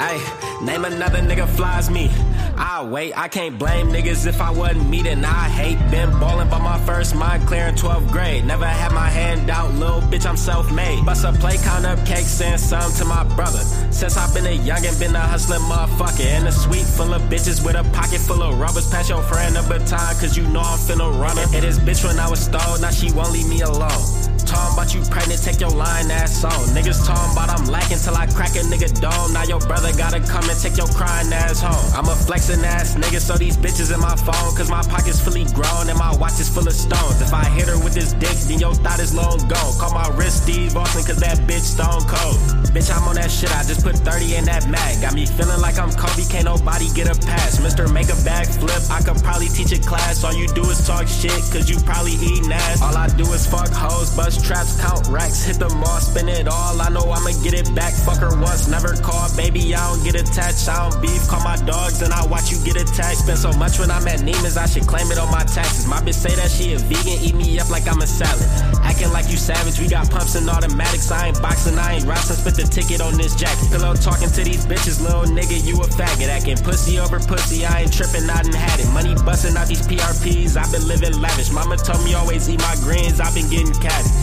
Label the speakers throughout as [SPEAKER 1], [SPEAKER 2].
[SPEAKER 1] Ayy, name another nigga flies me. I wait, I can't blame niggas if I wasn't me, then I hate. Been ballin' by my first mind clear in 12th grade. Never had my hand out, little bitch, I'm self made. Bust a play, count up cakes, and some to my brother. Since I've been a youngin', been a hustlin' motherfucker. And a suite full of bitches with a pocket full of rubbers. Pass your friend a baton, cause you know I'm finna run her. And this bitch when I was stalled, now she won't leave me alone. Talking about you pregnant, take your line ass off. Niggas talking about I'm lacking till I crack a nigga dome. Now your brother gotta come and take your crying ass home. I'm a flexing ass nigga, so these bitches in my phone. Cause my pocket's fully grown and my watch is full of stones. If I hit her with this dick, then your thought is long gone. Call my wrist Steve Austin, cause that bitch stone cold. Bitch, I'm on that shit, I just put 30 in that mag. Got me feeling like I'm Kobe, can't nobody get a pass. Mr. Make a bag flip, I could probably teach a class. All you do is talk shit, cause you probably eating ass. All I do is fuck hoes, bust traps, count racks, hit the mall, spin it all. I know I'ma get it back. Fuck her once, never call, baby. I don't get attached. I don't beef, call my dogs, and I watch you get attached. Spend so much when I'm at Neiman's, I should claim it on my taxes. My bitch say that she a vegan, eat me up like I'm a salad. Acting like you savage, we got pumps and automatics. I ain't boxing, I ain't wrestling, spit the ticket on this jacket. Pillow talking to these bitches, little nigga, you a faggot. Acting pussy over pussy, I ain't tripping, I done had it. Money busting out these PRPs, i been living lavish. Mama told me always eat my greens, i been getting caddies.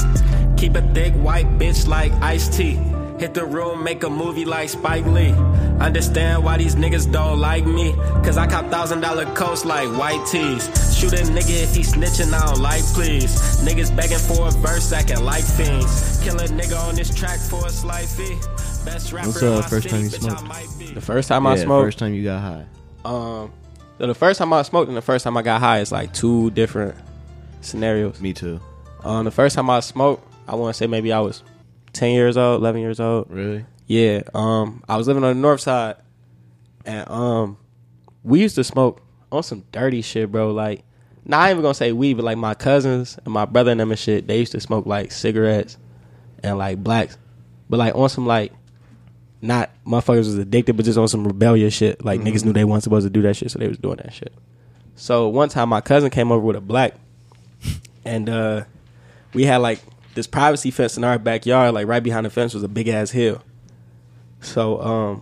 [SPEAKER 1] Keep a thick white bitch like Ice T. Hit the room, make a movie like Spike Lee. Understand why these niggas don't like me. Cause I cop thousand dollar coats like white tees. Shoot a nigga if he snitching, I don't like please. Niggas begging for a verse acting like fiends. Kill a nigga on this track for a slight fee. Best rapper
[SPEAKER 2] What's,
[SPEAKER 1] in
[SPEAKER 2] uh,
[SPEAKER 1] my city,
[SPEAKER 2] first time you
[SPEAKER 1] bitch,
[SPEAKER 2] smoked?
[SPEAKER 1] I might be. The first time I
[SPEAKER 2] Yeah,
[SPEAKER 1] smoked,
[SPEAKER 2] First time you got high.
[SPEAKER 1] um, so the first time I smoked and the first time I got high is like two different scenarios.
[SPEAKER 2] Me too.
[SPEAKER 1] Um, the first time I smoked, I want to say maybe I was ten years old, eleven years old.
[SPEAKER 2] Really?
[SPEAKER 1] Yeah. Um, I was living on the north side, and um, we used to smoke on some dirty shit, bro. Like, nah, I ain't even gonna say weed, but like my cousins and my brother and them and shit, they used to smoke like cigarettes and like blacks, but like on some like. Not motherfuckers was addicted, but just on some rebellious shit. Like niggas knew they weren't supposed to do that shit, so they was doing that shit. So one time my cousin came over with a black, and uh, we had like this privacy fence in our backyard. Like right behind the fence was a big ass hill. So um,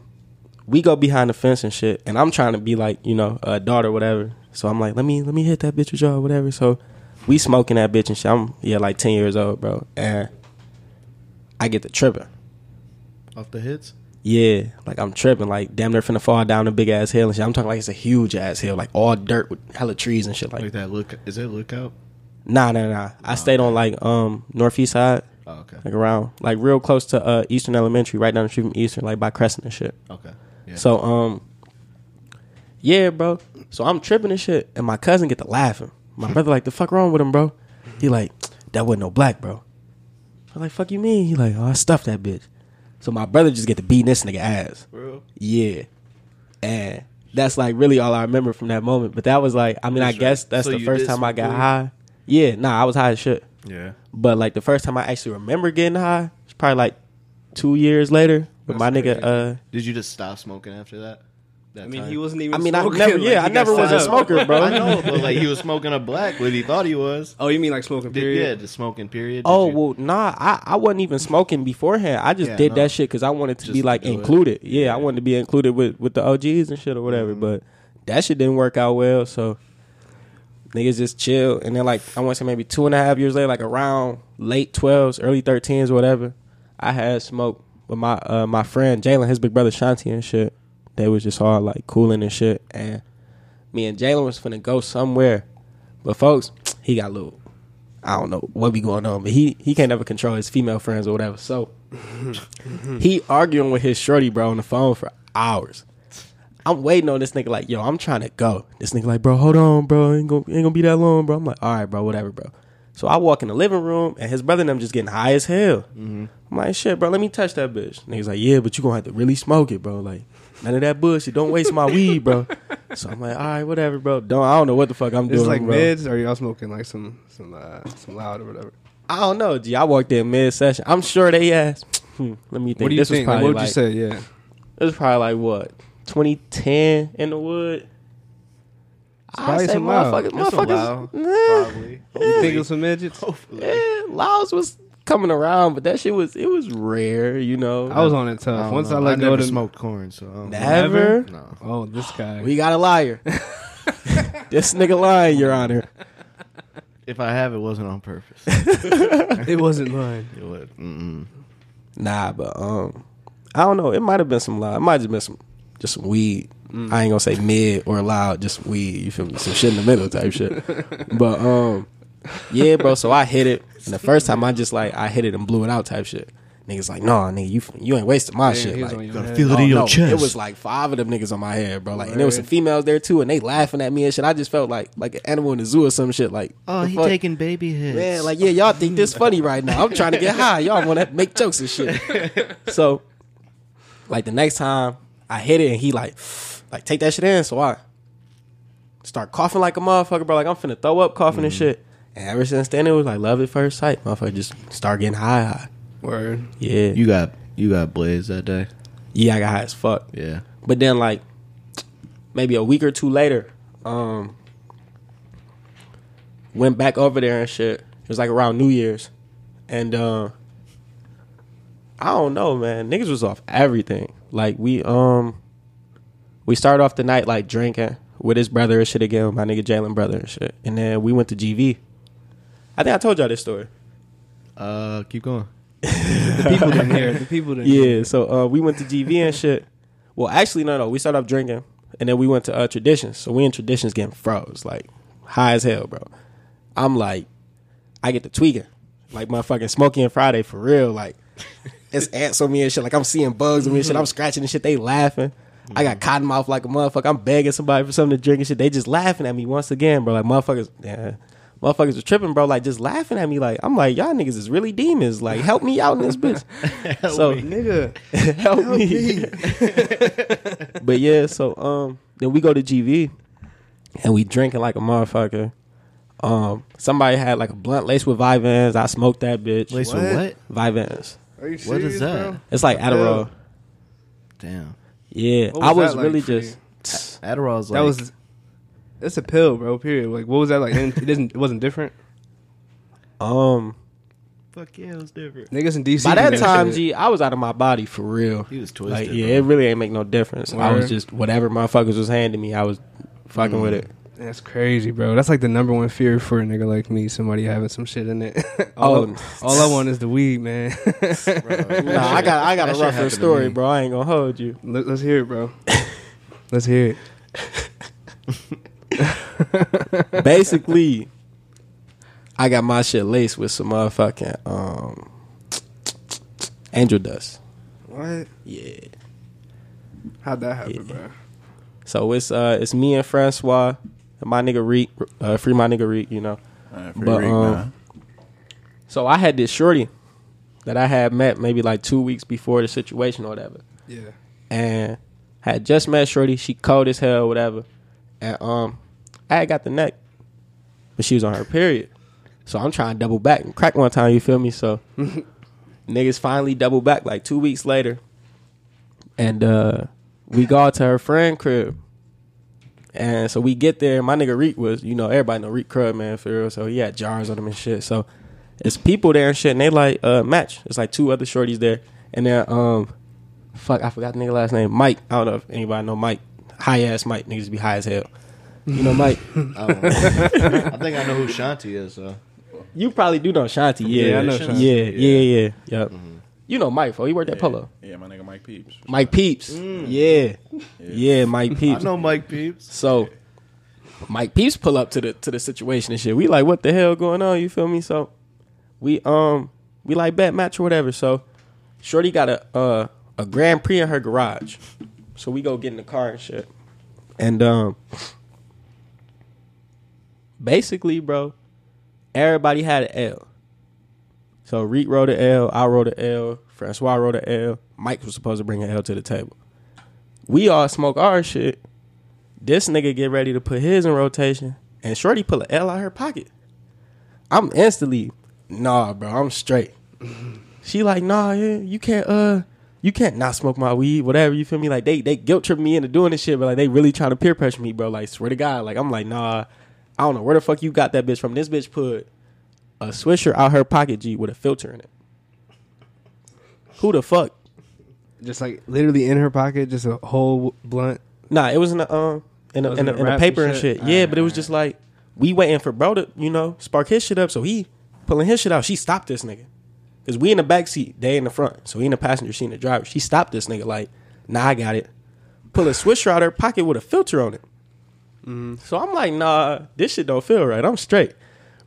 [SPEAKER 1] we go behind the fence and shit, and I'm trying to be like you know a daughter, whatever. So I'm like, let me let me hit that bitch with y'all, whatever. So we smoking that bitch and shit. I'm yeah like ten years old, bro, and I get the tripping.
[SPEAKER 2] Off the hits?
[SPEAKER 1] Yeah, like I'm tripping, like damn near finna fall down a big ass hill and shit. I'm talking like it's a huge ass hill, like all dirt with hella trees and shit. Like,
[SPEAKER 2] Like that look? Is that lookout?
[SPEAKER 1] nah, nah, nah. I stayed on like um northeast side,
[SPEAKER 2] Oh, okay.
[SPEAKER 1] like around like real close to uh Eastern Elementary, right down the street from Eastern, like by Crescent and shit.
[SPEAKER 2] Okay. Yeah.
[SPEAKER 1] So um, yeah, bro. So I'm tripping and shit, and my cousin get to laughing. My brother like, the fuck wrong with him, bro? He like, that wasn't no black, bro. I'm like, fuck you mean? He like, oh, I stuffed that bitch. So my brother just get to beat this nigga ass.
[SPEAKER 2] Bro.
[SPEAKER 1] Yeah, and that's like really all I remember from that moment. But that was like, I mean, I
[SPEAKER 2] That's right.
[SPEAKER 1] guess that's
[SPEAKER 2] So
[SPEAKER 1] the
[SPEAKER 2] you
[SPEAKER 1] first
[SPEAKER 2] did
[SPEAKER 1] time I
[SPEAKER 2] smoke
[SPEAKER 1] got
[SPEAKER 2] weed?
[SPEAKER 1] high. Yeah, nah, I was high as shit.
[SPEAKER 2] Yeah.
[SPEAKER 1] But like the first time I actually remember getting high, it's probably like two years later with my
[SPEAKER 3] That's
[SPEAKER 1] nigga.
[SPEAKER 3] crazy.
[SPEAKER 1] Uh,
[SPEAKER 2] Did you just stop smoking after that? that
[SPEAKER 3] I mean,
[SPEAKER 2] time?
[SPEAKER 3] he wasn't even.
[SPEAKER 1] I mean, I
[SPEAKER 3] smoking.
[SPEAKER 1] never- yeah, I
[SPEAKER 3] he got
[SPEAKER 1] never was
[SPEAKER 3] set
[SPEAKER 1] a
[SPEAKER 3] up.
[SPEAKER 1] smoker, bro.
[SPEAKER 2] I know, but like he was smoking a black, what he thought he was.
[SPEAKER 3] Oh, you mean like smoking?
[SPEAKER 2] Did-
[SPEAKER 3] Period.
[SPEAKER 2] yeah, the smoking period. Did
[SPEAKER 1] Oh
[SPEAKER 2] you-
[SPEAKER 1] well, nah. I, I wasn't even smoking beforehand. I just
[SPEAKER 2] Yeah,
[SPEAKER 1] did
[SPEAKER 2] no.
[SPEAKER 1] that shit because I wanted to
[SPEAKER 2] Just
[SPEAKER 1] be
[SPEAKER 2] to
[SPEAKER 1] like
[SPEAKER 2] do it.
[SPEAKER 1] included. Yeah, I wanted to be included with with the OGs and shit or whatever.
[SPEAKER 2] Mm-hmm.
[SPEAKER 1] But that shit didn't work out well. So niggas just chill. And then like I want to say maybe two and a half years later, like around late twelves, early thirteens, whatever. I had smoked with my uh, my friend Jalen, his big brother Shanti and shit. They was just all like cooling and shit. And me and Jalen was finna go somewhere, but folks, he got a little. I don't know what be going on, but he he can't ever control his female friends or whatever. So he arguing with his shorty bro on the phone for hours. I'm waiting on this nigga like, yo, I'm trying to go. This nigga like, bro, hold on, bro, ain't gonna ain't gonna be that long, bro. I'm like, all right, bro, whatever, bro. So I walk in the living room and his brother and them just getting high as hell.
[SPEAKER 3] Mm-hmm.
[SPEAKER 1] I'm like, shit, bro, let me touch that bitch. Nigga's like, yeah, but you gonna have to really smoke it, bro. Like, none of that bullshit. Don't waste my weed, bro. So I'm like, all right, whatever, bro. Don't I don't know what the fuck I'm
[SPEAKER 3] This is
[SPEAKER 1] doing,
[SPEAKER 3] like
[SPEAKER 1] bro.
[SPEAKER 3] mids, or y'all smoking like some some uh, some loud or whatever.
[SPEAKER 1] I don't know, G. I walked in mid session. I'm sure they asked. Hmm, let me think.
[SPEAKER 3] What do you
[SPEAKER 1] this
[SPEAKER 3] think?
[SPEAKER 1] Was
[SPEAKER 3] Like,
[SPEAKER 1] probably
[SPEAKER 3] what would
[SPEAKER 1] like,
[SPEAKER 3] you say? Yeah,
[SPEAKER 1] This was probably like what 2010 in the wood.
[SPEAKER 3] probably
[SPEAKER 1] I say
[SPEAKER 3] some loud.
[SPEAKER 1] motherfuckers,
[SPEAKER 2] It's a
[SPEAKER 1] motherfuckers.
[SPEAKER 2] loud,
[SPEAKER 1] nah,
[SPEAKER 2] probably.
[SPEAKER 3] you
[SPEAKER 2] Hopefully.
[SPEAKER 3] Oh, think it's some midgets?
[SPEAKER 2] Hopefully.
[SPEAKER 1] yeah, Laos was coming around, but that shit was it was rare, you know.
[SPEAKER 3] I was on it tough. Once I let go
[SPEAKER 2] never
[SPEAKER 3] to
[SPEAKER 2] smoked corn, so I don't know.
[SPEAKER 1] never.
[SPEAKER 3] Never?
[SPEAKER 2] No.
[SPEAKER 3] Oh, this guy.
[SPEAKER 1] We got a liar. this nigga lying, Your Honor.
[SPEAKER 2] If I have, it wasn't on purpose.
[SPEAKER 3] it wasn't mine.
[SPEAKER 2] it would. Mm-mm.
[SPEAKER 1] Nah, but um, I don't know. It might have been some loud. It might have been some just some weed.
[SPEAKER 3] Mm.
[SPEAKER 1] I ain't gonna say mid or loud, just weed. You feel me? Some shit in the middle type shit. But um, yeah, bro. So I hit it, and the first time I just like I hit it and blew it out type shit. Niggas like, nah, nigga, you you ain't wasting my shit.
[SPEAKER 3] he was
[SPEAKER 1] Like,
[SPEAKER 3] on your
[SPEAKER 2] Gotta
[SPEAKER 3] head.
[SPEAKER 2] feel it
[SPEAKER 1] Oh,
[SPEAKER 2] in your
[SPEAKER 1] no,
[SPEAKER 2] chest.
[SPEAKER 1] It was like five of them niggas on my head, bro. Like, and there was some
[SPEAKER 3] Word.
[SPEAKER 1] females there too, and they laughing at me and shit. I just felt like like an animal in the zoo or some shit. Like, the fuck?
[SPEAKER 2] Oh, baby hits.
[SPEAKER 1] man, like yeah, y'all think this funny right now? I'm trying to get high. Y'all want to make jokes and shit. So, like the next time I hit it, and he like like take that shit in. So I start coughing like a motherfucker, bro. Like I'm finna throw up coughing and shit. And ever since then, it was like love at first sight. Motherfucker just start getting high, high.
[SPEAKER 3] Word.
[SPEAKER 1] Yeah,
[SPEAKER 2] you got you got blazed that day.
[SPEAKER 1] yeah, I got high as fuck.
[SPEAKER 2] Yeah.
[SPEAKER 1] But then like maybe a week or two later, um went back over there and shit. It was like around New Year's. And uh I don't know, man. Niggas was off everything. Like we um we started off the night like drinking with his brother and shit again, with my nigga Jalen brother and shit. And then we went to GV. I think I told y'all this story.
[SPEAKER 2] Uh, keep going.
[SPEAKER 3] The people didn't hear. it. The people didn't.
[SPEAKER 1] Yeah, so uh, we went to GV and shit. Well, actually, no, no. We started off drinking, and then we went to uh, Traditions. So we in Traditions getting froze, like high as hell, bro. I'm like, I get to tweaking, like my fucking Smokey and Friday for real. Like, it's ants on me and shit. Like I'm seeing bugs on me and shit. I'm scratching and shit. They laughing. I got cotton mouth like a motherfucker. I'm begging somebody for something to drink and shit. They just laughing at me once again, bro. Like motherfuckers, yeah. Motherfuckers are tripping, bro. Like just laughing at me. Like I'm like, y'all niggas is really demons. Like help me out in this bitch. so
[SPEAKER 3] Nigga.
[SPEAKER 1] help, me. but yeah, so um, then we go to GV, and we drinking like a motherfucker. Um, somebody had like a blunt laced with Vyvanse. I smoked that bitch.
[SPEAKER 2] Wait, so
[SPEAKER 3] What?
[SPEAKER 2] what?
[SPEAKER 1] Vyvanse.
[SPEAKER 3] Are you serious,
[SPEAKER 2] What is that?
[SPEAKER 3] bro?
[SPEAKER 1] It's like Adderall.
[SPEAKER 2] Damn.
[SPEAKER 1] Yeah,
[SPEAKER 3] What was
[SPEAKER 1] I was
[SPEAKER 3] that like
[SPEAKER 1] really
[SPEAKER 3] for you?
[SPEAKER 1] just.
[SPEAKER 2] Adderall's like
[SPEAKER 3] That was. It's a pill, bro. Period. Like, what was that like? It didn't. It wasn't different.
[SPEAKER 1] Um,
[SPEAKER 2] fuck yeah, it was different.
[SPEAKER 3] Niggas in DC.
[SPEAKER 1] by
[SPEAKER 3] do
[SPEAKER 1] that time,
[SPEAKER 3] shit.
[SPEAKER 1] G, I was out of my body for real.
[SPEAKER 2] He was twisted.
[SPEAKER 1] Like, yeah, it really ain't make no difference. I was
[SPEAKER 3] Word.
[SPEAKER 1] just whatever motherfuckers was handing me, I was fucking with it.
[SPEAKER 3] That's crazy, bro. That's like the number one fear for a nigga like me. Somebody having some shit in it. all,
[SPEAKER 1] Oh.
[SPEAKER 3] I, all I want is the weed, man.
[SPEAKER 1] Nah, I got I got a
[SPEAKER 2] that shit
[SPEAKER 1] rougher
[SPEAKER 2] happened to
[SPEAKER 1] story,
[SPEAKER 2] me.
[SPEAKER 1] bro. I ain't gonna hold you.
[SPEAKER 3] Let, us hear it, bro. Let's hear it.
[SPEAKER 1] basically, I got my shit laced with some motherfucking um, angel dust.
[SPEAKER 3] What?
[SPEAKER 1] Yeah.
[SPEAKER 3] How'd that happen, bro?
[SPEAKER 1] So it's uh it's me and Francois, and my nigga Reek, uh, free my nigga Reek, you know.
[SPEAKER 4] Uh, free
[SPEAKER 1] But,
[SPEAKER 4] Rick,
[SPEAKER 1] um,
[SPEAKER 4] man.
[SPEAKER 1] So I had this shorty that I had met maybe like two weeks before the situation or whatever,
[SPEAKER 3] Yeah.
[SPEAKER 1] and had just met shorty. She cold as hell, whatever, and um I had got the neck, but she was on her period. So I'm trying to double back and crack one time. You feel me? So niggas finally double back like two weeks later, and uh we go out to her friend crib. And so we get there. My nigga Reek was, you know, everybody know Reek Crud, man, for real. So he had jars on him and shit. So it's people there and shit, and they like uh match. It's like two other shorties there, and then um, fuck, I forgot the nigga last name, Mike. I don't know if anybody know Mike. High ass Mike, niggas be high as hell. You know Mike.
[SPEAKER 2] I, don't know. I think I know who Shanti is. though.
[SPEAKER 1] You probably do know Shanti. Yeah,
[SPEAKER 3] Yeah, I know Shanti.
[SPEAKER 1] Yeah, yeah, yeah. Yep. You know Mike, oh, he worked at Polo.
[SPEAKER 4] Yeah, my nigga Mike Peeps.
[SPEAKER 1] Mike Peeps. Yeah. yeah. Mike
[SPEAKER 2] I
[SPEAKER 1] Peeps.
[SPEAKER 2] know Mike Peeps.
[SPEAKER 1] So Mike Peeps pull up to the to the situation and shit. We like, what the hell going on? You feel me? So we um we like bet match or whatever. So Shorty got a uh, a Grand Prix in her garage. So we go get in the car and shit. And um basically, bro, everybody had an L. So Reek wrote an L, I wrote an L, Francois wrote an L, Mike was supposed to bring an L to the table. We all smoke our shit. This nigga get ready to put his in rotation, and Shorty pull a L out her pocket. I'm instantly, nah, bro, I'm straight. She like, nah, yeah, you can't, uh, you can't not smoke my weed, whatever. You feel me? Like they they guilt trip me into doing this shit, but like they really trying to peer pressure me, bro. Like swear to God, like I'm like, nah, I don't know where the fuck you got that bitch from. This bitch put a swisher out her pocket, G, with a filter in it. Who the fuck?
[SPEAKER 3] Just like literally in her pocket, just a whole blunt.
[SPEAKER 1] Nah, it was in the um in a,
[SPEAKER 3] It was
[SPEAKER 1] in, a,
[SPEAKER 3] in
[SPEAKER 1] in
[SPEAKER 3] a
[SPEAKER 1] a
[SPEAKER 3] wrap
[SPEAKER 1] paper
[SPEAKER 3] and
[SPEAKER 1] and shit.
[SPEAKER 3] shit?
[SPEAKER 1] Yeah, but it was just like we waiting for bro to you know spark his shit up. So he pulling his shit out. She stopped this nigga because we in the back seat, they in the front. So he in the passenger seat, and the driver. She stopped this nigga like, nah, I got it. Pull a swisher out her pocket with a filter on it. So I'm like, nah, this shit don't feel right. I'm straight.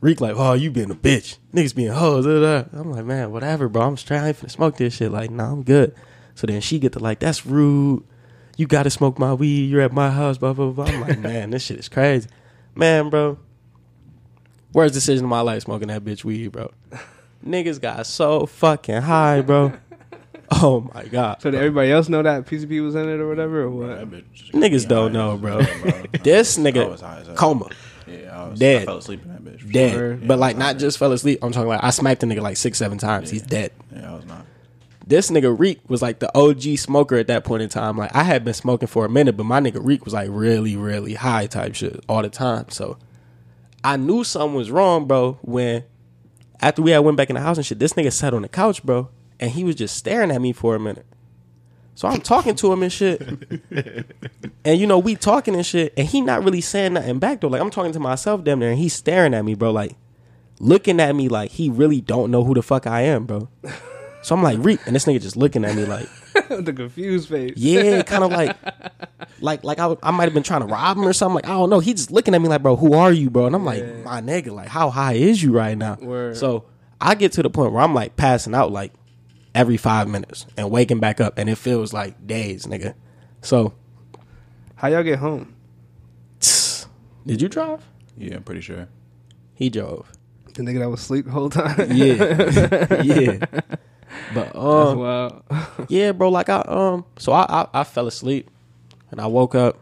[SPEAKER 1] Reek like, oh, you being a bitch. Niggas being hoes. da, da, da. I'm like, man, whatever, bro. I'm straight. I ain't finna smoke this shit. Like, nah, I'm good. So then she get to like, that's rude. You gotta smoke my weed. You're at my house. Blah blah blah. I'm like, man, this shit is crazy. Man, bro. Worst decision of my life smoking that bitch weed, bro. Niggas got so fucking high, bro. Oh my god.
[SPEAKER 3] So did everybody else know that PCP was in it or whatever or what?
[SPEAKER 4] That bitch-
[SPEAKER 1] Niggas don't
[SPEAKER 4] Yeah, I
[SPEAKER 1] know,
[SPEAKER 4] was-
[SPEAKER 1] bro.
[SPEAKER 4] yeah, bro.
[SPEAKER 1] This
[SPEAKER 4] I was high as
[SPEAKER 1] nigga
[SPEAKER 4] hell.
[SPEAKER 1] coma.
[SPEAKER 4] Yeah, I was
[SPEAKER 1] Dead.
[SPEAKER 4] I fell asleep in that bitch. for sure.
[SPEAKER 1] dead.
[SPEAKER 3] Sure.
[SPEAKER 1] But like, not just fell asleep. I'm talking like I smacked the nigga like six, seven times. He's dead.
[SPEAKER 4] Yeah, I was not.
[SPEAKER 1] This nigga Reek was like the OG smoker at that point in time. Like I had been smoking for a minute, but my nigga Reek was like really, really high type shit all the time. So I knew something was wrong, bro. When after we had went back in the house and shit, this nigga sat on the couch, bro, and he was just staring at me for a minute. So I'm talking to him and shit. And you know, we talking and shit, and he not really saying nothing back though. Like I'm talking to myself damn there, and he's staring at me, bro, like looking at me like he really don't know who the fuck I am, bro. So I'm like, Reek, and this nigga just looking at me like,
[SPEAKER 3] the confused face.
[SPEAKER 1] yeah, kind of like, like, like I, w- I might have been trying to rob him or something. Like I don't know. He just looking at me like, bro, who are you, bro? And I'm like, my nigga, like, how high is you right now?
[SPEAKER 3] Word.
[SPEAKER 1] So I get to the point where I'm like passing out like every five minutes and waking back up, and it feels like days, nigga. So,
[SPEAKER 3] How y'all get home?
[SPEAKER 1] did you drive?
[SPEAKER 4] Yeah, I'm pretty sure.
[SPEAKER 1] He drove.
[SPEAKER 3] The nigga that was asleep the whole time.
[SPEAKER 1] Yeah, yeah. But um,
[SPEAKER 3] wow.
[SPEAKER 1] yeah, bro. Like I um, so I, I I fell asleep, and I woke up,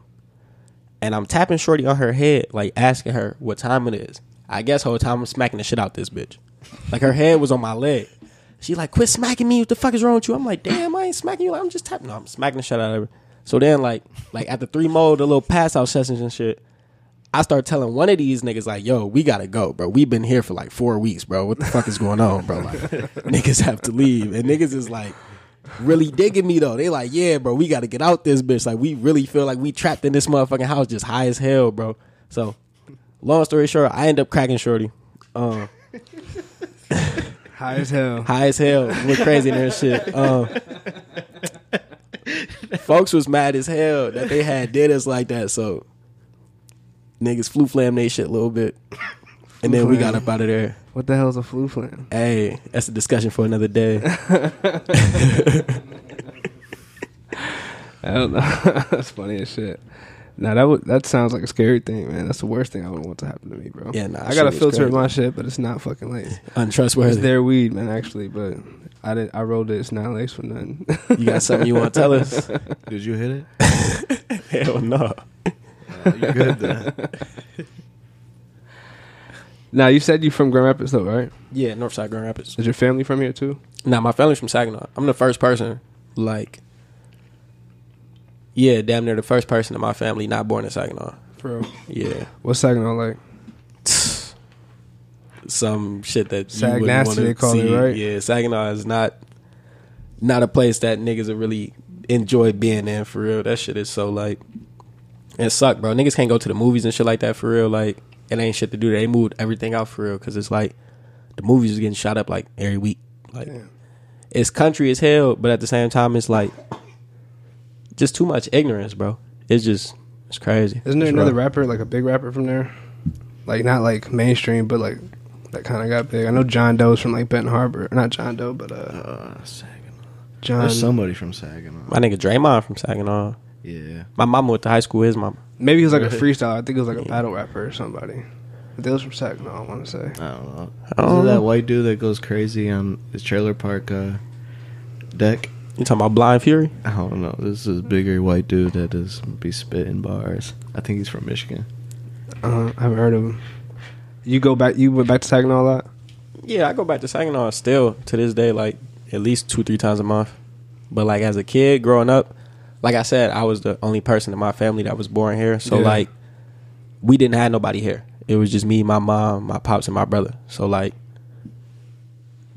[SPEAKER 1] and I'm tapping Shorty on her head, like asking her what time it is. I guess whole time I'm smacking the shit out this bitch. Like her head was on my leg. She like, quit smacking me. What the fuck is wrong with you? I'm like, damn, I ain't smacking you. Like, I'm just tapping. No, I'm smacking the shit out of her. So then, like, like after three mode, the little pass out sessions and shit. I start telling one of these niggas like, "Yo, we gotta go, bro. We've been here for like four weeks, bro. What the fuck is going on, bro? Like, niggas have to leave." And niggas is like, really digging me though. They like, "Yeah, bro, we gotta get out this bitch. Like, we really feel like we trapped in this motherfucking house, just high as hell, bro." So, long story short, I end up cracking shorty, um,
[SPEAKER 3] High as hell.
[SPEAKER 1] high as hell. We're crazy and shit. Um, folks was mad as hell that they had did us like that. So, niggas flu flam they shit a little bit. And then we got up out of there.
[SPEAKER 3] What the hell's a flu flam?
[SPEAKER 1] Hey, that's a discussion for another day.
[SPEAKER 3] I don't know. That's funny as shit. Now that would that sounds like a scary thing, man. That's the worst thing I would want to happen to me, bro.
[SPEAKER 1] Yeah, nah,
[SPEAKER 3] I got
[SPEAKER 1] shit
[SPEAKER 3] a
[SPEAKER 1] was
[SPEAKER 3] filter in
[SPEAKER 1] crazy.
[SPEAKER 3] my shit, but it's not fucking laced. It's
[SPEAKER 1] Untrustworthy.
[SPEAKER 3] their weed, man. Actually, but I did. I rolled it. It's not laced for nothing.
[SPEAKER 1] You got something you want to tell us?
[SPEAKER 2] Did you hit it?
[SPEAKER 1] Hell no.
[SPEAKER 2] Uh, you good then.
[SPEAKER 3] now you said you from Grand Rapids though, right?
[SPEAKER 1] Yeah, Northside Grand Rapids.
[SPEAKER 3] Is your family from here too?
[SPEAKER 1] Now my family's from Saginaw. I'm the first person, like, yeah, damn near the first person in my family not born in Saginaw.
[SPEAKER 3] Bro,
[SPEAKER 1] Yeah,
[SPEAKER 3] what's Saginaw like?
[SPEAKER 1] some shit that you
[SPEAKER 3] Sag
[SPEAKER 1] wouldn't
[SPEAKER 3] Nasty,
[SPEAKER 1] wanna
[SPEAKER 3] they call it,
[SPEAKER 1] see.
[SPEAKER 3] right?
[SPEAKER 1] Yeah, Saginaw is not not a place that niggas would really enjoy being in for real. That shit is so like it suck, bro. Niggas can't go to the movies and shit like that for real. Like it ain't shit to do. They moved everything out for real because it's like the movies is getting shot up like every week. Like it's country as hell, but at the same time, it's like just too much ignorance, bro. It's just it's crazy.
[SPEAKER 3] Isn't there
[SPEAKER 1] It's
[SPEAKER 3] another
[SPEAKER 1] rough.
[SPEAKER 3] rapper, like a big rapper from there? Like not like mainstream, but like that kind of got big. I know John Doe's from like Benton Harbor, not John Doe, but uh,
[SPEAKER 2] Uh, Um, Saginaw.
[SPEAKER 3] John.
[SPEAKER 2] There's somebody from Saginaw.
[SPEAKER 1] My nigga Draymond from Saginaw.
[SPEAKER 2] Yeah.
[SPEAKER 1] My mama went to high school with his mama.
[SPEAKER 3] Maybe he was like a freestyle. I think it was like a battle rapper or somebody. But they was from Saginaw, I want to say.
[SPEAKER 2] I don't know.
[SPEAKER 1] I don't
[SPEAKER 2] Is it
[SPEAKER 1] know.
[SPEAKER 2] that white dude that goes crazy on his trailer park uh, deck?
[SPEAKER 1] You talking about Blind Fury?
[SPEAKER 2] I don't know. This is bigger white dude that is be spitting bars. I think he's from Michigan.
[SPEAKER 3] Uh, I haven't heard of him. You go back. You went back to Saginaw a lot.
[SPEAKER 1] Yeah, I go back to Saginaw still to this day, like at least two, three times a month. But like as a kid growing up, like I said, I was the only person in my family that was born here. So
[SPEAKER 3] Yeah.
[SPEAKER 1] like we didn't have nobody here. It was just me, my mom, my pops, and my brother. So like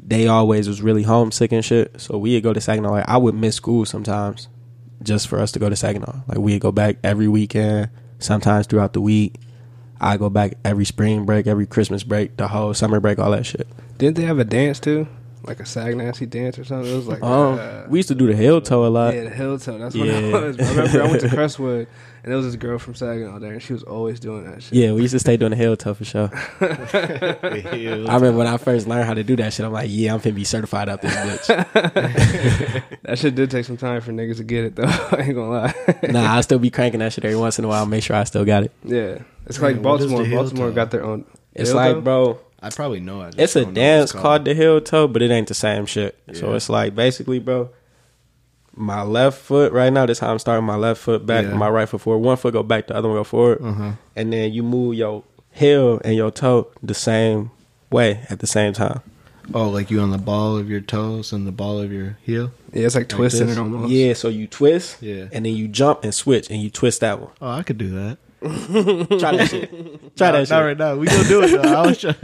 [SPEAKER 1] they always was really homesick and shit. So we'd go to Saginaw. Like, I would miss school sometimes just for us to go to Saginaw. Like we'd go back every weekend, sometimes throughout the week. I go back every spring break, every Christmas break, the whole summer break, all that shit.
[SPEAKER 3] Didn't they have a dance too? Like a sag nasty dance or something? It was like
[SPEAKER 1] Um,
[SPEAKER 3] uh,
[SPEAKER 1] we used to do the hill toe a lot.
[SPEAKER 3] yeah, the Hilltop. That's what it
[SPEAKER 1] yeah.
[SPEAKER 3] was. I remember I went to Crestwood and there was this girl from Saginaw there, and she was always doing that shit.
[SPEAKER 1] Yeah, we used to stay doing the hill toe for sure. I remember when I first learned how to do that shit. I'm like, yeah, I'm finna be certified up this bitch.
[SPEAKER 3] That shit did take some time for niggas to get it though. I ain't gonna lie.
[SPEAKER 1] nah, I still be cranking that shit every once in a while. Make sure I still got it.
[SPEAKER 3] yeah, it's
[SPEAKER 2] Man,
[SPEAKER 3] like
[SPEAKER 2] what is the
[SPEAKER 3] Baltimore.
[SPEAKER 2] Hilltop?
[SPEAKER 3] Baltimore got their own.
[SPEAKER 1] It's
[SPEAKER 3] Hilltop?
[SPEAKER 1] like, bro,
[SPEAKER 2] I probably know. I just
[SPEAKER 1] it's a
[SPEAKER 2] don't know what
[SPEAKER 1] dance called. the heel toe, but it ain't the same shit. So
[SPEAKER 2] Yeah.
[SPEAKER 1] it's like basically, bro, my left foot right now, this how I'm starting my left foot back,
[SPEAKER 2] Yeah.
[SPEAKER 1] my right foot forward. One foot go back, the other one go forward. And then you move your heel and your toe the same way at the same time.
[SPEAKER 2] Oh, like you on the ball of your toes and the ball of your heel.
[SPEAKER 3] yeah, it's like twisting
[SPEAKER 2] this?
[SPEAKER 3] it almost.
[SPEAKER 1] Yeah, so you twist,
[SPEAKER 2] Yeah.
[SPEAKER 1] and then you jump and switch and you twist that one.
[SPEAKER 2] Oh, I could do that.
[SPEAKER 1] Try that shit. Try that
[SPEAKER 2] Not,
[SPEAKER 1] shit.
[SPEAKER 2] not right now. We gonna do it. Though. I was trying.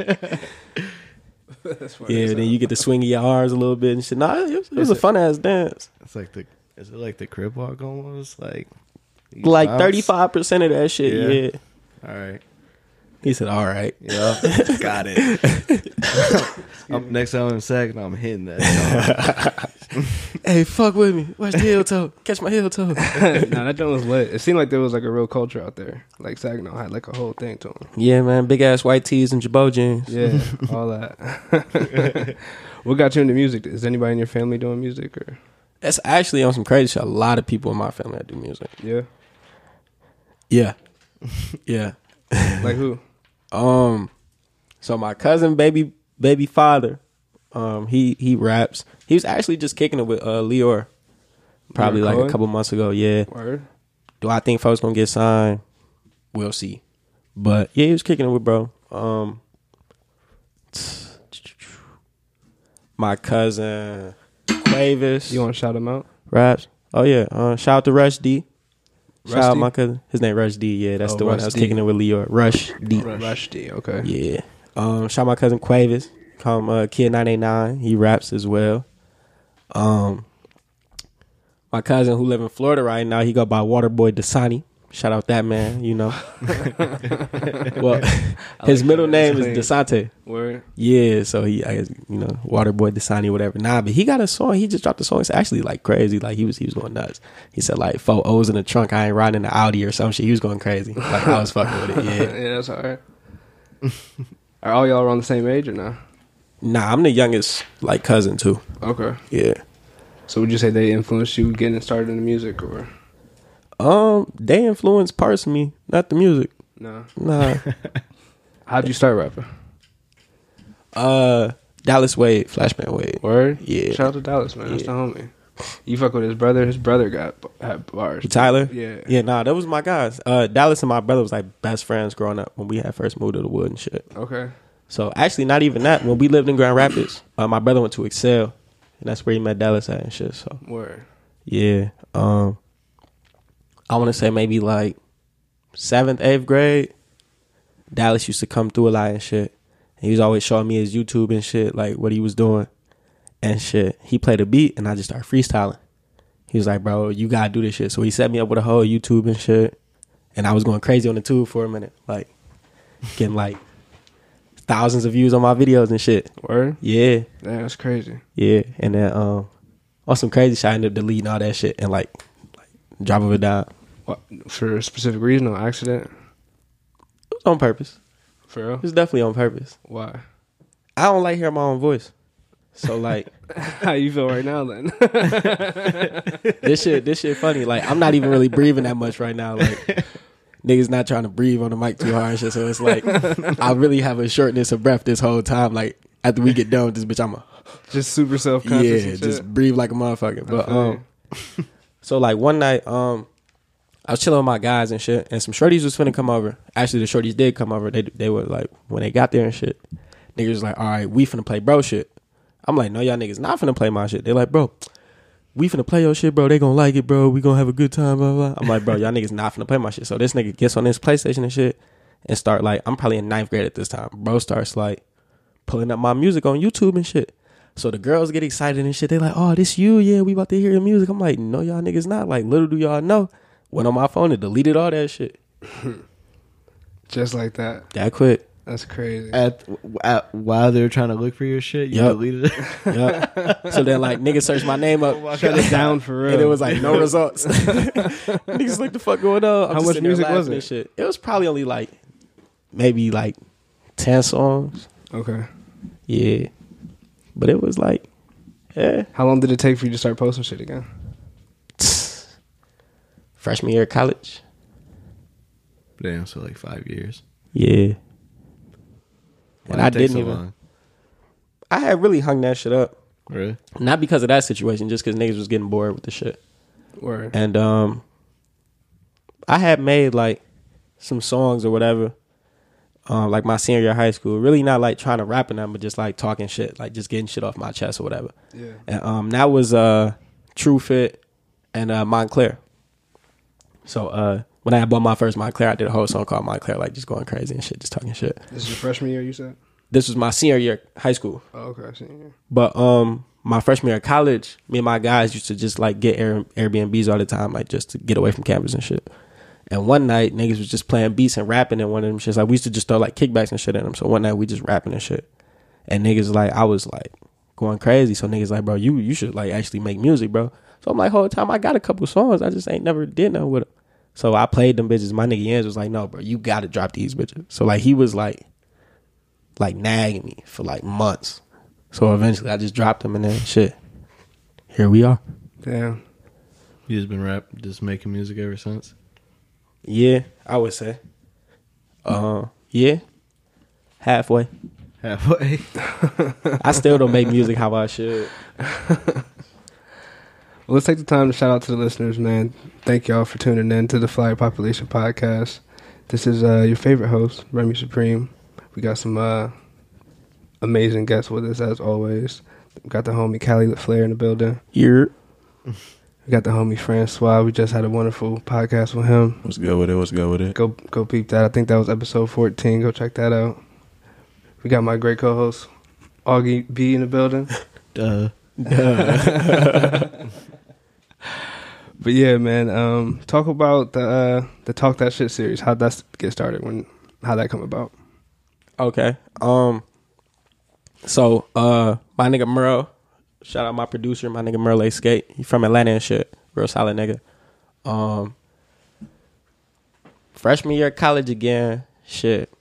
[SPEAKER 1] yeah, then you get the swing of your arms a little bit and shit. Nah, it was, it was a fun ass dance.
[SPEAKER 2] It's like the. Is it like the crib walk almost? Like. you
[SPEAKER 1] Like
[SPEAKER 2] bounce?
[SPEAKER 1] thirty five percent of that shit.
[SPEAKER 2] Yeah.
[SPEAKER 1] yeah.
[SPEAKER 2] All right.
[SPEAKER 1] He said, "All right."
[SPEAKER 2] Yeah. Got it. I'm, next time I'm in Saginaw, I'm hitting that.
[SPEAKER 1] Hey, fuck with me. Watch the heel toe. Catch my heel toe.
[SPEAKER 3] nah, that joint was lit. It seemed like there was like a real culture out there. Like Saginaw had like a whole thing to them.
[SPEAKER 1] Yeah, man. Big ass white tees and Jabot jeans.
[SPEAKER 3] Yeah, all that. what got you into music? Is anybody in your family doing music or
[SPEAKER 1] That's actually on some crazy shit. A lot of people in my family that do music.
[SPEAKER 3] yeah?
[SPEAKER 1] Yeah, yeah.
[SPEAKER 3] Like who?
[SPEAKER 1] Um, so my cousin, baby, baby father, um, he he raps. He was actually just kicking it with uh Leor, probably
[SPEAKER 3] Leor
[SPEAKER 1] like
[SPEAKER 3] Cohen?
[SPEAKER 1] a couple months ago. Yeah.
[SPEAKER 3] Word.
[SPEAKER 1] Do I think folks gonna get signed? We'll see. But yeah, he was kicking it with bro. Um, my cousin Quavis
[SPEAKER 3] You want to shout them out?
[SPEAKER 1] raps. Oh yeah, uh, shout out to Rush D. Shout
[SPEAKER 3] Rush
[SPEAKER 1] out
[SPEAKER 3] D?
[SPEAKER 1] my cousin. His name Rush D. Yeah, that's
[SPEAKER 3] Oh,
[SPEAKER 1] the one
[SPEAKER 3] Rush
[SPEAKER 1] that was
[SPEAKER 3] D.
[SPEAKER 1] kicking it with Leo. Rush D.
[SPEAKER 3] Rushdie. Okay.
[SPEAKER 1] Yeah. Um, shout out my cousin Quavis. Call him uh, Kid nine eight nine. He raps as well. Um, my cousin who live in Florida right now, he go by Waterboy Dasani. Shout out that man, you know. well, his middle name is
[SPEAKER 3] That's
[SPEAKER 1] Desante.
[SPEAKER 3] Word.
[SPEAKER 1] Yeah, so he, I guess, you know, Waterboy Dasani, whatever. Nah, but he got a song. He just dropped a song. It's actually like crazy. Like he was, he was going nuts. He said like four O's in the trunk. I ain't riding the Audi or some shit. He was going crazy. Like I was fucking with it. Yeah.
[SPEAKER 3] Yeah, that's all right. Are all y'all around the same age or no?
[SPEAKER 1] Nah, I'm the youngest like cousin too.
[SPEAKER 3] Okay.
[SPEAKER 1] Yeah.
[SPEAKER 3] So would you say they influenced you getting started in the music or
[SPEAKER 1] Um, they influence parts of me, not the music.
[SPEAKER 3] no?
[SPEAKER 1] Nah.
[SPEAKER 3] How'd you start rapping?
[SPEAKER 1] uh, Dallas Wade, Flashman Wade.
[SPEAKER 3] Word.
[SPEAKER 1] Yeah.
[SPEAKER 3] Shout out to Dallas, man. That's
[SPEAKER 1] Yeah.
[SPEAKER 3] the homie. You fuck with his brother. His brother got had bars.
[SPEAKER 1] Tyler.
[SPEAKER 3] Yeah.
[SPEAKER 1] Yeah. Nah, that was my guys. Uh, Dallas and my brother was like best friends growing up when we had first moved to the wood and shit.
[SPEAKER 3] Okay.
[SPEAKER 1] So actually, not even that. When we lived in Grand Rapids, uh, my brother went to Excel, and that's where he met Dallas at and shit. So
[SPEAKER 3] Word.
[SPEAKER 1] yeah, um, I want to say maybe like seventh, eighth grade. Dallas used to come through a lot and shit. And he was always showing me his YouTube and shit, like what he was doing and shit. He played a beat, and I just started freestyling. He was like, "Bro, you gotta do this shit." So he set me up with a whole YouTube and shit, and I was going crazy on the tube for a minute, like getting like thousands of views on my videos and shit.
[SPEAKER 3] Word.
[SPEAKER 1] Yeah,
[SPEAKER 3] Damn, that's crazy.
[SPEAKER 1] yeah. And then um, on some crazy shit, I ended up deleting all that shit and like, like drop of a dime.
[SPEAKER 3] What, for a specific reason or accident?
[SPEAKER 1] It was on purpose.
[SPEAKER 3] For real?
[SPEAKER 1] It was definitely on purpose.
[SPEAKER 3] Why?
[SPEAKER 1] I don't like hearing my own voice. So like
[SPEAKER 3] How you feel right now then?
[SPEAKER 1] this shit, this shit funny. Like I'm not even really breathing that much right now. Like niggas not trying to breathe on the mic too hard and shit. So it's like I really have a shortness of breath this whole time. Like after we get done with this bitch, I'm a
[SPEAKER 3] just super self conscious.
[SPEAKER 1] yeah,
[SPEAKER 3] and
[SPEAKER 1] just
[SPEAKER 3] shit?
[SPEAKER 1] breathe like a motherfucker. But
[SPEAKER 3] feel
[SPEAKER 1] um, so like one night, um, I was chilling with my guys and shit, and some shorties was finna come over. Actually, the shorties did come over. They they were like when they got there and shit, niggas was like, all right, we finna play bro shit. I'm like, no, y'all niggas not finna play my shit. They like, bro, we finna play your shit, bro. They gonna like it, bro. We gonna have a good time, blah blah. I'm like, bro, y'all niggas not finna play my shit. So this nigga gets on this PlayStation and shit, and start like, I'm probably in ninth grade at this time. Bro starts like pulling up my music on YouTube and shit. So the girls get excited and shit. They like, oh, this you? Yeah, we about to hear your music. I'm like, no, y'all niggas not. Like, little do y'all know. Went on my phone and deleted all that shit.
[SPEAKER 3] Just like that.
[SPEAKER 1] That quick.
[SPEAKER 3] That's crazy.
[SPEAKER 2] At, at while they were trying to look for your shit, you
[SPEAKER 1] Yup.
[SPEAKER 2] deleted it.
[SPEAKER 1] Yup. so then like niggas searched my name up.
[SPEAKER 3] Shut it down for real.
[SPEAKER 1] And it was like no results. Niggas like the fuck going on. I'm
[SPEAKER 3] How
[SPEAKER 1] just
[SPEAKER 3] much
[SPEAKER 1] sitting there
[SPEAKER 3] music was
[SPEAKER 1] laughing and
[SPEAKER 3] it?
[SPEAKER 1] Shit. It was probably only like maybe like ten songs.
[SPEAKER 3] okay.
[SPEAKER 1] Yeah, but it was like, eh. yeah.
[SPEAKER 3] How long did it take for you to start posting shit again?
[SPEAKER 1] Freshman year of college.
[SPEAKER 2] Damn, so like five years.
[SPEAKER 1] Yeah, and
[SPEAKER 2] Why'd
[SPEAKER 1] I
[SPEAKER 2] it take
[SPEAKER 1] didn't
[SPEAKER 2] so
[SPEAKER 1] even.
[SPEAKER 2] long?
[SPEAKER 1] I had really hung that shit up,
[SPEAKER 2] Really?
[SPEAKER 1] not because of that situation, just because niggas was getting bored with the shit.
[SPEAKER 3] Word.
[SPEAKER 1] And um I had made like some songs or whatever. Um, like my senior year of high school. Really not like trying to rap in them, but just like talking shit, like just getting shit off my chest or whatever.
[SPEAKER 3] Yeah.
[SPEAKER 1] And um that was uh True Fit and uh Montclair. So uh when I bought my first Montclair, I did a whole song called Montclair, like just going crazy and shit, just talking shit.
[SPEAKER 3] This is your freshman year, you said?
[SPEAKER 1] This was my senior year of high school.
[SPEAKER 3] Oh, okay. Senior year.
[SPEAKER 1] But um, my freshman year of college, me and my guys used to just like get Air- Airbnbs all the time, like just to get away from campus and shit. And one night, niggas was just playing beats and rapping and one of them shits. Like we used to just throw like kickbacks and shit at them. So one night we just rapping and shit, and niggas like I was like going crazy. So niggas like, bro, you you should like actually make music, bro. So I'm like, whole time I got a couple songs, I just ain't never did nothing with them. So I played them bitches. My nigga Yans was like, no, bro, you gotta drop these bitches. So like he was like, like nagging me for like months. So eventually, I just dropped them and then shit. Here we are.
[SPEAKER 3] Damn.
[SPEAKER 2] You just been rap, just making music ever since.
[SPEAKER 1] Yeah, I would say. Uh, yeah, halfway.
[SPEAKER 2] Halfway.
[SPEAKER 1] I still don't make music how I should.
[SPEAKER 3] Well, let's take the time to shout out to the listeners, man. Thank y'all for tuning in to the Flyer Population Podcast. This is uh, your favorite host, Remy Supreme. We got some uh, amazing guests with us, as always. We got the homie Callie LeFlair in the building.
[SPEAKER 1] You're
[SPEAKER 3] We got the homie Francois. We just had a wonderful podcast with him.
[SPEAKER 4] What's good with it? What's good with it?
[SPEAKER 3] Go go peep that. I think that was episode 14. Go check that out. We got my great co host, Augie B, in the building.
[SPEAKER 2] Duh.
[SPEAKER 3] But yeah, man. Um, talk about the uh, the talk that shit series. How that get started? When how that come about?
[SPEAKER 1] okay. Um, so uh, my nigga Merle, shout out my producer, my nigga Merle A. Skate. He from Atlanta and shit. Real solid nigga. Um, freshman year of college again, shit.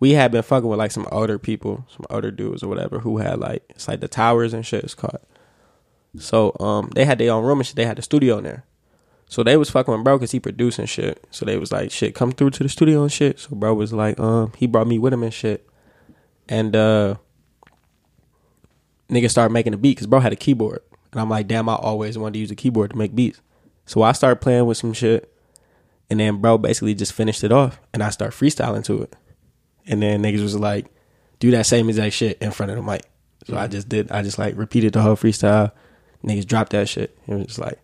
[SPEAKER 1] We had been fucking with like some older people, some older dudes or whatever, who had like it's like the towers and shit. It's called. So um, they had their own room and shit. They had the studio in there. So they was fucking with bro because he producing shit. So they was like, shit, come through to the studio and shit. So bro was like, um, he brought me with him and shit. And uh niggas started making a beat because bro had a keyboard. And I'm like, damn, I always wanted to use a keyboard to make beats. So I started playing with some shit. And then bro basically just finished it off. And I started freestyling to it. And then niggas was like, do that same exact shit in front of the mic. So
[SPEAKER 3] Mm-hmm.
[SPEAKER 1] I just did, I just like repeated the whole freestyle. Niggas dropped that shit. It was just like,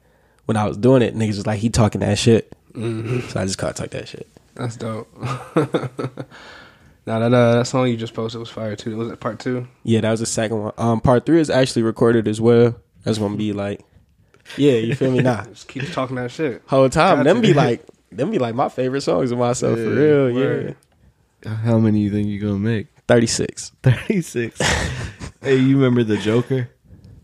[SPEAKER 1] when I was doing it, niggas was like, he talking that shit.
[SPEAKER 3] Mm-hmm.
[SPEAKER 1] So I just caught talk that shit.
[SPEAKER 3] That's dope. now that uh, that song you just posted was fire too. Was it part two?
[SPEAKER 1] Yeah, that was the second one. Um, part three is actually recorded as well. That's gonna be like, yeah, you feel me? Nah,
[SPEAKER 3] Just keep talking that shit.
[SPEAKER 1] whole time
[SPEAKER 3] Got
[SPEAKER 1] them be
[SPEAKER 3] you.
[SPEAKER 1] like, them be like my favorite songs of myself for
[SPEAKER 2] Yeah,
[SPEAKER 1] real. Yeah,
[SPEAKER 3] word.
[SPEAKER 2] How many you think you gonna make?
[SPEAKER 1] thirty six.
[SPEAKER 2] Thirty six. hey, you remember the Joker?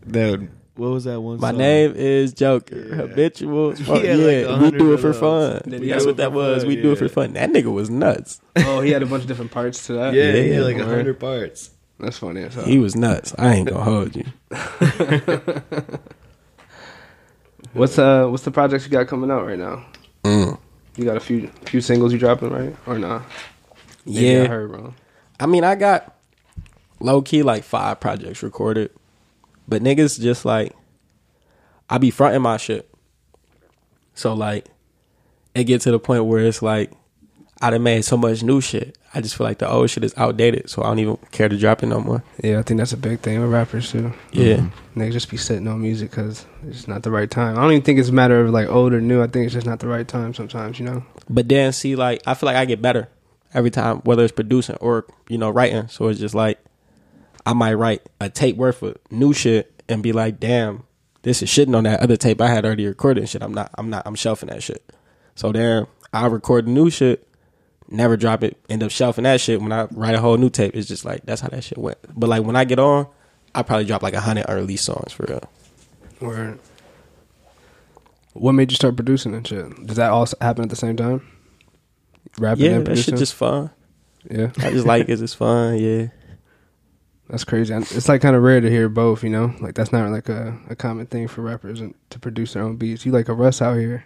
[SPEAKER 2] That what was that one?
[SPEAKER 1] My
[SPEAKER 2] song?
[SPEAKER 1] name is Joker. Habitual.
[SPEAKER 2] Yeah,
[SPEAKER 1] Oh,
[SPEAKER 2] like
[SPEAKER 1] yeah,
[SPEAKER 2] a
[SPEAKER 1] we
[SPEAKER 2] hundred
[SPEAKER 1] do it
[SPEAKER 2] of
[SPEAKER 1] for
[SPEAKER 2] those.
[SPEAKER 1] fun.
[SPEAKER 3] They do
[SPEAKER 1] That's
[SPEAKER 3] it
[SPEAKER 1] what that
[SPEAKER 2] for
[SPEAKER 1] was.
[SPEAKER 2] fun,
[SPEAKER 1] We do it
[SPEAKER 2] yeah.
[SPEAKER 1] for fun. That nigga was nuts.
[SPEAKER 3] Oh, he had a bunch of different parts to that.
[SPEAKER 2] Yeah, yeah, like
[SPEAKER 3] word.
[SPEAKER 2] a hundred parts.
[SPEAKER 3] That's funny. as hell.
[SPEAKER 1] He was nuts. I ain't gonna hold you.
[SPEAKER 3] What's uh What's the projects you got coming out right now? You got a few few singles you dropping right or not?
[SPEAKER 1] Yeah,
[SPEAKER 3] I heard wrong.
[SPEAKER 1] I mean, I got low key like five projects recorded, but niggas just like I be fronting my shit. So like, it get to the point where it's like I done made so much new shit. I just feel like the old shit is outdated, so I don't even care to drop it no more.
[SPEAKER 3] Yeah, I think that's a big thing with rappers too.
[SPEAKER 1] Yeah,
[SPEAKER 3] Niggas just be sitting on music because it's just not the right time. I don't even think it's a matter of like old or new. I think it's just not the right time sometimes, you know?
[SPEAKER 1] but then see, like I feel like I get better every time, whether it's producing or you know writing. So it's just like I might write a tape worth of new shit and be like, damn, this is shitting on that other tape I had already recorded and shit. I'm not, I'm not, I'm shelving that shit. So then I record the new shit, never drop it, end up shelving that shit. When I write a whole new tape, it's just like that's how that shit went. But like when I get on, I probably drop like a hundred unreleased songs for real.
[SPEAKER 3] Word. What made you start producing and shit? Did that all s- happen at the same time? Rapping
[SPEAKER 1] yeah,
[SPEAKER 3] and
[SPEAKER 1] that
[SPEAKER 3] producing.
[SPEAKER 1] shit just fun.
[SPEAKER 3] yeah,
[SPEAKER 1] I just like it. It's fun. Yeah.
[SPEAKER 3] that's crazy. And It's like kind of rare to hear both. You know, like that's not like a, a common thing for rappers and to produce their own beats. You like a Russ out here.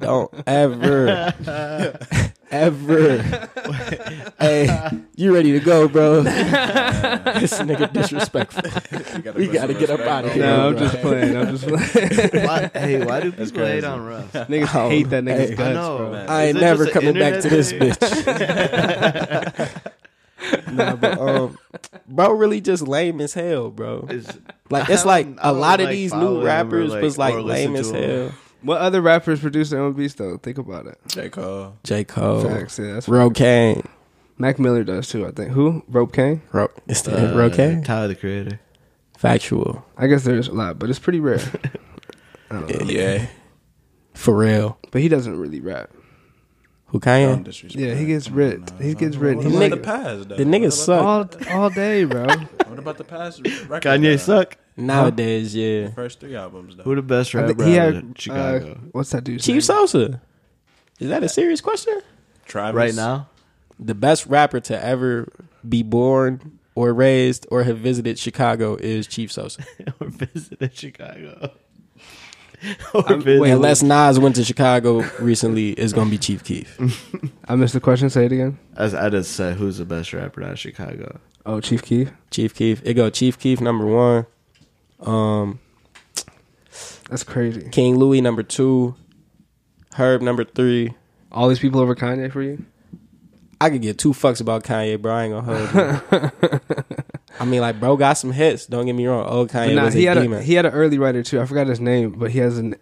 [SPEAKER 1] Don't ever, ever. hey, you ready to go, bro? this nigga disrespectful. We gotta get up out of here.
[SPEAKER 3] No, I'm
[SPEAKER 1] bro.
[SPEAKER 3] just playing. I'm just playing.
[SPEAKER 2] Why, hey, why do people hate on Russ?
[SPEAKER 3] niggas
[SPEAKER 1] Oh,
[SPEAKER 3] hate that nigga's
[SPEAKER 1] hey.
[SPEAKER 3] guts,
[SPEAKER 2] I know,
[SPEAKER 3] bro.
[SPEAKER 2] man.
[SPEAKER 1] I
[SPEAKER 2] Is
[SPEAKER 1] ain't
[SPEAKER 2] it
[SPEAKER 1] never
[SPEAKER 2] just an
[SPEAKER 1] coming back to this
[SPEAKER 2] internet thing?
[SPEAKER 1] bitch. nah, but um, bro, really just lame as hell, bro.
[SPEAKER 2] It's-
[SPEAKER 1] Like it's
[SPEAKER 2] I
[SPEAKER 1] like
[SPEAKER 2] don't- I
[SPEAKER 1] a
[SPEAKER 2] don't
[SPEAKER 1] lot of
[SPEAKER 2] like
[SPEAKER 1] these
[SPEAKER 2] follow
[SPEAKER 1] new
[SPEAKER 2] them or,
[SPEAKER 1] rappers
[SPEAKER 2] like,
[SPEAKER 1] was like
[SPEAKER 2] or
[SPEAKER 1] lame
[SPEAKER 2] listen to
[SPEAKER 1] as
[SPEAKER 2] them.
[SPEAKER 1] hell.
[SPEAKER 3] What other rappers produce their own beats though? Think about it.
[SPEAKER 4] J. Cole.
[SPEAKER 1] J Cole,
[SPEAKER 3] Facts, yeah, that's
[SPEAKER 1] Rocaine,
[SPEAKER 3] Mac Miller does too, I think. Who? Rope Kane?
[SPEAKER 1] Ro- it's the
[SPEAKER 2] Uh,
[SPEAKER 1] Rocaine.
[SPEAKER 2] Tyler the Creator.
[SPEAKER 1] Factual,
[SPEAKER 3] I guess there's a lot, but it's pretty rare.
[SPEAKER 2] Uh,
[SPEAKER 1] yeah. Pharrell,
[SPEAKER 3] but he doesn't really rap.
[SPEAKER 1] who Kanye?
[SPEAKER 4] Don't disrespect.
[SPEAKER 3] Yeah, he gets
[SPEAKER 4] Come on
[SPEAKER 3] writ.
[SPEAKER 4] now.
[SPEAKER 3] He gets written.
[SPEAKER 4] What
[SPEAKER 3] He
[SPEAKER 4] about
[SPEAKER 1] like-
[SPEAKER 4] the past, though?
[SPEAKER 1] The
[SPEAKER 4] What
[SPEAKER 1] niggas
[SPEAKER 4] about-
[SPEAKER 1] suck
[SPEAKER 3] All all day, bro.
[SPEAKER 4] What about the past?
[SPEAKER 2] Kanye suck.
[SPEAKER 1] nowadays. Yeah,
[SPEAKER 4] First three albums, though.
[SPEAKER 2] Who the best
[SPEAKER 3] I
[SPEAKER 2] rapper
[SPEAKER 3] think
[SPEAKER 2] out
[SPEAKER 3] he
[SPEAKER 2] of
[SPEAKER 3] had
[SPEAKER 2] Chicago
[SPEAKER 3] uh, what's that dude's
[SPEAKER 1] Chief
[SPEAKER 3] name?
[SPEAKER 1] Sosa. Is that a serious question?
[SPEAKER 4] Travis.
[SPEAKER 2] right now?
[SPEAKER 1] The best rapper to ever be born or raised or have visited Chicago is Chief Sosa.
[SPEAKER 2] or visited Chicago. or
[SPEAKER 3] wait,
[SPEAKER 2] visited-
[SPEAKER 1] Unless Nas went to Chicago recently, it's gonna be Chief Keef.
[SPEAKER 3] I missed the question. Say it again.
[SPEAKER 2] I, I just said who's the best rapper out of Chicago.
[SPEAKER 3] Oh, Chief Keef.
[SPEAKER 1] Chief Keef. It go Chief Keef number one. Um,
[SPEAKER 3] That's crazy.
[SPEAKER 1] King Louis number two. Herb number three.
[SPEAKER 3] All these people over Kanye for you?
[SPEAKER 1] I could get two fucks about Kanye, bro. I ain't gonna hold you. I mean, like, bro got some hits. Don't get me wrong. Old
[SPEAKER 3] But
[SPEAKER 1] Kanye
[SPEAKER 3] nah,
[SPEAKER 1] was
[SPEAKER 3] he
[SPEAKER 1] a
[SPEAKER 3] had
[SPEAKER 1] demon.
[SPEAKER 3] a he had an early writer too. I forgot his name, but he has an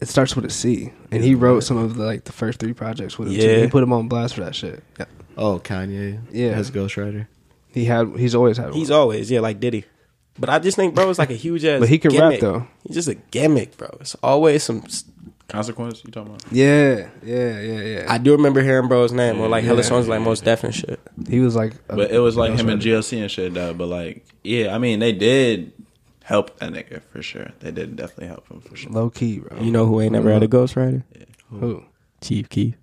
[SPEAKER 3] it starts with a C, and he wrote some of the, like the first three projects with him. too.
[SPEAKER 1] Yeah.
[SPEAKER 3] he put him on blast for that shit. Yeah.
[SPEAKER 2] Oh, Kanye.
[SPEAKER 3] Yeah.
[SPEAKER 2] Has Ghostwriter.
[SPEAKER 3] He had he's always had one.
[SPEAKER 1] He's always yeah, like Diddy. But I just think bro is like a huge ass.
[SPEAKER 3] But he can rap,
[SPEAKER 1] gimmick.
[SPEAKER 3] though.
[SPEAKER 1] He's just a gimmick, bro. It's always some.
[SPEAKER 4] Consequence. You talking about?
[SPEAKER 3] Yeah, yeah, yeah, yeah.
[SPEAKER 1] I do remember hearing bro's name on like hella
[SPEAKER 3] Yeah.
[SPEAKER 1] songs like most definite shit.
[SPEAKER 3] he was like, a-
[SPEAKER 4] But it was like
[SPEAKER 3] Ghost
[SPEAKER 4] him and
[SPEAKER 3] Rider.
[SPEAKER 4] GLC and shit though. But like, yeah, I mean, they did help that nigga for sure. They did definitely help him for sure.
[SPEAKER 3] low key, bro.
[SPEAKER 1] You know who ain't never had
[SPEAKER 2] Mm-hmm.
[SPEAKER 1] a ghostwriter?
[SPEAKER 3] Who?
[SPEAKER 1] Chief Keef.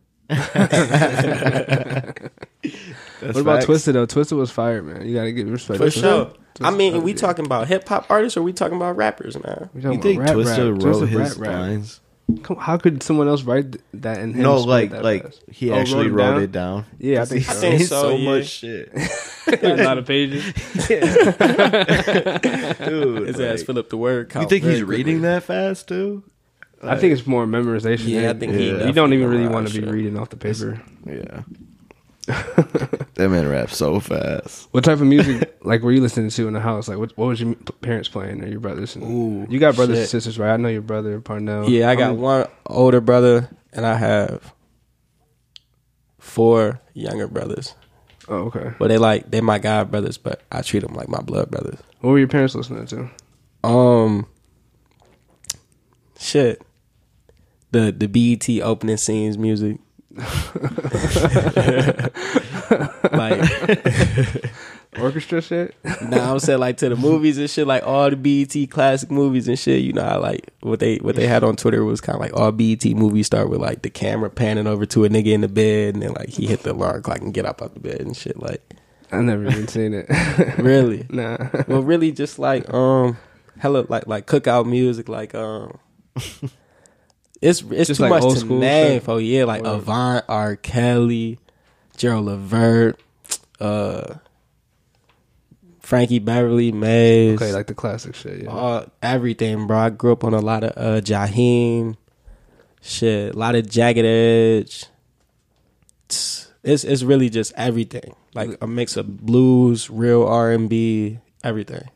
[SPEAKER 3] What about Twisted though? Twisted was fire, man. You gotta give respect.
[SPEAKER 1] For
[SPEAKER 3] to Twisted.
[SPEAKER 1] sure. I mean,
[SPEAKER 3] Twisted-
[SPEAKER 1] we talking about hip hop artists or we talking about rappers, man?
[SPEAKER 3] We
[SPEAKER 2] You
[SPEAKER 3] talking
[SPEAKER 2] think
[SPEAKER 3] about rap,
[SPEAKER 2] Twister
[SPEAKER 3] rap.
[SPEAKER 2] wrote
[SPEAKER 3] Twisted
[SPEAKER 2] his
[SPEAKER 3] rap, rap.
[SPEAKER 2] lines?
[SPEAKER 3] Come- How could someone else write th- that and him
[SPEAKER 2] No,
[SPEAKER 3] spit
[SPEAKER 2] like
[SPEAKER 3] that
[SPEAKER 2] like
[SPEAKER 3] fast?
[SPEAKER 2] he
[SPEAKER 3] Oh,
[SPEAKER 2] actually
[SPEAKER 3] him
[SPEAKER 2] wrote it down.
[SPEAKER 3] Yeah, I think
[SPEAKER 1] I
[SPEAKER 3] so.
[SPEAKER 1] think
[SPEAKER 2] He's
[SPEAKER 1] so,
[SPEAKER 2] so
[SPEAKER 1] yeah.
[SPEAKER 2] much shit,
[SPEAKER 3] a lot of pages.
[SPEAKER 2] dude.
[SPEAKER 1] His
[SPEAKER 2] like,
[SPEAKER 1] ass Philip the word.
[SPEAKER 2] you
[SPEAKER 1] count
[SPEAKER 2] think
[SPEAKER 1] very
[SPEAKER 2] he's
[SPEAKER 1] quickly.
[SPEAKER 2] reading that fast too?
[SPEAKER 3] I think it's more memorization.
[SPEAKER 1] Yeah, I
[SPEAKER 3] than-
[SPEAKER 1] think
[SPEAKER 2] he
[SPEAKER 3] you don't
[SPEAKER 1] definitely
[SPEAKER 3] even really want
[SPEAKER 1] memorized
[SPEAKER 3] to be
[SPEAKER 1] shit.
[SPEAKER 3] reading off the paper.
[SPEAKER 2] Yeah. that man raps so fast.
[SPEAKER 3] What type of music like were you listening to in the house? Like, what, what was your m- parents playing or your brothers? And,
[SPEAKER 1] Ooh,
[SPEAKER 3] you got brothers and
[SPEAKER 1] shit.
[SPEAKER 3] sisters, right? I know your brother Parnell.
[SPEAKER 1] Yeah, I
[SPEAKER 3] How
[SPEAKER 1] got
[SPEAKER 2] Oh.
[SPEAKER 3] many-
[SPEAKER 1] one older brother and I have four younger brothers.
[SPEAKER 3] Oh, okay.
[SPEAKER 1] But they like they my god brothers, but I treat them like my blood brothers.
[SPEAKER 3] What were your parents listening to?
[SPEAKER 1] Um, shit. The the BET opening scenes music. like
[SPEAKER 3] Orchestra shit.
[SPEAKER 1] now I'm saying like to the movies and shit, like all the BET classic movies and shit. You know, I like what they what they had on Twitter was kind of like all BET movies start with like the camera panning over to a nigga in the bed, and then like he hit the alarm clock and get up out the bed and shit. Like
[SPEAKER 3] I never even seen it.
[SPEAKER 1] really,
[SPEAKER 3] nah.
[SPEAKER 1] well, really, just like um, hella like like cookout music, like um, it's it's
[SPEAKER 3] Just
[SPEAKER 1] too
[SPEAKER 3] like
[SPEAKER 1] much
[SPEAKER 3] old
[SPEAKER 1] to
[SPEAKER 3] school
[SPEAKER 1] name.
[SPEAKER 3] shit?
[SPEAKER 1] Oh yeah, like
[SPEAKER 3] Word.
[SPEAKER 1] Avant, R. Kelly, Gerald Levert, uh, Frankie Beverly, Mays,
[SPEAKER 3] Okay, like the classic shit. Yeah.
[SPEAKER 1] all, everything, bro. I grew up on a lot of uh, Jaheim, shit, a lot of Jagged Edge. It's it's it's really just everything, like a mix of blues, real R and B, everything.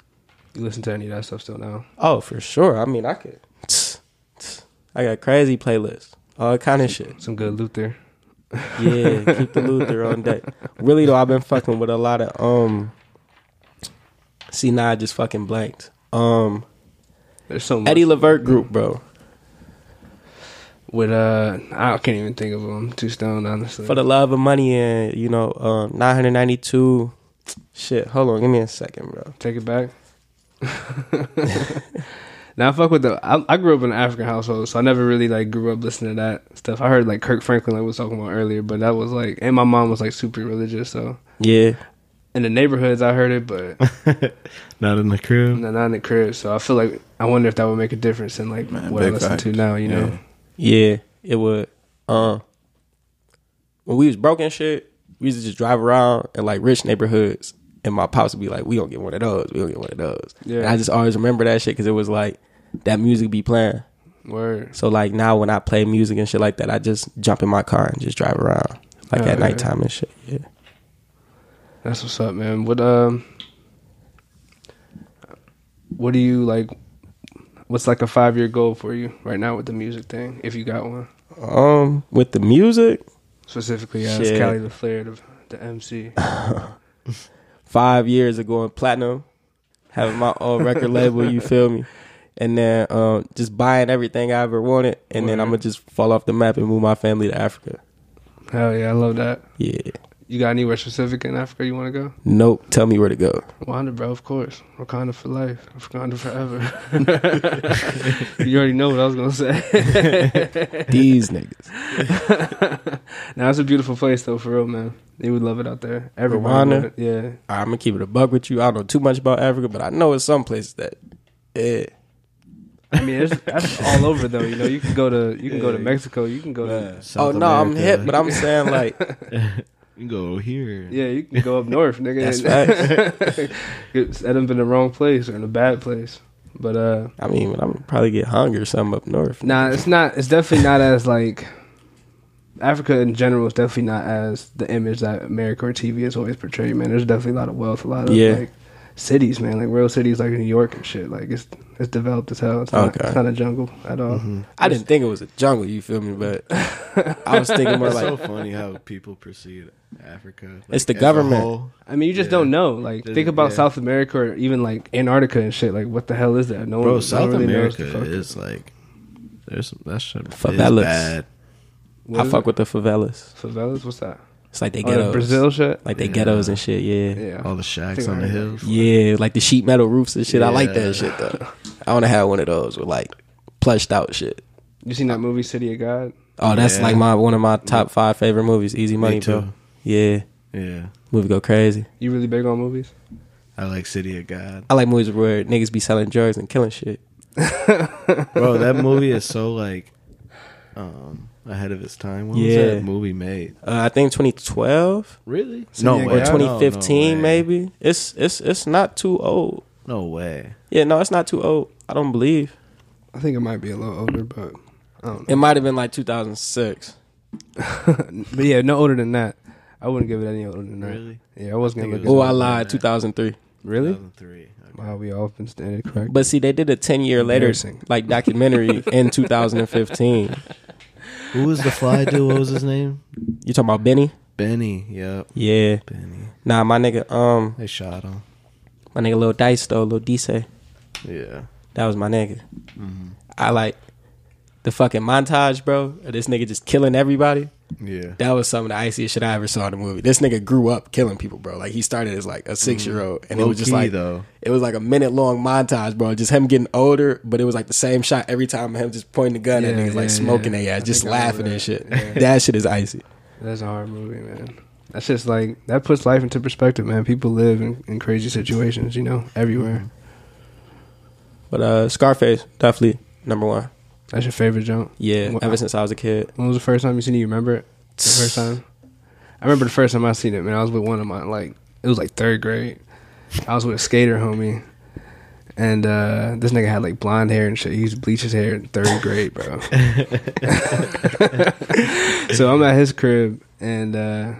[SPEAKER 3] you listen to any of that stuff still now?
[SPEAKER 1] Oh, for sure. I mean, I could. I got crazy playlists, all kind of shit.
[SPEAKER 3] Some good Luther.
[SPEAKER 1] Yeah, keep the Luther on deck. Really though, I've been fucking with a lot of um See, now I just fucking blanked. Um,
[SPEAKER 3] There's so much
[SPEAKER 1] Eddie Levert group, bro.
[SPEAKER 3] with uh, I can't even think of them. Too stoned, honestly.
[SPEAKER 1] For the love of money and you know, um, 992. Shit, hold on, give me a second, bro.
[SPEAKER 3] Take it back. now I fuck with the. I, I grew up in an African household, so I never really like grew up listening to that stuff. I heard like Kirk Franklin like we was talking about earlier, but that was like, and my mom was like super religious, so
[SPEAKER 1] Yeah,
[SPEAKER 3] in the neighborhoods I heard it, but
[SPEAKER 2] Not in the crib.
[SPEAKER 3] not in the crib. So I feel like I wonder if that would make a difference in like
[SPEAKER 4] Man,
[SPEAKER 3] what I
[SPEAKER 4] big
[SPEAKER 3] listen to
[SPEAKER 4] facts.
[SPEAKER 3] now. You know,
[SPEAKER 4] Yeah.
[SPEAKER 1] yeah, it would. Um, when we was broke and shit, we used to just drive around in like rich neighborhoods, and my pops would be like, "We don't get one of those. We don't get one of those."
[SPEAKER 3] Yeah.
[SPEAKER 1] Yeah, and I just always remember that shit because it was like that music be playing.
[SPEAKER 3] word.
[SPEAKER 1] So like now when I play music and shit like that, I just jump in my car and just drive around like
[SPEAKER 3] Yeah,
[SPEAKER 1] at
[SPEAKER 3] yeah.
[SPEAKER 1] nighttime and shit. Yeah.
[SPEAKER 3] That's what's up, man. What um, what do you like? What's like a five year goal for you right now with the music thing, if you got one?
[SPEAKER 1] Um, with the music,
[SPEAKER 3] Specifically, as
[SPEAKER 1] Shit.
[SPEAKER 3] Cali LaFleur, the, the MC.
[SPEAKER 1] five years of going platinum, having my own record label. You feel me? And then um, just buying everything I ever wanted, and then
[SPEAKER 3] Word.
[SPEAKER 1] I'm gonna just fall off the map and move my family to Africa.
[SPEAKER 3] Hell yeah, I love that.
[SPEAKER 1] Yeah.
[SPEAKER 3] You got anywhere specific in Africa you want to go?
[SPEAKER 1] Nope. Tell me where to go.
[SPEAKER 3] Wakanda, bro, of course. Wakanda for life. Wakanda forever. you already know what I was going to say.
[SPEAKER 1] These niggas.
[SPEAKER 3] now, it's a beautiful place, though, for real, man. They would love it out there. Everybody.
[SPEAKER 1] Rwanda?
[SPEAKER 3] would. Yeah.
[SPEAKER 1] I'm gonna keep it a buck with you. I don't know too much about Africa, but I know it's some places that. eh. Yeah.
[SPEAKER 3] I mean, it's, that's all over, though. You know, you can go to you can go to
[SPEAKER 2] Yeah.
[SPEAKER 3] Mexico. You can go to.
[SPEAKER 1] oh
[SPEAKER 2] South
[SPEAKER 1] no, I'm
[SPEAKER 2] America.
[SPEAKER 1] hip, but I'm saying like
[SPEAKER 2] You can go here.
[SPEAKER 3] Yeah, you can go up north, nigga.
[SPEAKER 1] That's right.
[SPEAKER 3] It's- That done been the wrong place or in a bad place. But, uh,
[SPEAKER 1] I mean, I'm gonna probably get hungry or something up north.
[SPEAKER 3] Nah, it's not. It's definitely not as like Africa in general is definitely not as the image that America or TV has always portrayed. Man, there's definitely a lot of wealth, a lot of
[SPEAKER 1] Yeah.
[SPEAKER 3] like cities, man, like real cities like New York and shit. Like it's it's developed as hell. It's not,
[SPEAKER 1] Okay. Mm-hmm.
[SPEAKER 3] it's not a jungle at all.
[SPEAKER 1] I didn't think it was a jungle. You feel me? But I was thinking more
[SPEAKER 2] It's so
[SPEAKER 1] like
[SPEAKER 2] funny how people perceive Africa. like,
[SPEAKER 1] It's the
[SPEAKER 2] as a
[SPEAKER 1] government.
[SPEAKER 2] whole.
[SPEAKER 3] I mean, you just
[SPEAKER 2] Yeah.
[SPEAKER 3] don't know. Like
[SPEAKER 2] There's-
[SPEAKER 3] think about
[SPEAKER 2] yeah.
[SPEAKER 3] South America or even like Antarctica and shit. Like what the hell is that?
[SPEAKER 2] Bro,
[SPEAKER 3] No one, no one
[SPEAKER 2] South
[SPEAKER 3] really knows
[SPEAKER 2] America
[SPEAKER 3] the fuck-
[SPEAKER 2] is like there's some that shit.
[SPEAKER 1] Fuck,
[SPEAKER 2] is
[SPEAKER 1] that looks-
[SPEAKER 2] bad.
[SPEAKER 3] what
[SPEAKER 1] I
[SPEAKER 3] is
[SPEAKER 1] fuck
[SPEAKER 3] it?
[SPEAKER 1] with the favelas.
[SPEAKER 3] favelas. What's that?
[SPEAKER 1] It's like they
[SPEAKER 3] Oh,
[SPEAKER 1] ghettos,
[SPEAKER 3] the Brazil shit.
[SPEAKER 1] like they
[SPEAKER 2] Yeah.
[SPEAKER 1] ghettos and shit. Yeah.
[SPEAKER 3] yeah.
[SPEAKER 2] All the shacks on the hills.
[SPEAKER 1] yeah, like the sheet metal roofs and shit. I like
[SPEAKER 2] Yeah.
[SPEAKER 1] that shit though. I want to have one of those with like plushed out shit.
[SPEAKER 3] You seen that movie City of God?
[SPEAKER 1] Oh, that's
[SPEAKER 2] Yeah.
[SPEAKER 1] like my one of my top five favorite movies. Easy Money, bro.
[SPEAKER 2] too.
[SPEAKER 1] Yeah,
[SPEAKER 2] Yeah,
[SPEAKER 1] movie go crazy.
[SPEAKER 3] You really big on movies?
[SPEAKER 2] I like City of God.
[SPEAKER 1] I like movies where niggas be selling drugs and killing shit.
[SPEAKER 2] Bro, that movie is so like um ahead of its time. When
[SPEAKER 1] Yeah.
[SPEAKER 2] was that movie made?
[SPEAKER 1] Uh, I think 2012
[SPEAKER 2] Really?
[SPEAKER 3] City of
[SPEAKER 1] or
[SPEAKER 3] Yeah, God? I don't
[SPEAKER 1] 2015
[SPEAKER 2] no way.
[SPEAKER 1] maybe. It's it's it's not too old.
[SPEAKER 2] No way.
[SPEAKER 1] Yeah, no, it's not too old. I don't believe.
[SPEAKER 3] I think it might be a little older, but I don't know.
[SPEAKER 1] It might have been like 2006.
[SPEAKER 3] but yeah, no older than that. I wouldn't give it any older than that.
[SPEAKER 2] Really?
[SPEAKER 3] Yeah, I was gonna
[SPEAKER 2] Think
[SPEAKER 3] look.
[SPEAKER 2] it
[SPEAKER 3] it
[SPEAKER 1] Oh,
[SPEAKER 2] was-
[SPEAKER 3] up.
[SPEAKER 1] I lied. 2003.
[SPEAKER 3] really?
[SPEAKER 2] 2003. Okay.
[SPEAKER 3] Wow, we all been standing correct.
[SPEAKER 1] But see, they did a 10 year later
[SPEAKER 3] Embarrassing.
[SPEAKER 1] like documentary in 2015.
[SPEAKER 2] Who was the fly dude? What was his name?
[SPEAKER 1] You talking about Benny?
[SPEAKER 2] Benny. Yep.
[SPEAKER 1] Yeah.
[SPEAKER 2] Benny.
[SPEAKER 1] Nah, my nigga. Um,
[SPEAKER 2] They shot him.
[SPEAKER 1] my nigga, little Dice though, little Dice.
[SPEAKER 2] Yeah.
[SPEAKER 1] That was my nigga.
[SPEAKER 3] Mm-hmm.
[SPEAKER 1] I like the fucking montage, bro. Of this nigga just killing everybody.
[SPEAKER 2] Yeah.
[SPEAKER 1] That was some of the iciest shit I ever saw in the movie. This nigga grew up killing people, bro. Like he started as
[SPEAKER 3] Mm-hmm.
[SPEAKER 1] like a six year old, and it
[SPEAKER 2] Low
[SPEAKER 1] was just
[SPEAKER 2] key,
[SPEAKER 1] like
[SPEAKER 2] though.
[SPEAKER 1] it was like a minute long montage, bro. Just him getting older, but it was like the same shot every time. Him just pointing the gun at
[SPEAKER 3] Yeah,
[SPEAKER 1] niggas, like
[SPEAKER 3] yeah,
[SPEAKER 1] smoking
[SPEAKER 3] yeah.
[SPEAKER 1] their
[SPEAKER 3] I
[SPEAKER 1] ass, just
[SPEAKER 3] think I remember
[SPEAKER 1] laughing
[SPEAKER 3] that.
[SPEAKER 1] and shit.
[SPEAKER 3] Yeah.
[SPEAKER 1] That shit is icy.
[SPEAKER 3] That's a hard movie, man. That's just like that puts life into perspective, man. People live in, in crazy situations, you know, everywhere.
[SPEAKER 1] But uh Scarface, definitely number one.
[SPEAKER 3] That's your favorite jump.
[SPEAKER 1] Yeah,
[SPEAKER 3] Wha-
[SPEAKER 1] ever since I was a kid.
[SPEAKER 3] When was the first time you seen it? You remember it? The first time. I remember the first time I seen it, man. I was with one of my like it was like third grade. I was with a skater homie. And uh this nigga had like blonde hair and shit. He used to bleach his hair in third grade, bro. so I'm at his crib and uh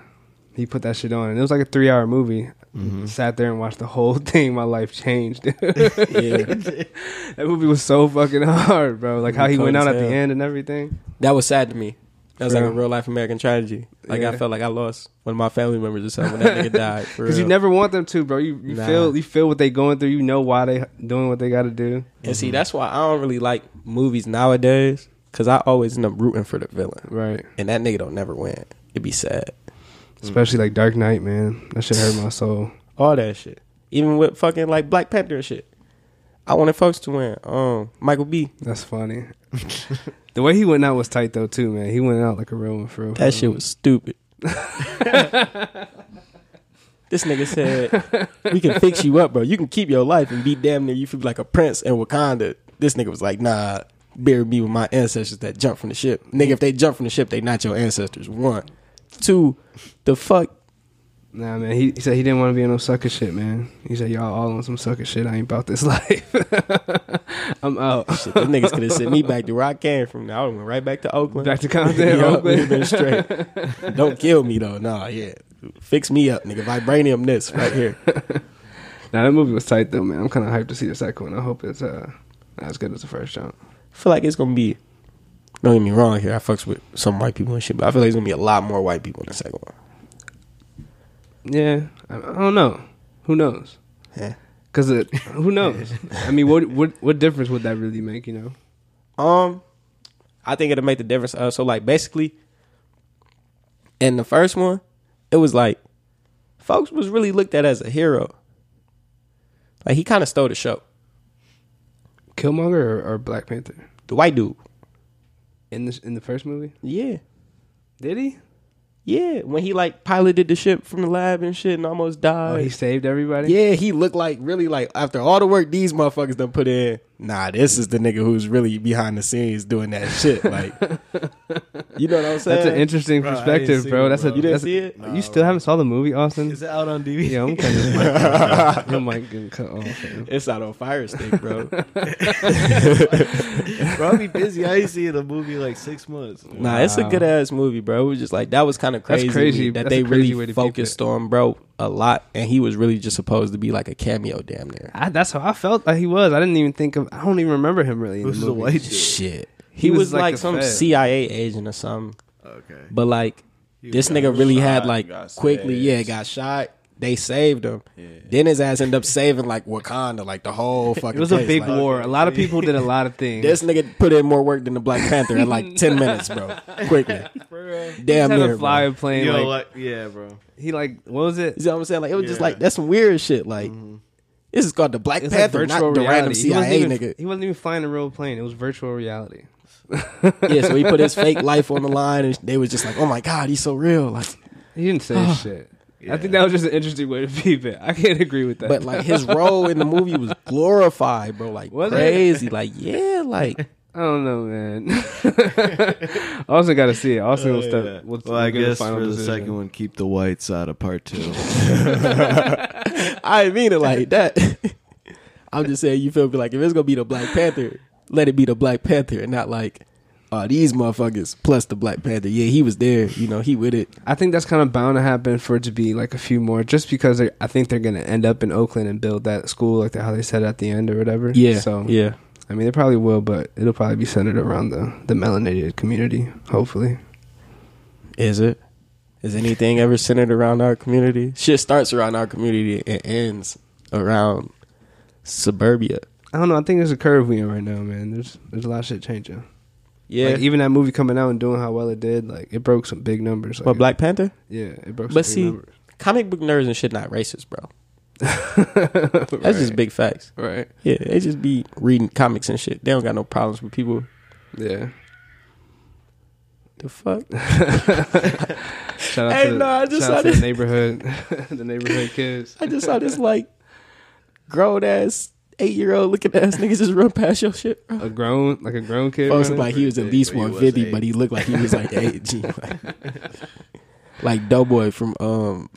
[SPEAKER 3] he put that shit on and it was like a three hour movie.
[SPEAKER 1] Mm.
[SPEAKER 2] Mm-hmm.
[SPEAKER 3] Sat there and watched the whole thing. My life changed. that
[SPEAKER 1] Yeah.
[SPEAKER 3] movie was so fucking hard, bro. Like how he
[SPEAKER 1] Cold
[SPEAKER 3] went out
[SPEAKER 1] as
[SPEAKER 3] at the
[SPEAKER 1] hell.
[SPEAKER 3] end and everything.
[SPEAKER 1] that was sad to me. That was
[SPEAKER 3] For
[SPEAKER 1] like a
[SPEAKER 3] real.
[SPEAKER 1] real life American tragedy. Like I
[SPEAKER 3] Yeah.
[SPEAKER 1] felt like I lost one of my family members or something when that nigga died. for
[SPEAKER 3] Because you
[SPEAKER 1] real.
[SPEAKER 3] never want them to, bro. You, you
[SPEAKER 1] Nah.
[SPEAKER 3] feel you feel what they going through. You know why they doing what they got to do.
[SPEAKER 1] And see, that's why I don't really like movies nowadays because I always end up rooting for the villain,
[SPEAKER 3] Right.
[SPEAKER 1] and that nigga don't never win. It'd be sad.
[SPEAKER 3] Especially like Dark Knight, man. That shit hurt my soul.
[SPEAKER 1] All that shit. Even with fucking like Black Panther and shit. I wanted folks to win. Um, Michael B.
[SPEAKER 3] That's funny. the way he went out was tight though too, man. He went out like a real one for real.
[SPEAKER 1] That shit was stupid. this nigga said, "We can fix you up, bro. You can keep your life and be damn near you feel like a prince in Wakanda." This nigga was like, "Nah, bury me with my ancestors that jumped from the ship, nigga. If they jump from the ship, they not your ancestors. One, two, the fuck."
[SPEAKER 3] Nah, man. He, he said he didn't want to be in no sucker shit, man. He said y'all all on some sucker shit. I ain't about this life. I'm out.
[SPEAKER 1] Shit, them niggas could have sent me back to where I came from. Now I would've went right back to Oakland.
[SPEAKER 3] Back to Compton,
[SPEAKER 1] Yeah,
[SPEAKER 3] Oakland.
[SPEAKER 1] we've been straight. Don't kill me though. Nah, yeah. Fix me up, nigga. Vibranium this right here.
[SPEAKER 3] Nah, that movie was tight though, man. I'm kind of hyped to see the second one. I hope it's uh not as good as the first jump.
[SPEAKER 1] feel like it's gonna be. Don't get me wrong here. I fucks with some white people and shit, but I feel like it's gonna be a lot more white people in the second one.
[SPEAKER 3] Yeah, I, I don't know. Who knows?
[SPEAKER 1] Yeah.
[SPEAKER 3] Cause it, who knows? I mean, what what what difference would that really make? You know?
[SPEAKER 1] Um, I think it'll make the difference. Uh, so like basically, in the first one, it was like folks was really looked at as a hero. Like he kind of stole the show.
[SPEAKER 3] Killmonger or, or Black Panther
[SPEAKER 1] The white dude.
[SPEAKER 3] in this in the first movie?
[SPEAKER 1] Yeah.
[SPEAKER 3] Did he?
[SPEAKER 1] Yeah, when he like piloted the ship from the lab and shit and almost died.
[SPEAKER 3] Oh, he saved everybody.
[SPEAKER 1] Yeah, he looked like really like after all the work these motherfuckers done put in. Nah, this is the nigga who's really behind the scenes doing that shit. Like, you know what I'm saying?
[SPEAKER 3] That's an interesting
[SPEAKER 2] Bro, I didn't
[SPEAKER 3] perspective,
[SPEAKER 2] see
[SPEAKER 3] bro.
[SPEAKER 2] it,
[SPEAKER 3] That's a
[SPEAKER 2] bro. You
[SPEAKER 1] didn't
[SPEAKER 3] that's a-
[SPEAKER 1] see it?
[SPEAKER 3] you still haven't saw the movie, Austin?
[SPEAKER 2] Is it out on DVD?
[SPEAKER 3] yeah, I'm kind of. Your mic getting cut off. man.
[SPEAKER 1] it's out on fire stick, bro.
[SPEAKER 2] bro, I be busy. I ain't seen a movie in, like six months.
[SPEAKER 1] nah, it's a
[SPEAKER 3] Wow.
[SPEAKER 1] good ass movie, bro. It was just like that was kind of crazy, to me
[SPEAKER 3] crazy.
[SPEAKER 1] that
[SPEAKER 3] That's
[SPEAKER 1] they
[SPEAKER 3] a crazy way
[SPEAKER 1] really
[SPEAKER 3] to peep
[SPEAKER 1] focused
[SPEAKER 3] it.
[SPEAKER 1] on, bro, a lot, and he was really just supposed to be like a cameo, damn near.
[SPEAKER 3] I, that's how I felt like he was. I didn't even think of. I don't even remember him really. In
[SPEAKER 2] Who's
[SPEAKER 3] the
[SPEAKER 2] the
[SPEAKER 3] movie.
[SPEAKER 2] white dude?
[SPEAKER 1] Shit, he,
[SPEAKER 3] He
[SPEAKER 1] was,
[SPEAKER 3] was
[SPEAKER 1] like,
[SPEAKER 3] like a
[SPEAKER 1] some
[SPEAKER 2] fed.
[SPEAKER 1] CIA agent or something,
[SPEAKER 2] Okay.
[SPEAKER 1] but like this
[SPEAKER 4] got
[SPEAKER 1] nigga really
[SPEAKER 4] shot,
[SPEAKER 1] had like
[SPEAKER 4] got
[SPEAKER 1] quickly, yeah,
[SPEAKER 4] stabbed.
[SPEAKER 1] got shot. They saved him. Then his ass ended up saving like Wakanda, like the whole fucking.
[SPEAKER 3] It was a
[SPEAKER 1] place.
[SPEAKER 3] big
[SPEAKER 1] Like,
[SPEAKER 3] war. A lot of people did a lot of things.
[SPEAKER 1] This nigga put in more work than the Black Panther in like ten minutes, bro. Quickly, damn
[SPEAKER 3] he had
[SPEAKER 1] near.
[SPEAKER 3] a fly
[SPEAKER 1] bro.
[SPEAKER 3] a plane.
[SPEAKER 2] Yo, like,
[SPEAKER 3] like,
[SPEAKER 2] yeah, bro.
[SPEAKER 3] he like what was it?
[SPEAKER 1] You know what I'm saying? Like it was just
[SPEAKER 2] Yeah.
[SPEAKER 1] like that's some weird shit. Like
[SPEAKER 4] Mm-hmm.
[SPEAKER 1] this is called the Black
[SPEAKER 3] It's like
[SPEAKER 1] Panther,
[SPEAKER 3] virtual
[SPEAKER 1] not the random
[SPEAKER 3] reality. He wasn't
[SPEAKER 1] CIA
[SPEAKER 3] even-
[SPEAKER 1] nigga.
[SPEAKER 3] He wasn't even flying a real plane. It was virtual reality.
[SPEAKER 1] yeah, so he put his fake life on the line, and they was just like, "Oh my god, he's so real." Like,
[SPEAKER 3] He didn't say shit. I think that was just an interesting way to peep it. I can't agree with that.
[SPEAKER 1] but like his role in the movie was glorified, bro. Like
[SPEAKER 3] Was it?
[SPEAKER 1] crazy. Like yeah, like
[SPEAKER 3] I don't know, man. also got to see it. Also, will step,
[SPEAKER 2] Oh, Yeah.
[SPEAKER 3] will-
[SPEAKER 2] well, I
[SPEAKER 3] will give a
[SPEAKER 2] guess
[SPEAKER 3] final
[SPEAKER 2] for the
[SPEAKER 3] decision.
[SPEAKER 2] second one, keep the whites out of part two.
[SPEAKER 1] I didn't mean it like that. I'm just saying, you feel me? Like if it's gonna be the Black Panther, let it be the Black Panther, and not like. Oh, these motherfuckers plus the Black Panther. Yeah, he was there. You know, he with it.
[SPEAKER 3] I think that's kind of bound to happen for it to be like a few more, just because they're- I think they're going to end up in Oakland and build that school, like how they said at the end or whatever. So
[SPEAKER 1] yeah.
[SPEAKER 3] I mean, they probably will, but it'll probably be centered around the the melanated community, hopefully.
[SPEAKER 1] Is it? Is anything ever centered around our community? Shit starts around our community and ends around suburbia.
[SPEAKER 3] I don't know. I think there's a curve we in right now, man. There's there's a lot of shit changing.
[SPEAKER 1] Yeah.
[SPEAKER 3] Like, even that movie coming out and doing how well it did, like it broke some big numbers. Like,
[SPEAKER 1] but Black Panther?
[SPEAKER 3] yeah, it broke.
[SPEAKER 1] But
[SPEAKER 3] some
[SPEAKER 1] see,
[SPEAKER 3] big numbers.
[SPEAKER 1] Comic book nerds and shit not racist, bro.
[SPEAKER 3] that's
[SPEAKER 1] That's just big facts.
[SPEAKER 3] right?
[SPEAKER 1] Yeah, they just be reading comics and shit. They don't got no problems with people.
[SPEAKER 3] Yeah.
[SPEAKER 1] The fuck?
[SPEAKER 3] Shout out
[SPEAKER 1] Hey,
[SPEAKER 3] to, the,
[SPEAKER 1] nah, I just
[SPEAKER 3] shout
[SPEAKER 1] saw
[SPEAKER 3] out to the
[SPEAKER 1] this-
[SPEAKER 3] neighborhood, the neighborhood kids.
[SPEAKER 1] I just saw this like grown ass eight year old looking ass niggas just run past your shit, bro.
[SPEAKER 3] A grown, like a grown kid.
[SPEAKER 1] Folks
[SPEAKER 3] running?
[SPEAKER 1] like he was at least
[SPEAKER 2] But he was
[SPEAKER 1] 150,
[SPEAKER 2] eight.
[SPEAKER 1] but he looked like he was like eight. G, like, like Doughboy from um,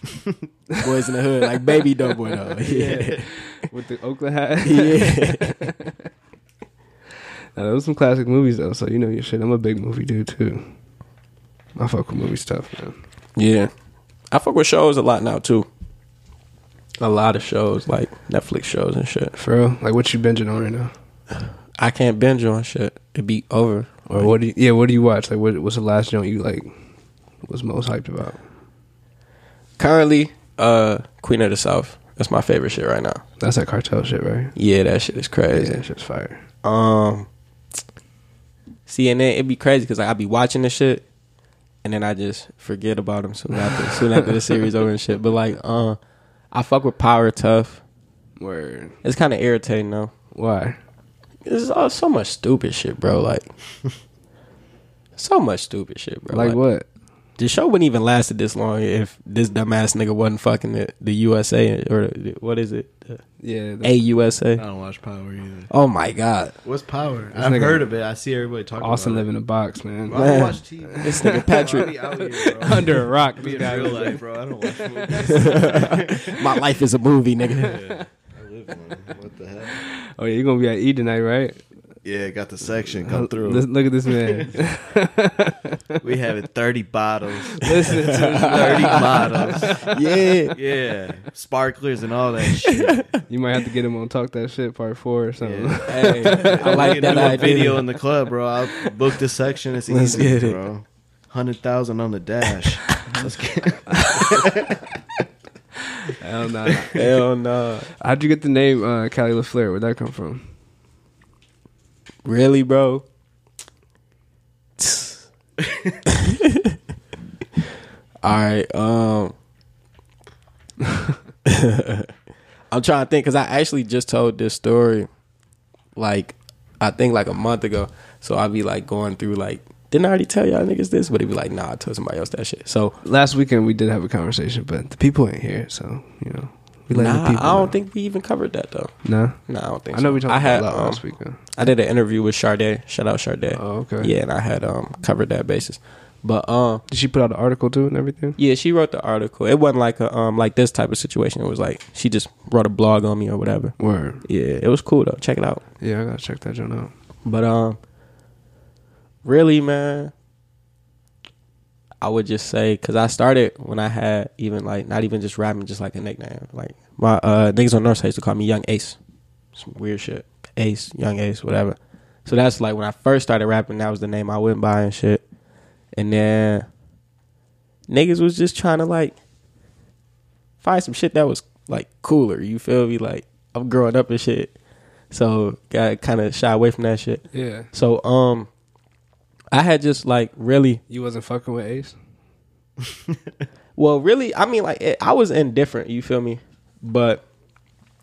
[SPEAKER 1] Boys in the Hood, like baby Doughboy though. Yeah,
[SPEAKER 3] with the Oakland hat.
[SPEAKER 1] yeah.
[SPEAKER 3] Now, those some classic movies though, so you know your shit. I'm a big movie dude too. I fuck with movie stuff, man.
[SPEAKER 1] yeah. I fuck with shows a lot now too. A lot of shows, like Netflix shows and shit.
[SPEAKER 3] For real, like what you binging on right now?
[SPEAKER 1] I can't binge on shit. It be over.
[SPEAKER 3] Or what do you, yeah, what do you watch? Like what what's the last joint you like was most hyped about?
[SPEAKER 1] Currently, uh, Queen of the South. That's my favorite shit right now.
[SPEAKER 3] That's that cartel shit, right?
[SPEAKER 1] Yeah, that shit is
[SPEAKER 3] Yeah,
[SPEAKER 1] crazy.
[SPEAKER 3] that shit's fire.
[SPEAKER 1] Um, see, and then it'd be crazy because like, I'd be watching this shit, and then I just forget about him soon after, soon after the series over and shit. But like, uh, I fuck with Power Tough.
[SPEAKER 3] Word.
[SPEAKER 1] It's kind of irritating though.
[SPEAKER 3] Why?
[SPEAKER 1] There's all so much stupid shit, bro. Like, so much stupid shit, bro.
[SPEAKER 3] Like what?
[SPEAKER 1] The show wouldn't even lasted this long if this dumbass nigga wasn't fucking the, the USA or the, what is it, the
[SPEAKER 3] Yeah. the- Uh.
[SPEAKER 2] I
[SPEAKER 1] AUSA.
[SPEAKER 2] don't watch Power either.
[SPEAKER 1] Oh my god,
[SPEAKER 2] What's Power?
[SPEAKER 3] This
[SPEAKER 2] I've
[SPEAKER 3] nigga-
[SPEAKER 2] heard of it. I see everybody talking
[SPEAKER 3] Austin
[SPEAKER 2] about
[SPEAKER 3] live in a box, man.
[SPEAKER 2] it. I don't
[SPEAKER 1] Man.
[SPEAKER 2] watch TV.
[SPEAKER 1] this nigga Patrick.
[SPEAKER 2] I be out here, bro.
[SPEAKER 3] Under a rock,
[SPEAKER 2] I be
[SPEAKER 3] this
[SPEAKER 2] in
[SPEAKER 3] guy.
[SPEAKER 2] real life, bro. I don't watch movies.
[SPEAKER 1] My life is a movie, nigga.
[SPEAKER 2] I live one. What the hell?
[SPEAKER 3] Oh yeah, you gonna be at E tonight, right?
[SPEAKER 2] Yeah, got the section. Come
[SPEAKER 3] Let's-
[SPEAKER 2] through.
[SPEAKER 3] look at this man.
[SPEAKER 2] We having 30 bottles.
[SPEAKER 3] Listen to this
[SPEAKER 2] 30 bottles.
[SPEAKER 1] yeah.
[SPEAKER 2] Yeah. Sparklers and all that shit.
[SPEAKER 3] You might have to get him on Talk That Shit Part Four or something.
[SPEAKER 2] Yeah.
[SPEAKER 1] Hey, I
[SPEAKER 2] We
[SPEAKER 1] like
[SPEAKER 2] can
[SPEAKER 1] that
[SPEAKER 2] do a
[SPEAKER 1] idea.
[SPEAKER 2] video in the club, bro. I booked this section. It's
[SPEAKER 1] Let's
[SPEAKER 2] easy,
[SPEAKER 1] get it.
[SPEAKER 2] bro. Hundred thousand on the dash. Let's get
[SPEAKER 3] Hell nah.
[SPEAKER 1] Hell no.
[SPEAKER 3] How'd you get the name uh, Cali LaFleur? Where'd that come from?
[SPEAKER 1] Really, bro? All right. Um, I'm trying to think because I actually just told this story, like I think like a month ago. So I'd be like going through like, didn't I already tell y'all niggas this? But it'd be like, nah, I told somebody else that shit. So
[SPEAKER 3] Last weekend we did have a conversation, but the people ain't here, so you know we let
[SPEAKER 1] nah,
[SPEAKER 3] the people.
[SPEAKER 1] I don't
[SPEAKER 3] know.
[SPEAKER 1] think we even covered that though.
[SPEAKER 3] No,
[SPEAKER 1] Nah, I don't think.
[SPEAKER 3] I know
[SPEAKER 1] so.
[SPEAKER 3] we talked
[SPEAKER 1] I had,
[SPEAKER 3] about that
[SPEAKER 1] um,
[SPEAKER 3] last weekend.
[SPEAKER 1] I did an interview with Sade. Shout out Sade.
[SPEAKER 3] Oh, okay.
[SPEAKER 1] Yeah, and I had um covered that basis. But um
[SPEAKER 3] Did she put out an article too and everything?
[SPEAKER 1] yeah, she wrote the article. It wasn't like a um like this type of situation. It was like she just wrote a blog on me or whatever.
[SPEAKER 3] Word.
[SPEAKER 1] Yeah, it was cool though. Check it out.
[SPEAKER 3] Yeah, I gotta check that joint out.
[SPEAKER 1] But um really man I would just say cuz I started when I had even like not even just rapping just like a nickname. Like my uh niggas on Northside used to call me Young Ace. Some weird shit. Ace, Young Ace, whatever. So that's like when I first started rapping, that was the name I went by and shit. And then niggas was just trying to like find some shit that was like cooler. You feel me? Like I'm growing up and shit. So got kind of shy away from that shit.
[SPEAKER 3] Yeah,
[SPEAKER 1] So um, I had just like really
[SPEAKER 3] you wasn't fucking with Ace.
[SPEAKER 1] well, really. I mean, like it, I was indifferent. You feel me? But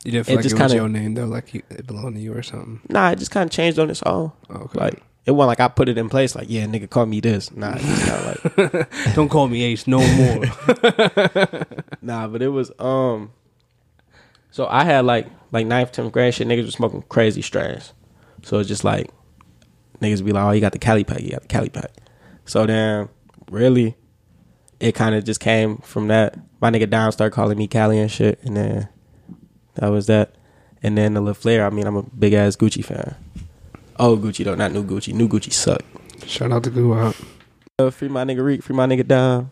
[SPEAKER 3] You didn't
[SPEAKER 1] It
[SPEAKER 3] feel like
[SPEAKER 1] just
[SPEAKER 3] it was
[SPEAKER 1] kinda-
[SPEAKER 3] your name though, like you, it belonged to you or something. Oh,
[SPEAKER 1] nah, it just kind of changed on its own.
[SPEAKER 3] Okay.
[SPEAKER 1] Like it wasn't like I put it in place. Like yeah, nigga, call me this. Nah, it's not like
[SPEAKER 3] don't call me Ace no more.
[SPEAKER 1] Nah, but it was um. So I had like like ninth, tenth grade shit. Niggas was smoking crazy strains, so it's just like niggas be like, "Oh, you got the Cali pack, you got the Cali pack." So then, really, it kind of just came from that. My nigga Down started calling me Cali and shit, and then that was that. And then the LaFleur, I mean, I'm a big ass Gucci fan. Old Gucci though, not new Gucci. New Gucci suck.
[SPEAKER 3] Shout out to Glue Out.
[SPEAKER 1] Uh, free my nigga Reek, free my nigga Dom,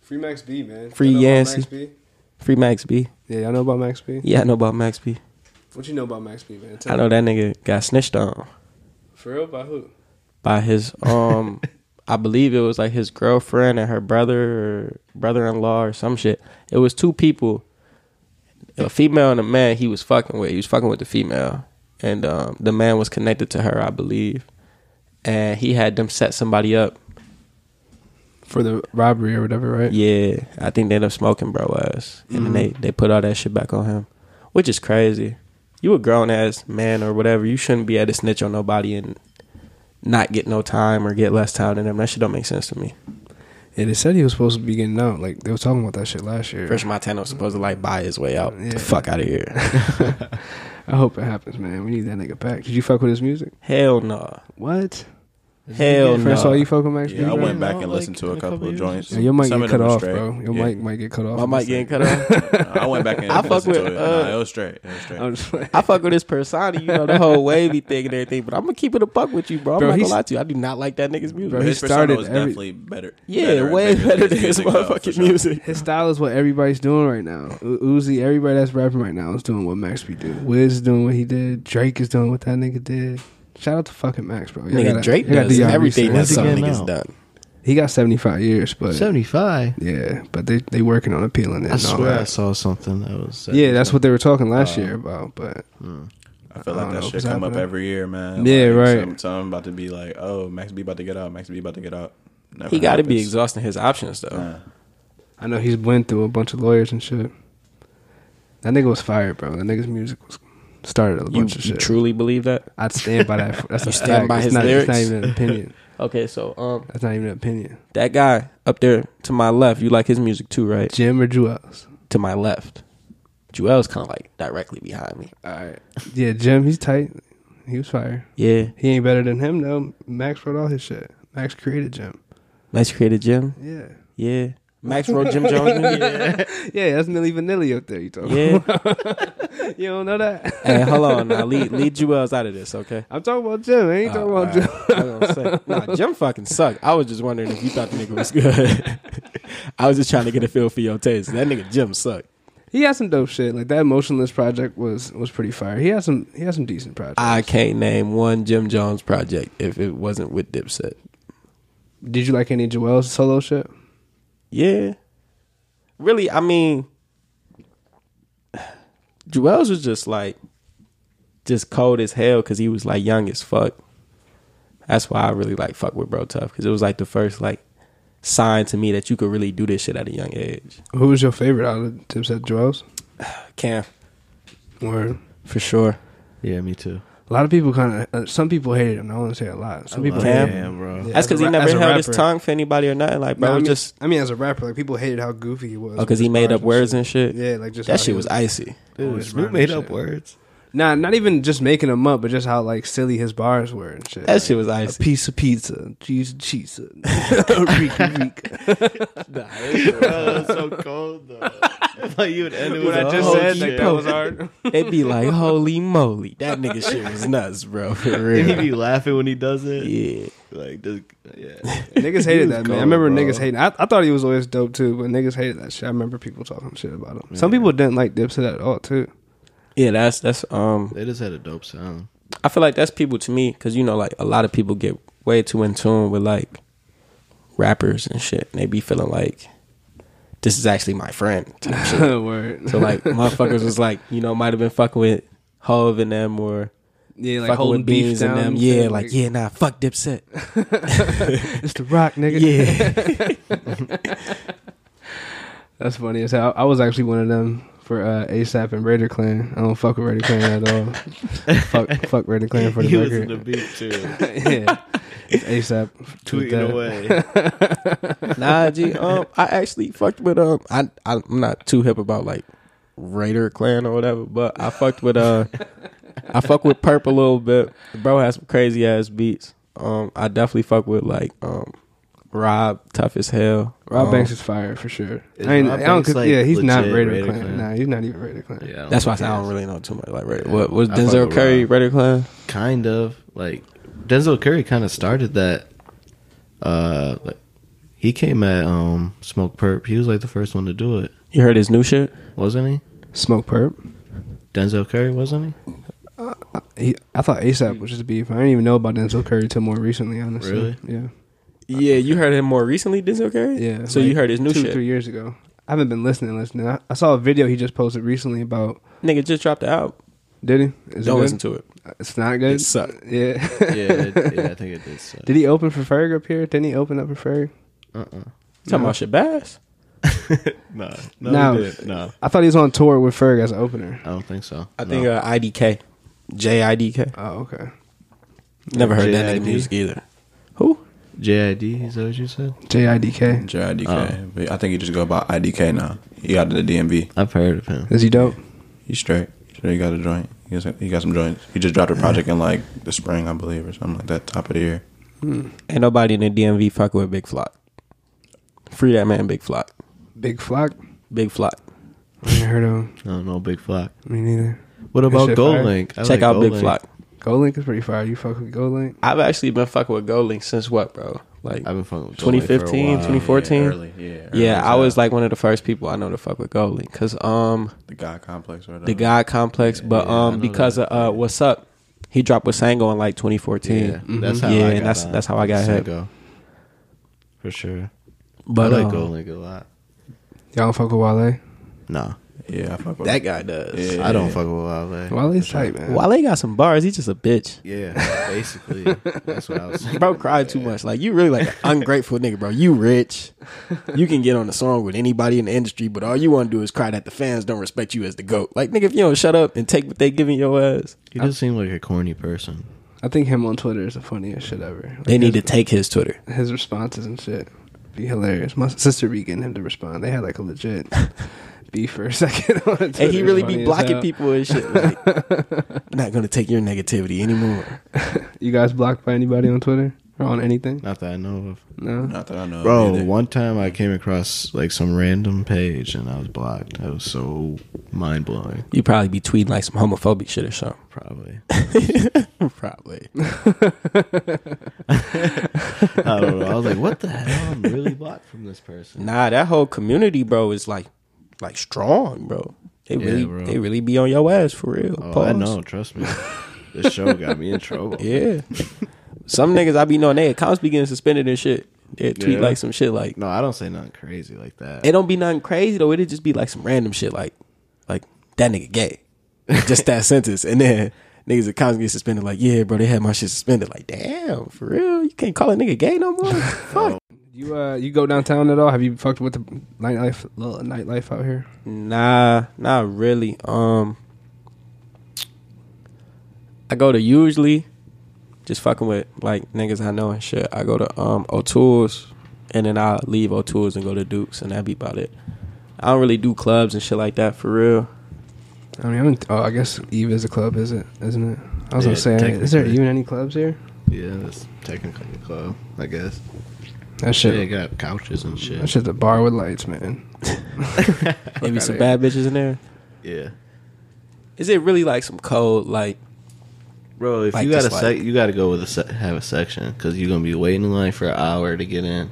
[SPEAKER 3] Free Max B, man.
[SPEAKER 1] Free
[SPEAKER 3] Y'all know about
[SPEAKER 1] Yancey.
[SPEAKER 3] Max B?
[SPEAKER 1] free Max B.
[SPEAKER 3] Yeah, y'all know about Max B.
[SPEAKER 1] Yeah, I know about Max B.
[SPEAKER 3] What you know about Max B, man? Tell
[SPEAKER 1] I know that nigga got snitched on.
[SPEAKER 3] me. For real, by who?
[SPEAKER 1] by his um I believe it was like his girlfriend and her brother or brother in law or some shit. It was two people. A female and a man he was fucking with. He was fucking with the female. And um the man was connected to her, I believe. And he had them set somebody up.
[SPEAKER 3] For the robbery or whatever, right?
[SPEAKER 1] Yeah. I think they ended up smoking bro ass. And then they, they put all that shit back on him. Which is crazy. You a grown ass man or whatever. You shouldn't be at a snitch on nobody and not get no time or get less time than them. That shit don't make sense to me.
[SPEAKER 3] Yeah, they said he was supposed to be getting out. Like they were talking about that shit last year.
[SPEAKER 1] French Montana was supposed to like buy his way out. Get
[SPEAKER 3] Yeah.
[SPEAKER 1] The fuck out of here.
[SPEAKER 3] I hope it happens, man. We need that nigga back. Did you fuck with his music?
[SPEAKER 1] Hell no.
[SPEAKER 3] What?
[SPEAKER 1] Hell no.
[SPEAKER 3] First of all, you fuck with Max B?
[SPEAKER 4] Yeah, I
[SPEAKER 3] bro?
[SPEAKER 4] went back and
[SPEAKER 2] Like,
[SPEAKER 4] listened to
[SPEAKER 2] in
[SPEAKER 4] a couple of joints.
[SPEAKER 3] Yeah, your mic
[SPEAKER 4] Some
[SPEAKER 3] get
[SPEAKER 4] of
[SPEAKER 3] cut
[SPEAKER 4] them were
[SPEAKER 3] off,
[SPEAKER 4] straight.
[SPEAKER 3] bro. Your
[SPEAKER 4] Yeah.
[SPEAKER 3] mic might get cut off.
[SPEAKER 1] my mic getting cut off.
[SPEAKER 4] I went back and
[SPEAKER 1] I fuck
[SPEAKER 4] listened to
[SPEAKER 1] with,
[SPEAKER 4] it.
[SPEAKER 1] uh,
[SPEAKER 4] nah, it was straight. It was straight.
[SPEAKER 3] I'm just like,
[SPEAKER 1] I fuck with his persona, you know, the whole wavy thing and everything. But I'm gonna keep it a buck with you, bro. I'm
[SPEAKER 3] Bro,
[SPEAKER 1] not gonna
[SPEAKER 3] he's-
[SPEAKER 1] lie to you. I do not like that nigga's music.
[SPEAKER 3] Bro,
[SPEAKER 4] But
[SPEAKER 3] he
[SPEAKER 4] his persona
[SPEAKER 3] started
[SPEAKER 4] was
[SPEAKER 3] every-
[SPEAKER 4] definitely better.
[SPEAKER 1] yeah,
[SPEAKER 4] better and
[SPEAKER 1] way
[SPEAKER 4] bigger
[SPEAKER 1] better than his
[SPEAKER 4] music, though, for
[SPEAKER 1] motherfucking
[SPEAKER 4] sure.
[SPEAKER 1] music.
[SPEAKER 3] his style is what everybody's doing right now. U- Uzi, everybody that's rapping right now is doing what Max B did. Wiz is doing what he did. Drake is doing what that nigga did. Shout out to fucking Max, bro. Y'all
[SPEAKER 1] Nigga,
[SPEAKER 3] gotta-
[SPEAKER 1] Drake
[SPEAKER 3] y'all gotta
[SPEAKER 1] does
[SPEAKER 3] do y'all
[SPEAKER 1] everything that
[SPEAKER 3] research.
[SPEAKER 2] Once
[SPEAKER 1] some
[SPEAKER 2] again,
[SPEAKER 1] niggas
[SPEAKER 2] no.
[SPEAKER 1] done.
[SPEAKER 3] He got seventy five years, but
[SPEAKER 2] Seventy five.
[SPEAKER 3] yeah, but they they working on appealing it.
[SPEAKER 2] I
[SPEAKER 3] and all
[SPEAKER 2] swear I
[SPEAKER 3] that.
[SPEAKER 2] saw something that was.
[SPEAKER 3] Yeah, that's what they were talking last year about. But
[SPEAKER 4] I
[SPEAKER 3] I
[SPEAKER 4] feel like
[SPEAKER 3] don't
[SPEAKER 4] that
[SPEAKER 3] know
[SPEAKER 4] shit
[SPEAKER 3] what's
[SPEAKER 4] come up
[SPEAKER 3] happening.
[SPEAKER 4] every year, man.
[SPEAKER 3] Yeah,
[SPEAKER 4] Like,
[SPEAKER 3] right.
[SPEAKER 4] Some, some about to be like, oh, Max B about to get out. Max B about to get out. Never
[SPEAKER 1] He got to be
[SPEAKER 4] happens.
[SPEAKER 1] exhausting his options though.
[SPEAKER 4] Uh,
[SPEAKER 3] I know he's went through a bunch of lawyers and shit. That nigga was fired, bro. That nigga's music was started a
[SPEAKER 1] you
[SPEAKER 3] bunch of
[SPEAKER 1] you
[SPEAKER 3] shit.
[SPEAKER 1] truly believe that?
[SPEAKER 3] I'd stand by that. That's
[SPEAKER 1] You
[SPEAKER 3] a
[SPEAKER 1] stand
[SPEAKER 3] fact.
[SPEAKER 1] by
[SPEAKER 3] it's
[SPEAKER 1] his
[SPEAKER 3] not,
[SPEAKER 1] lyrics?
[SPEAKER 3] It's not even an opinion.
[SPEAKER 1] Okay, so um,
[SPEAKER 3] That's not even an opinion.
[SPEAKER 1] that guy up there to my left, you like his music too, right?
[SPEAKER 3] Jim or Jewels?
[SPEAKER 1] To my left, Joel's kind of like directly behind me.
[SPEAKER 3] All right. Yeah, Jim. He's tight. He was fired.
[SPEAKER 1] Yeah,
[SPEAKER 3] He ain't better than him though. Max wrote all his shit. Max created Jim.
[SPEAKER 1] Max created Jim.
[SPEAKER 3] Yeah.
[SPEAKER 1] Yeah, Max wrote Jim Jones. Movie.
[SPEAKER 3] Yeah, that's Nilly Vanilli up there. You talking?
[SPEAKER 1] Yeah.
[SPEAKER 3] about. You don't know that?
[SPEAKER 1] Hey, hold on now. Lead, lead Jewels out of this, okay?
[SPEAKER 3] I'm talking about Jim. I ain't talking
[SPEAKER 1] Uh,
[SPEAKER 3] about Jim.
[SPEAKER 1] I was gonna say, nah, Jim fucking suck. I was just wondering if you thought the nigga was good. I was just trying to get a feel for your taste. That nigga Jim suck.
[SPEAKER 3] He had some dope shit. Like that Motionless project was was pretty fire. He had some he had some decent projects.
[SPEAKER 1] I can't name one Jim Jones project if it wasn't with Dipset.
[SPEAKER 3] Did you like any Joel's solo shit?
[SPEAKER 1] Yeah. Really, I mean, Joel's was just like, just cold as hell because he was like young as fuck. That's why I really like fuck with Bro Tough because it was like the first like sign to me that you could really do this shit at a young age.
[SPEAKER 3] Who was your favorite out of Dipset Joel's?
[SPEAKER 1] Cam,
[SPEAKER 3] Word.
[SPEAKER 1] for sure.
[SPEAKER 2] Yeah, me too.
[SPEAKER 3] A lot of people kind of uh, some people hated him. I want to say a lot. Some people
[SPEAKER 1] love Cam?
[SPEAKER 3] hated
[SPEAKER 1] him.
[SPEAKER 2] Damn, bro.
[SPEAKER 1] That's
[SPEAKER 3] as a
[SPEAKER 1] because he
[SPEAKER 3] ra-
[SPEAKER 1] never
[SPEAKER 3] as a
[SPEAKER 1] held his
[SPEAKER 3] rapper.
[SPEAKER 1] tongue for anybody or nothing. Like, bro,
[SPEAKER 3] No,
[SPEAKER 1] it
[SPEAKER 3] I
[SPEAKER 1] was
[SPEAKER 3] mean,
[SPEAKER 1] just
[SPEAKER 3] I mean as a rapper, like people hated how goofy he was with
[SPEAKER 1] because he
[SPEAKER 3] his
[SPEAKER 1] made
[SPEAKER 3] bars
[SPEAKER 1] up words and shit.
[SPEAKER 3] Yeah, like just
[SPEAKER 1] that
[SPEAKER 3] how
[SPEAKER 1] shit
[SPEAKER 3] he
[SPEAKER 1] was icy.
[SPEAKER 2] Dude,
[SPEAKER 3] always
[SPEAKER 2] Snoop
[SPEAKER 3] rhyming
[SPEAKER 2] made up
[SPEAKER 3] shit.
[SPEAKER 2] words.
[SPEAKER 3] Nah, not even just making them up, but just how like silly his bars were and shit.
[SPEAKER 1] That shit was
[SPEAKER 3] a
[SPEAKER 1] icy.
[SPEAKER 3] piece of pizza, cheese, cheese, reek, reek.
[SPEAKER 2] so cold though. like you would end it
[SPEAKER 3] What I just said, like, that was hard.
[SPEAKER 1] they be like, holy moly, that nigga shit was nuts, bro. For
[SPEAKER 2] And he
[SPEAKER 1] real.
[SPEAKER 2] be laughing when he does it.
[SPEAKER 1] Yeah.
[SPEAKER 2] Like, this, yeah.
[SPEAKER 3] Niggas hated that man.
[SPEAKER 2] cold,
[SPEAKER 3] I remember
[SPEAKER 2] bro.
[SPEAKER 3] niggas hating. I, I thought he was always dope too, but niggas hated that shit. I remember people talking shit about him. Some people didn't like Dipset at all too.
[SPEAKER 1] Yeah, that's that's um
[SPEAKER 2] They just had a dope sound.
[SPEAKER 1] I feel like that's people to me cuz you know like a lot of people get way too in tune with like rappers and shit. And they be feeling like this is actually my friend. type shit.
[SPEAKER 3] Word.
[SPEAKER 1] so like motherfuckers was like, you know, might have been fucking with Hove and them or
[SPEAKER 3] yeah, like
[SPEAKER 1] fucking
[SPEAKER 3] holding
[SPEAKER 1] with
[SPEAKER 3] beef
[SPEAKER 1] Beans
[SPEAKER 3] down
[SPEAKER 1] and them. Yeah, like, yeah, nah, fuck Dipset.
[SPEAKER 3] it's the Rock, nigga.
[SPEAKER 1] yeah.
[SPEAKER 3] that's funny as hell. I was actually one of them for uh, ASAP and Raider Clan. I don't fuck with Raider Clan at all. fuck, fuck Raider Clan for the
[SPEAKER 2] he was in the
[SPEAKER 3] record.
[SPEAKER 2] beat too,
[SPEAKER 3] yeah, It's ASAP tweet that.
[SPEAKER 2] tweeting away.
[SPEAKER 1] nah, G. Um, I actually fucked with um. I I'm not too hip about like Raider Clan or whatever, but I fucked with uh. I fuck with Purple a little bit. Bro has some crazy ass beats. Um, I definitely fuck with like um, Rob, tough as hell.
[SPEAKER 3] Rob
[SPEAKER 1] Um,
[SPEAKER 3] Banks is fire for sure.
[SPEAKER 2] Is
[SPEAKER 3] I ain't,
[SPEAKER 2] Rob
[SPEAKER 3] I don't,
[SPEAKER 2] Banks,
[SPEAKER 3] cause,
[SPEAKER 2] like,
[SPEAKER 3] yeah, he's not
[SPEAKER 2] legit
[SPEAKER 3] Raider,
[SPEAKER 2] Raider
[SPEAKER 3] Clan.
[SPEAKER 2] Clan?
[SPEAKER 3] Nah, he's not even Raider Clan.
[SPEAKER 2] Yeah, I don't
[SPEAKER 1] That's why I, say
[SPEAKER 2] think he
[SPEAKER 1] I don't
[SPEAKER 2] is.
[SPEAKER 1] really know too much like Raider. What was
[SPEAKER 2] I fuck
[SPEAKER 1] Denzel
[SPEAKER 2] with
[SPEAKER 1] Curry
[SPEAKER 2] Rob.
[SPEAKER 1] Raider Clan?
[SPEAKER 2] kind of like Denzel Curry kind of started that. Uh, like, he came at um Smoke Perp. He was like the first one to do it,
[SPEAKER 1] You heard his new shit?
[SPEAKER 2] wasn't he?
[SPEAKER 3] Smoke Perp.
[SPEAKER 2] Denzel Curry wasn't
[SPEAKER 3] He, I thought
[SPEAKER 1] Mm.
[SPEAKER 3] ASAP was just beef. I didn't even know about Denzel Curry till more recently. Honestly,
[SPEAKER 2] Really?
[SPEAKER 3] yeah,
[SPEAKER 1] Yeah, you heard him more recently, Denzel Curry.
[SPEAKER 3] yeah.
[SPEAKER 1] So
[SPEAKER 3] like
[SPEAKER 1] you heard his new
[SPEAKER 3] two,
[SPEAKER 1] shit?
[SPEAKER 3] three years ago. I haven't been listening, listening. I, I saw a video he just posted recently about.
[SPEAKER 1] Nigga just dropped it out.
[SPEAKER 3] Did he? Is
[SPEAKER 1] Don't
[SPEAKER 3] it
[SPEAKER 1] listen to it.
[SPEAKER 3] to. It's not good.
[SPEAKER 1] It sucked.
[SPEAKER 3] Yeah.
[SPEAKER 2] he? yeah, it, yeah, I think it did. Suck.
[SPEAKER 3] Did he open for Ferg up here? Didn't he open up for Ferg?
[SPEAKER 2] Uh-uh.
[SPEAKER 1] Talking about Shabazz.
[SPEAKER 2] No,
[SPEAKER 3] no, No. he didn't. I thought he was on tour with Ferg as an opener.
[SPEAKER 2] I don't think so.
[SPEAKER 1] I think uh, IDK, JIDK.
[SPEAKER 3] Oh, okay.
[SPEAKER 1] Never heard that nigga
[SPEAKER 2] JID?
[SPEAKER 1] music either. Who?
[SPEAKER 2] JID. Is that what you said?
[SPEAKER 3] JIDK. Uh.
[SPEAKER 4] JIDK. But I think he just go by IDK now. He out of the DMV.
[SPEAKER 2] I've heard of him.
[SPEAKER 3] Is he dope?
[SPEAKER 4] He's straight. Straight. He got a joint. He got, some- he got some joints. He just dropped a project in like the spring, I believe, or something like that. Top of the year.
[SPEAKER 1] Ain't nobody in the DMV fucking with Big Flock. Free that man, Big Flock.
[SPEAKER 3] Big Flock.
[SPEAKER 1] Big Flock.
[SPEAKER 3] I ain't heard of him.
[SPEAKER 2] I don't know Big Flock.
[SPEAKER 3] Me neither.
[SPEAKER 2] What about
[SPEAKER 3] shit
[SPEAKER 2] Gold
[SPEAKER 3] fire.
[SPEAKER 2] Link? I
[SPEAKER 1] Check
[SPEAKER 2] like
[SPEAKER 1] out
[SPEAKER 2] Gold
[SPEAKER 1] Big
[SPEAKER 2] Link.
[SPEAKER 1] Flock.
[SPEAKER 3] Gold Link is pretty fire. You fuck with Gold Link?
[SPEAKER 1] I've actually been fucking with Gold Link since what, bro? Like
[SPEAKER 2] I've been fucking with Gold Link for a
[SPEAKER 1] 2015,
[SPEAKER 2] while.
[SPEAKER 1] 2014. Yeah,
[SPEAKER 4] Yeah, early, yeah, early as
[SPEAKER 1] I was
[SPEAKER 4] hell.
[SPEAKER 1] like one of the first people I know to fuck with Gold Link because um
[SPEAKER 4] The God Complex or whatever.
[SPEAKER 1] the God Complex, but
[SPEAKER 2] yeah, I
[SPEAKER 1] um
[SPEAKER 2] know
[SPEAKER 1] because of uh what's up, He dropped with Sango in like 2014.
[SPEAKER 2] Mm-hmm. Yeah, that's how.
[SPEAKER 1] Yeah,
[SPEAKER 2] I
[SPEAKER 1] and
[SPEAKER 2] got
[SPEAKER 1] that's-
[SPEAKER 2] on
[SPEAKER 1] that's how I got hit.
[SPEAKER 2] Sango. For sure,
[SPEAKER 1] But
[SPEAKER 2] I like
[SPEAKER 1] um,
[SPEAKER 2] Gold Link a lot.
[SPEAKER 3] Y'all don't fuck with Wale.
[SPEAKER 2] Nah,
[SPEAKER 4] Yeah, I fuck with
[SPEAKER 1] that guy does.
[SPEAKER 4] Yeah.
[SPEAKER 2] I don't fuck with Wale.
[SPEAKER 3] Wale's tight, man.
[SPEAKER 1] Wale got some bars. He's just a bitch.
[SPEAKER 2] Yeah, basically, that's what I was. Saying.
[SPEAKER 1] Bro cried too much. Like you really like an ungrateful nigga, bro. You rich. You can get on a song with anybody in the industry, but all you want to do is cry that the fans don't respect you as the GOAT. Like nigga, if you don't shut up and take what they giving your ass,
[SPEAKER 2] He does seem like a corny person.
[SPEAKER 3] I think him on Twitter is the funniest shit ever. Like,
[SPEAKER 1] they need to
[SPEAKER 3] his,
[SPEAKER 1] take his Twitter.
[SPEAKER 3] his responses and shit. Be hilarious. My sister be getting him to respond. They had like a legit beef for a second. On Twitter.
[SPEAKER 1] And he really
[SPEAKER 3] It's funny
[SPEAKER 1] be
[SPEAKER 3] as
[SPEAKER 1] blocking
[SPEAKER 3] hell.
[SPEAKER 1] people and shit. Like, not gonna take your negativity anymore.
[SPEAKER 3] You guys blocked by anybody on Twitter or on anything?
[SPEAKER 2] Not that I know of.
[SPEAKER 3] No.
[SPEAKER 4] Not that I know. of
[SPEAKER 2] Bro,
[SPEAKER 4] either.
[SPEAKER 2] one time I came across like some random page and I was blocked. That was so mind blowing.
[SPEAKER 1] You probably be tweeting like some homophobic shit or something.
[SPEAKER 2] Probably.
[SPEAKER 1] Probably.
[SPEAKER 2] I don't know. I was like, what the hell? I'm really blocked from this person.
[SPEAKER 1] Nah, that whole community, bro, is like like strong, bro. They
[SPEAKER 2] Yeah,
[SPEAKER 1] really
[SPEAKER 2] bro.
[SPEAKER 1] they really be on your ass for real.
[SPEAKER 2] Oh, I
[SPEAKER 1] Pause.
[SPEAKER 2] know. Trust me. This show got me in trouble.
[SPEAKER 1] Yeah. some niggas I be knowing their accounts be getting suspended and shit. They tweet
[SPEAKER 2] Yeah.
[SPEAKER 1] like some shit like
[SPEAKER 2] No, I don't say nothing crazy like that.
[SPEAKER 1] it don't be nothing crazy though. It'd just be like some random shit like like that nigga gay. just that sentence. And then niggas accounts get suspended like, yeah, bro, they had my shit suspended. Like, damn, for real? You can't call a nigga gay no more? Fuck.
[SPEAKER 3] You uh, you go downtown at all? Have you fucked with the nightlife, little nightlife out here?
[SPEAKER 1] Nah, not really. Um I go to usually just fucking with like niggas I know and shit. I go to um O'Toole's and then I leave O'Toole's and go to Duke's and that be about it. I don't really do clubs and shit like that for real.
[SPEAKER 3] I mean, I don't, oh, I guess Eve is a club, is it? Isn't it? I was
[SPEAKER 2] Yeah,
[SPEAKER 3] gonna say, is there
[SPEAKER 2] technically.
[SPEAKER 3] even any clubs here?
[SPEAKER 2] Yeah, that's technically a club, I guess.
[SPEAKER 3] That
[SPEAKER 2] Shit, they
[SPEAKER 3] shit,
[SPEAKER 2] got couches and
[SPEAKER 3] that
[SPEAKER 2] shit.
[SPEAKER 3] shit's a bar with lights, man.
[SPEAKER 1] Maybe
[SPEAKER 3] outta
[SPEAKER 1] some
[SPEAKER 3] here.
[SPEAKER 1] bad bitches in there.
[SPEAKER 2] Yeah.
[SPEAKER 1] Is it really like some cold like
[SPEAKER 2] Bro, if
[SPEAKER 1] Like,
[SPEAKER 2] you got a
[SPEAKER 1] just
[SPEAKER 2] sec,
[SPEAKER 1] like-
[SPEAKER 2] you got to go with a se- have a section because you're gonna be waiting in line for an hour to get in.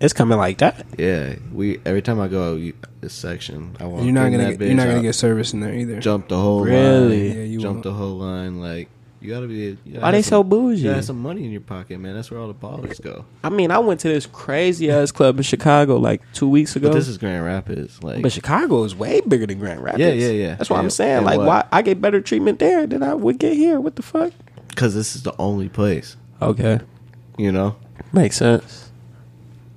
[SPEAKER 1] it's coming like that?
[SPEAKER 2] Yeah, we every time I go you- this section, I walk
[SPEAKER 3] You're not
[SPEAKER 2] in
[SPEAKER 3] gonna
[SPEAKER 2] that
[SPEAKER 3] get, you're not
[SPEAKER 2] bitch,
[SPEAKER 3] gonna
[SPEAKER 2] I
[SPEAKER 3] get service in there either.
[SPEAKER 2] jump the whole
[SPEAKER 1] Really?
[SPEAKER 2] line.
[SPEAKER 3] Yeah, you
[SPEAKER 2] jump
[SPEAKER 3] won't.
[SPEAKER 2] the whole line. Like you gotta be. You gotta
[SPEAKER 1] Why they
[SPEAKER 2] have
[SPEAKER 1] so
[SPEAKER 2] some- You
[SPEAKER 1] bougie?
[SPEAKER 2] gotta have some money in your pocket, man. That's where all the ballers go.
[SPEAKER 1] I mean, I went to this crazy ass club in Chicago like two weeks ago.
[SPEAKER 2] But this is Grand Rapids. Like
[SPEAKER 1] But Chicago is way bigger than Grand Rapids.
[SPEAKER 2] Yeah, yeah, yeah.
[SPEAKER 1] That's what
[SPEAKER 2] Yeah,
[SPEAKER 1] I'm saying.
[SPEAKER 2] it
[SPEAKER 1] Like,
[SPEAKER 2] was.
[SPEAKER 1] why I get better treatment there than I would get here? What the fuck?
[SPEAKER 2] because this is the only place.
[SPEAKER 1] Okay,
[SPEAKER 2] You know,
[SPEAKER 1] makes sense.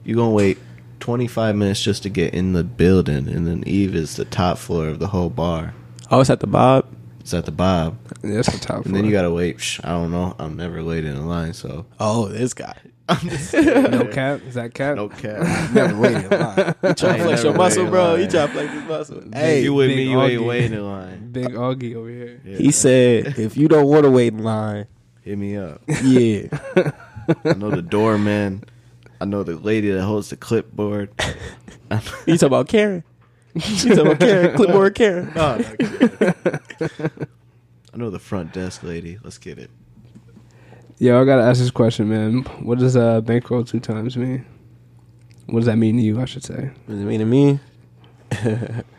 [SPEAKER 2] you gonna wait. 25 minutes just to get in the building and then Eve is the top floor of the whole bar.
[SPEAKER 1] Oh, it's at the Bob.
[SPEAKER 2] It's at the Bob.
[SPEAKER 3] Yeah, that's the top.
[SPEAKER 2] And then you gotta wait. Psh, I don't know. I'm never late in a line, so
[SPEAKER 1] Oh, this guy.
[SPEAKER 3] got no cap. Is that cap?
[SPEAKER 2] no cap.
[SPEAKER 1] Never waited in line. You trying to flex your muscle,
[SPEAKER 2] never waited in
[SPEAKER 1] bro?
[SPEAKER 2] line.
[SPEAKER 1] You trying to flex his muscle?
[SPEAKER 2] hey,
[SPEAKER 1] Hey,
[SPEAKER 2] you with
[SPEAKER 3] big
[SPEAKER 2] me? You ain't
[SPEAKER 3] Augie.
[SPEAKER 2] waiting in line.
[SPEAKER 3] Big Augie over here.
[SPEAKER 1] he said if you don't want to wait in line,
[SPEAKER 2] Hit me up.
[SPEAKER 1] yeah,
[SPEAKER 2] I know the doorman. I know the lady that holds the clipboard. Oh,
[SPEAKER 1] you talking about Karen? You talking about Karen? Clipboard Karen?
[SPEAKER 2] No, no, I know the front desk lady. Let's get it.
[SPEAKER 3] Yo, I gotta ask this question, man. What does uh, bankroll two times mean? What does that mean to you? I should say.
[SPEAKER 1] What does it mean to me?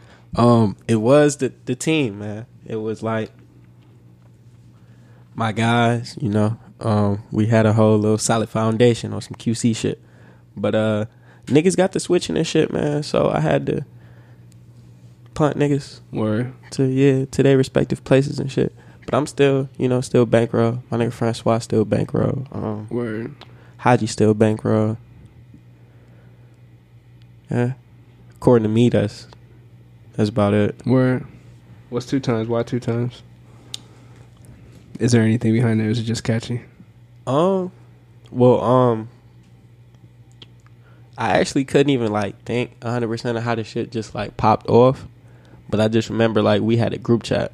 [SPEAKER 1] um, it was the the team, man. It was like my guys, you know. Um, we had a whole little solid foundation on some QC shit, but uh, niggas got the switching and shit, man. So I had to punt niggas
[SPEAKER 3] Word.
[SPEAKER 1] to yeah to their respective places and shit. But I'm still, you know, still bankroll. My nigga Francois still bankroll. Um,
[SPEAKER 3] Word.
[SPEAKER 1] Haji still bankroll. Yeah. According to me, that's that's about it.
[SPEAKER 3] Word. What's two times? Why two times? Is there anything behind there? Is it just catchy?
[SPEAKER 1] Um well um I actually couldn't even like think hundred percent of how the shit just like popped off. But I just remember like we had a group chat.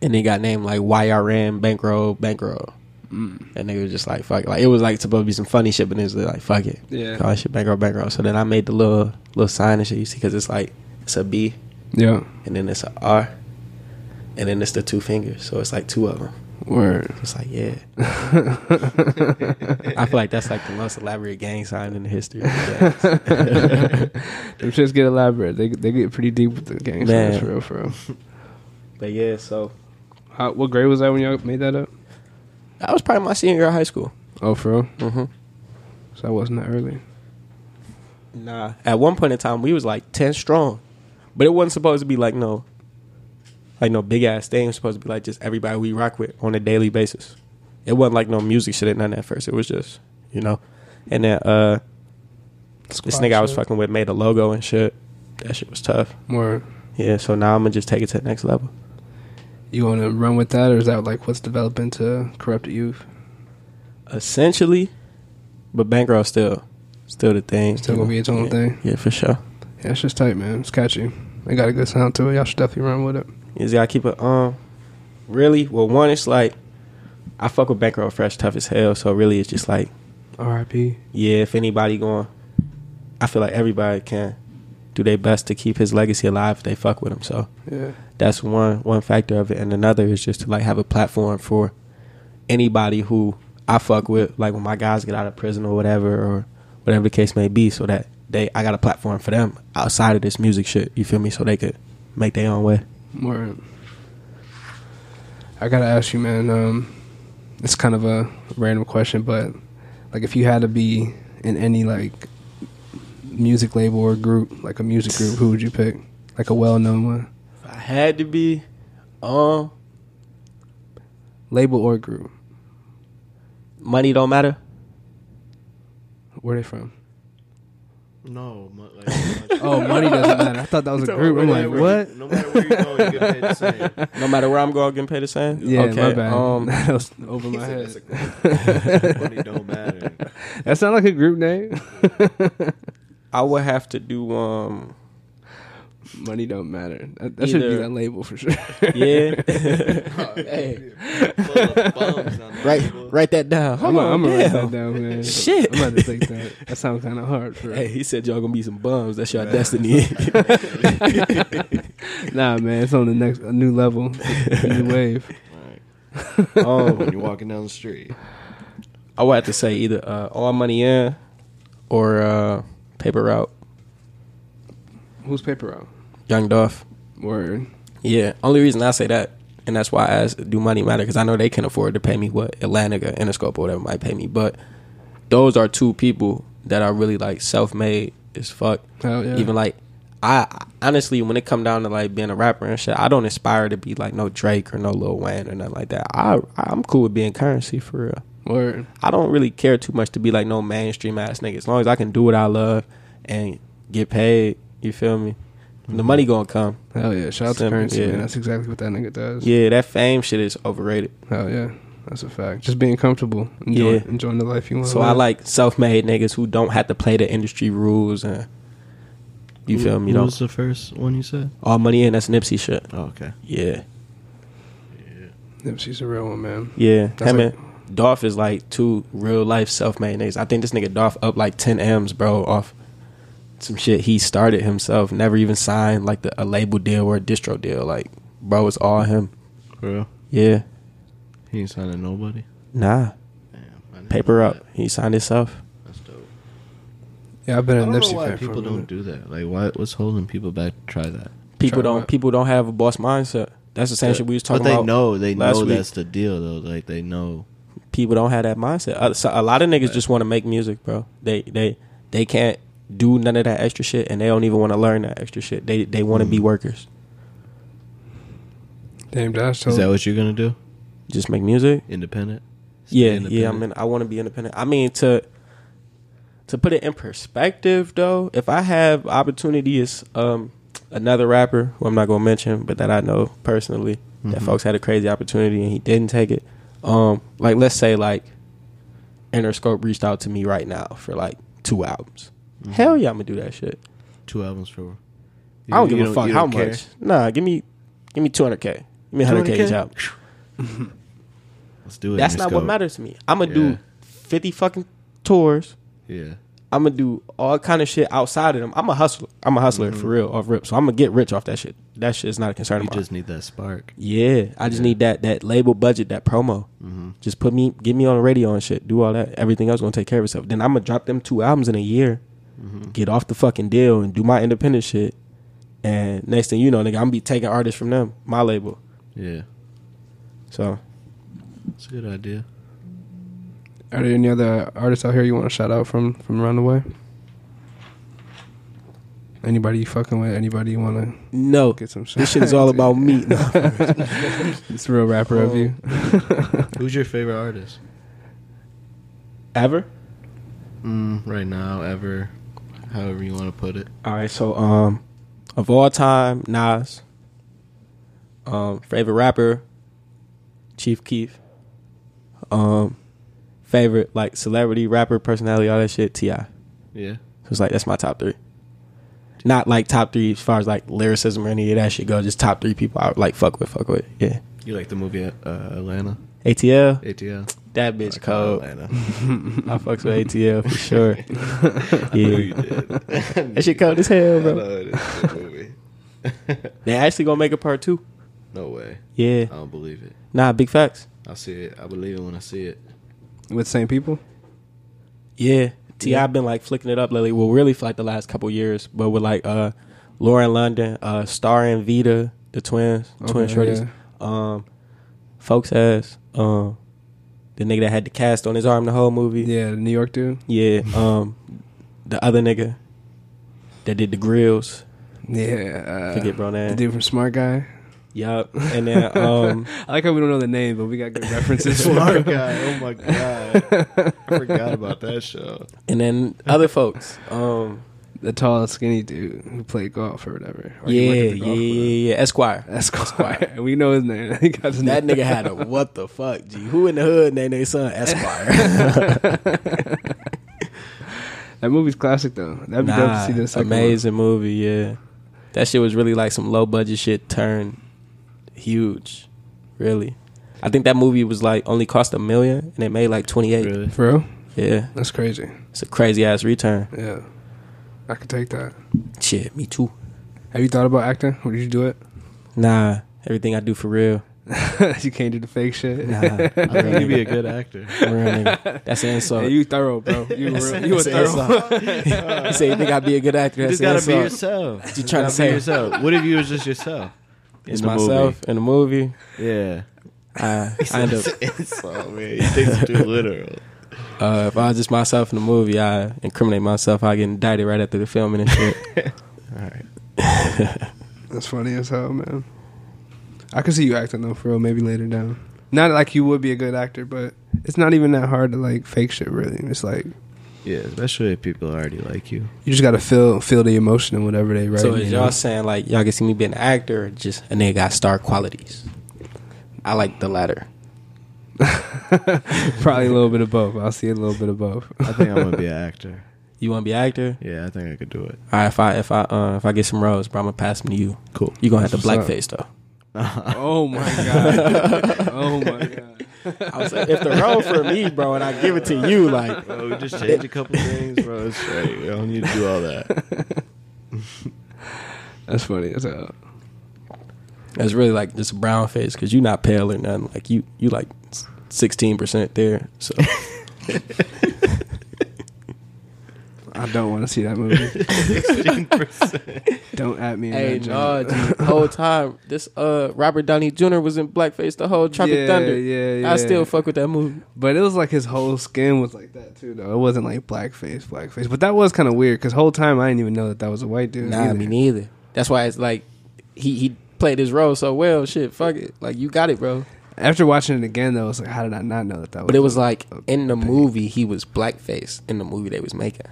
[SPEAKER 1] And it got named like YRN Bankroll Bankroll.
[SPEAKER 3] Mm.
[SPEAKER 1] And they were just like fuck it. like it was like supposed to be some funny shit, but it was like fuck it.
[SPEAKER 3] Yeah.
[SPEAKER 1] Call Oh, that shit bankroll bankroll. So then I made the little little sign and shit you see because it's like it's a B
[SPEAKER 3] Yeah.
[SPEAKER 1] and then it's a R, and then it's the two fingers. So it's like two of them.
[SPEAKER 3] Word.
[SPEAKER 1] It's like yeah. I feel like that's like the most elaborate gang sign in the history. Of the gangs.
[SPEAKER 3] Them shits get elaborate. They they get pretty deep with the gang signs
[SPEAKER 1] Man.
[SPEAKER 3] for real, for real.
[SPEAKER 1] but yeah, so
[SPEAKER 3] How, what grade was that when y'all made that up?
[SPEAKER 1] That was probably my senior year of high school.
[SPEAKER 3] Oh, for real?
[SPEAKER 1] Mhm.
[SPEAKER 3] So that wasn't that early.
[SPEAKER 1] Nah. At one point in time, we was like ten strong, but it wasn't supposed to be like no, like no big ass thing. It was supposed to be like just everybody we rock with on a daily basis. It wasn't like no music shit and nothing at first. It was just you know, and then uh, this nigga I was fucking with made a logo and shit. That shit was tough.
[SPEAKER 3] More.
[SPEAKER 1] Yeah. So now I'm gonna just take it to the next level.
[SPEAKER 3] You want to run with that, or is that like what's developing to corrupted youth?
[SPEAKER 1] Essentially, but bankroll still, still the thing.
[SPEAKER 3] Still gonna be its own
[SPEAKER 1] Yeah.
[SPEAKER 3] thing.
[SPEAKER 1] Yeah, for sure.
[SPEAKER 3] Yeah, it's just tight, man. It's catchy. They got a good sound to it. Y'all should definitely run with it.
[SPEAKER 1] You just gotta keep it um really well one it's like I fuck with bankroll fresh tough as hell, so really it's just like,
[SPEAKER 3] R.I.P.
[SPEAKER 1] yeah, if anybody going I feel like everybody can do their best to keep his legacy alive if they fuck with him. So
[SPEAKER 3] Yeah.
[SPEAKER 1] that's one one factor of it. And another is just to like have a platform for anybody who I fuck with, like when my guys get out of prison or whatever or whatever the case may be, so that they I got a platform for them outside of this music shit, you feel me? So they could make their own way.
[SPEAKER 3] More. I gotta ask you, man. Um, it's kind of a random question, but like, if you had to be in any like music label or group, like a music group, who would you pick? Like a well-known one,
[SPEAKER 1] I had to be. Um,
[SPEAKER 3] label or group.
[SPEAKER 1] money don't matter.
[SPEAKER 3] Where they from?
[SPEAKER 2] No, mu- like,
[SPEAKER 3] Oh, money doesn't matter. I thought that was a group. I'm like, what?
[SPEAKER 2] No matter where you go, you get paid the same.
[SPEAKER 1] No matter where I'm going, getting paid the same.
[SPEAKER 3] Yeah, my bad.
[SPEAKER 1] Um,
[SPEAKER 3] that was over my
[SPEAKER 2] said
[SPEAKER 3] head.
[SPEAKER 2] Money don't matter.
[SPEAKER 3] That sound like a group name.
[SPEAKER 1] I would have to do. Um,
[SPEAKER 3] Money don't matter. That, that should be
[SPEAKER 1] Either-
[SPEAKER 3] that label for sure.
[SPEAKER 1] yeah. Oh, Right, write that down.
[SPEAKER 3] I'm,
[SPEAKER 1] Hold
[SPEAKER 3] gonna- I'm
[SPEAKER 1] on,
[SPEAKER 3] gonna write
[SPEAKER 1] damn.
[SPEAKER 3] that down, man.
[SPEAKER 1] Shit.
[SPEAKER 3] I'm about to take that. That sounds kind of hard for.
[SPEAKER 1] Hey, he said y'all gonna be some bums. That's your destiny.
[SPEAKER 3] Nah, man, it's on the next a new level, a new wave.
[SPEAKER 1] um,
[SPEAKER 2] When you're walking down the street,
[SPEAKER 1] I would have to say either uh, all money in or uh, paper out.
[SPEAKER 3] Who's paper out?
[SPEAKER 1] Young Dolph.
[SPEAKER 3] Word.
[SPEAKER 1] Yeah. Only reason I say that, and that's why I asked, do money matter? Because I know they can afford to pay me what Atlantic or Interscope or whatever might pay me. But those are two people that are really like self made as fuck.
[SPEAKER 3] Hell yeah.
[SPEAKER 1] Even like I honestly, when it come down to like being a rapper and shit, I don't aspire to be like no Drake or no Lil Wayne or nothing like that. I I'm cool with being currency for real.
[SPEAKER 3] Word.
[SPEAKER 1] I don't really care too much to be like no mainstream ass nigga. As long as I can do what I love and get paid, you feel me? The money gonna come.
[SPEAKER 3] Hell yeah. Shout out to
[SPEAKER 1] Simple,
[SPEAKER 3] currency,
[SPEAKER 1] yeah.
[SPEAKER 3] man. That's exactly what that nigga does.
[SPEAKER 1] Yeah, that fame shit is overrated.
[SPEAKER 3] Hell yeah. That's a fact. Just being comfortable, enjoy,
[SPEAKER 1] Yeah.
[SPEAKER 3] enjoying the life you want.
[SPEAKER 1] So I like self-made niggas who don't have to play the industry rules and you feel me?
[SPEAKER 2] Who
[SPEAKER 1] Don't
[SPEAKER 2] was the first one you said?
[SPEAKER 1] all money in. That's Nipsey shit.
[SPEAKER 2] Oh, okay.
[SPEAKER 1] Yeah,
[SPEAKER 3] Nipsey's a real one, man.
[SPEAKER 1] yeah.
[SPEAKER 3] That's
[SPEAKER 1] Him
[SPEAKER 3] like-
[SPEAKER 1] and Dolph is like two real life self-made niggas. I think this nigga Dolph up like ten m's, bro, off some shit he started himself. Never even signed like the, a label deal or a distro deal. Like, bro, it's all him.
[SPEAKER 2] For real?
[SPEAKER 1] Yeah,
[SPEAKER 2] He ain't signing nobody.
[SPEAKER 1] nah.
[SPEAKER 2] Damn, I didn't
[SPEAKER 1] Paper
[SPEAKER 2] know
[SPEAKER 1] up.
[SPEAKER 2] that.
[SPEAKER 1] He signed himself.
[SPEAKER 2] That's dope.
[SPEAKER 3] Yeah, I've been
[SPEAKER 2] I
[SPEAKER 3] a
[SPEAKER 2] don't
[SPEAKER 3] Nipsey
[SPEAKER 2] know why
[SPEAKER 3] fan for a
[SPEAKER 2] people don't
[SPEAKER 3] minute.
[SPEAKER 2] do that. Like, why? What's holding people back to try that?
[SPEAKER 1] People
[SPEAKER 3] Try
[SPEAKER 1] don't.
[SPEAKER 3] what?
[SPEAKER 1] People don't have a boss mindset. That's the same shit we was talking
[SPEAKER 2] but they
[SPEAKER 1] about.
[SPEAKER 2] know, they
[SPEAKER 1] last
[SPEAKER 2] know
[SPEAKER 1] week.
[SPEAKER 2] that's the deal, though. Like, they know.
[SPEAKER 1] people don't have that mindset. Uh, so a lot of niggas just want to make music, bro. They they they can't do none of that extra shit, and they don't even want to learn that extra shit. They they want to
[SPEAKER 3] Mm.
[SPEAKER 1] be workers.
[SPEAKER 3] Damn, Josh
[SPEAKER 2] Is
[SPEAKER 1] Oh.
[SPEAKER 3] told
[SPEAKER 2] that what you're gonna do?
[SPEAKER 1] Just make music.
[SPEAKER 2] Independent? Stay
[SPEAKER 1] Yeah, yeah. I
[SPEAKER 2] independent?
[SPEAKER 1] mean, I want to be independent. I mean to to put it in perspective, though, if I have opportunity as um another rapper who I'm not gonna mention, but that I know personally, that
[SPEAKER 2] Mm-hmm.
[SPEAKER 1] folks had a crazy opportunity and he didn't take it. Um, like let's say like Interscope reached out to me right now for like two albums.
[SPEAKER 2] Mm-hmm.
[SPEAKER 1] Hell yeah, I'm gonna do that shit.
[SPEAKER 2] two albums for.
[SPEAKER 1] I don't
[SPEAKER 2] You-
[SPEAKER 1] give
[SPEAKER 2] you
[SPEAKER 1] a fuck
[SPEAKER 2] you
[SPEAKER 1] how
[SPEAKER 2] care?
[SPEAKER 1] much. Nah, give me give me 200k. Give me 100k each
[SPEAKER 2] 200K?
[SPEAKER 1] album.
[SPEAKER 2] Let's do it.
[SPEAKER 1] That's
[SPEAKER 2] Interscope.
[SPEAKER 1] not what matters to me. I'm gonna
[SPEAKER 2] Yeah.
[SPEAKER 1] do 50 fucking tours.
[SPEAKER 2] Yeah.
[SPEAKER 1] I'm gonna do all kind of shit outside of them. I'm a hustler. I'm a hustler
[SPEAKER 3] Mm-hmm.
[SPEAKER 1] for real, off rip. So I'm gonna get rich off that shit. That shit is not a concern
[SPEAKER 2] You
[SPEAKER 1] of mine.
[SPEAKER 2] just need that spark.
[SPEAKER 1] Yeah, I just need that that label budget, that promo.
[SPEAKER 3] Mm-hmm.
[SPEAKER 1] Just put me, get me on the radio and shit. Do all that. Everything else gonna take care of itself. Then I'm gonna drop them two albums in a year.
[SPEAKER 3] Mm-hmm.
[SPEAKER 1] Get off the fucking deal and do my independent shit. And next thing you know, nigga, I'm gonna be taking artists from them, my label.
[SPEAKER 2] Yeah.
[SPEAKER 1] So
[SPEAKER 2] It's a good idea.
[SPEAKER 3] Are there any other artists out here you want to shout out from from around the way? Anybody you fucking with? Anybody you want to
[SPEAKER 1] no,
[SPEAKER 3] get some? Shit?
[SPEAKER 1] this shit is all about me. No.
[SPEAKER 3] It's a real rapper of you.
[SPEAKER 2] Who's your favorite artist?
[SPEAKER 1] Ever?
[SPEAKER 2] Mm, right now, ever, however you want to put it.
[SPEAKER 1] All right, so um, of all time, Nas. Um, favorite rapper, Chief Keef. Um, favorite like celebrity rapper personality, all that shit, Ti. So
[SPEAKER 2] Yeah.
[SPEAKER 1] it's like that's my top three. Not like top three as far as like lyricism or any of that shit go. Just top three people I would, like fuck with, fuck with. Yeah,
[SPEAKER 2] You like the movie uh, Atlanta?
[SPEAKER 1] ATL,
[SPEAKER 2] ATL.
[SPEAKER 1] that bitch cold.
[SPEAKER 2] Atlanta.
[SPEAKER 1] I fucks with ATL for sure. yeah,
[SPEAKER 2] did.
[SPEAKER 1] that shit cold as hell, bro.
[SPEAKER 2] movie.
[SPEAKER 1] They actually gonna make a part two.
[SPEAKER 2] No way.
[SPEAKER 1] Yeah,
[SPEAKER 2] I don't believe it.
[SPEAKER 1] nah, big facts.
[SPEAKER 2] I see it. I believe it when I see it.
[SPEAKER 3] With same people?
[SPEAKER 1] Yeah. Ti been like flicking it up lately. Well, really for like the last couple years, but with like uh Lauren London, uh Star and Vita, the twins, twin
[SPEAKER 3] Okay,
[SPEAKER 1] shorties. Um folks has um the nigga that had the cast on his arm the whole movie.
[SPEAKER 3] Yeah, the New York dude.
[SPEAKER 1] Yeah. um the other nigga that did the grills.
[SPEAKER 3] Yeah, uh,
[SPEAKER 1] Forget bro
[SPEAKER 3] the
[SPEAKER 1] name.
[SPEAKER 3] dude from Smart Guy.
[SPEAKER 1] Yup. And then um
[SPEAKER 3] I like how we don't know the name, but we got good references.
[SPEAKER 2] Smart guy. Oh my god. I forgot about that show.
[SPEAKER 1] and then other folks. Um
[SPEAKER 3] the tall, skinny dude who played golf or whatever. Or he
[SPEAKER 1] yeah,
[SPEAKER 3] worked at
[SPEAKER 1] yeah,
[SPEAKER 3] the
[SPEAKER 1] yeah,
[SPEAKER 3] golf club.
[SPEAKER 1] yeah, Esquire.
[SPEAKER 3] That's Esquire. We know his name. He got his
[SPEAKER 1] That
[SPEAKER 3] name.
[SPEAKER 1] nigga had a what the fuck, G. Who in the hood named their son Esquire?
[SPEAKER 3] That movie's classic though. That'd be dope to
[SPEAKER 1] nah,
[SPEAKER 3] see this.
[SPEAKER 1] amazing movie, yeah. That shit was really like some low budget shit turned huge, really. I think that movie was like only cost a million and it made like twenty eight.
[SPEAKER 2] Really?
[SPEAKER 3] For real?
[SPEAKER 1] Yeah,
[SPEAKER 3] That's crazy.
[SPEAKER 1] it's a crazy ass return.
[SPEAKER 3] Yeah, I could take that.
[SPEAKER 1] Shit, me too.
[SPEAKER 3] Have you thought about acting? Would you do it?
[SPEAKER 1] Nah, everything I do for real.
[SPEAKER 3] you can't do the fake shit.
[SPEAKER 1] Nah, I'm a real
[SPEAKER 2] I think you'd be a
[SPEAKER 1] nigga.
[SPEAKER 2] good actor.
[SPEAKER 1] I'm a real nigga. That's an
[SPEAKER 3] Hey,
[SPEAKER 1] insult.
[SPEAKER 3] you thorough, bro. You,
[SPEAKER 1] That's-
[SPEAKER 3] real, you a
[SPEAKER 1] that's an
[SPEAKER 3] thorough.
[SPEAKER 1] insult. you say you think I'd be a good actor?
[SPEAKER 2] You
[SPEAKER 1] That's
[SPEAKER 2] just
[SPEAKER 1] an
[SPEAKER 2] gotta be
[SPEAKER 1] insult.
[SPEAKER 2] yourself.
[SPEAKER 1] You trying to
[SPEAKER 2] Gotta be
[SPEAKER 1] say
[SPEAKER 2] yourself. What if you was just yourself?
[SPEAKER 1] it's
[SPEAKER 2] in the movie?
[SPEAKER 1] myself in the movie?
[SPEAKER 2] Yeah.
[SPEAKER 1] I, I end up
[SPEAKER 2] so man, you think it's too literal.
[SPEAKER 1] Uh, if I was just myself in the movie, I incriminate myself. I get indicted right after the filming and shit.
[SPEAKER 3] That's funny as hell, man. I could see you acting though, for real. Maybe later down. Not like you would be a good actor, but it's not even that hard to like fake shit. Really, it's like
[SPEAKER 2] Yeah, especially if people already like you.
[SPEAKER 3] you just gotta feel feel the emotion and whatever they write.
[SPEAKER 1] so is
[SPEAKER 3] you
[SPEAKER 1] y'all
[SPEAKER 3] know?
[SPEAKER 1] saying like y'all can see me being an actor, or just a nigga got star qualities? I like the latter.
[SPEAKER 3] probably a little bit of both. I'll see a little bit of both.
[SPEAKER 2] I think I'm gonna be an actor.
[SPEAKER 1] You want to be an actor?
[SPEAKER 2] Yeah, I think I could do it.
[SPEAKER 1] All right, if I if I uh, if I get some roles, bro, I'm gonna pass them to you.
[SPEAKER 2] Cool.
[SPEAKER 1] You gonna have to
[SPEAKER 3] That's what's
[SPEAKER 1] blackface though.
[SPEAKER 3] oh my god! Oh my god!
[SPEAKER 1] I was like, if the role for me, bro, and I give it to you, like
[SPEAKER 2] Bro, we just change a couple things, bro. It's straight. We don't need to do all that.
[SPEAKER 3] That's funny as hell.
[SPEAKER 1] that's really like just a brown face because you not pale or nothing. Like you you like sixteen percent there. So
[SPEAKER 3] I don't want to see that movie. Don't at me. In
[SPEAKER 1] Hey,
[SPEAKER 3] that
[SPEAKER 1] no,
[SPEAKER 3] genre.
[SPEAKER 1] dude. whole time this uh Robert Downey Jr. was in blackface the whole Tropic
[SPEAKER 3] Yeah,
[SPEAKER 1] Thunder.
[SPEAKER 3] yeah, yeah.
[SPEAKER 1] I still fuck with that movie.
[SPEAKER 3] But it was like his whole skin was like that too, though. It wasn't like blackface, blackface. But that was kind of weird because whole time I didn't even know that that was a white dude.
[SPEAKER 1] Nah,
[SPEAKER 3] either.
[SPEAKER 1] me neither. That's why it's like he he played his role so well. Shit, fuck it. Like you got it, bro.
[SPEAKER 3] After watching it again, though, I was like, how did I not know that that was?
[SPEAKER 1] But it was like in the movie he was blackface in the movie they was making.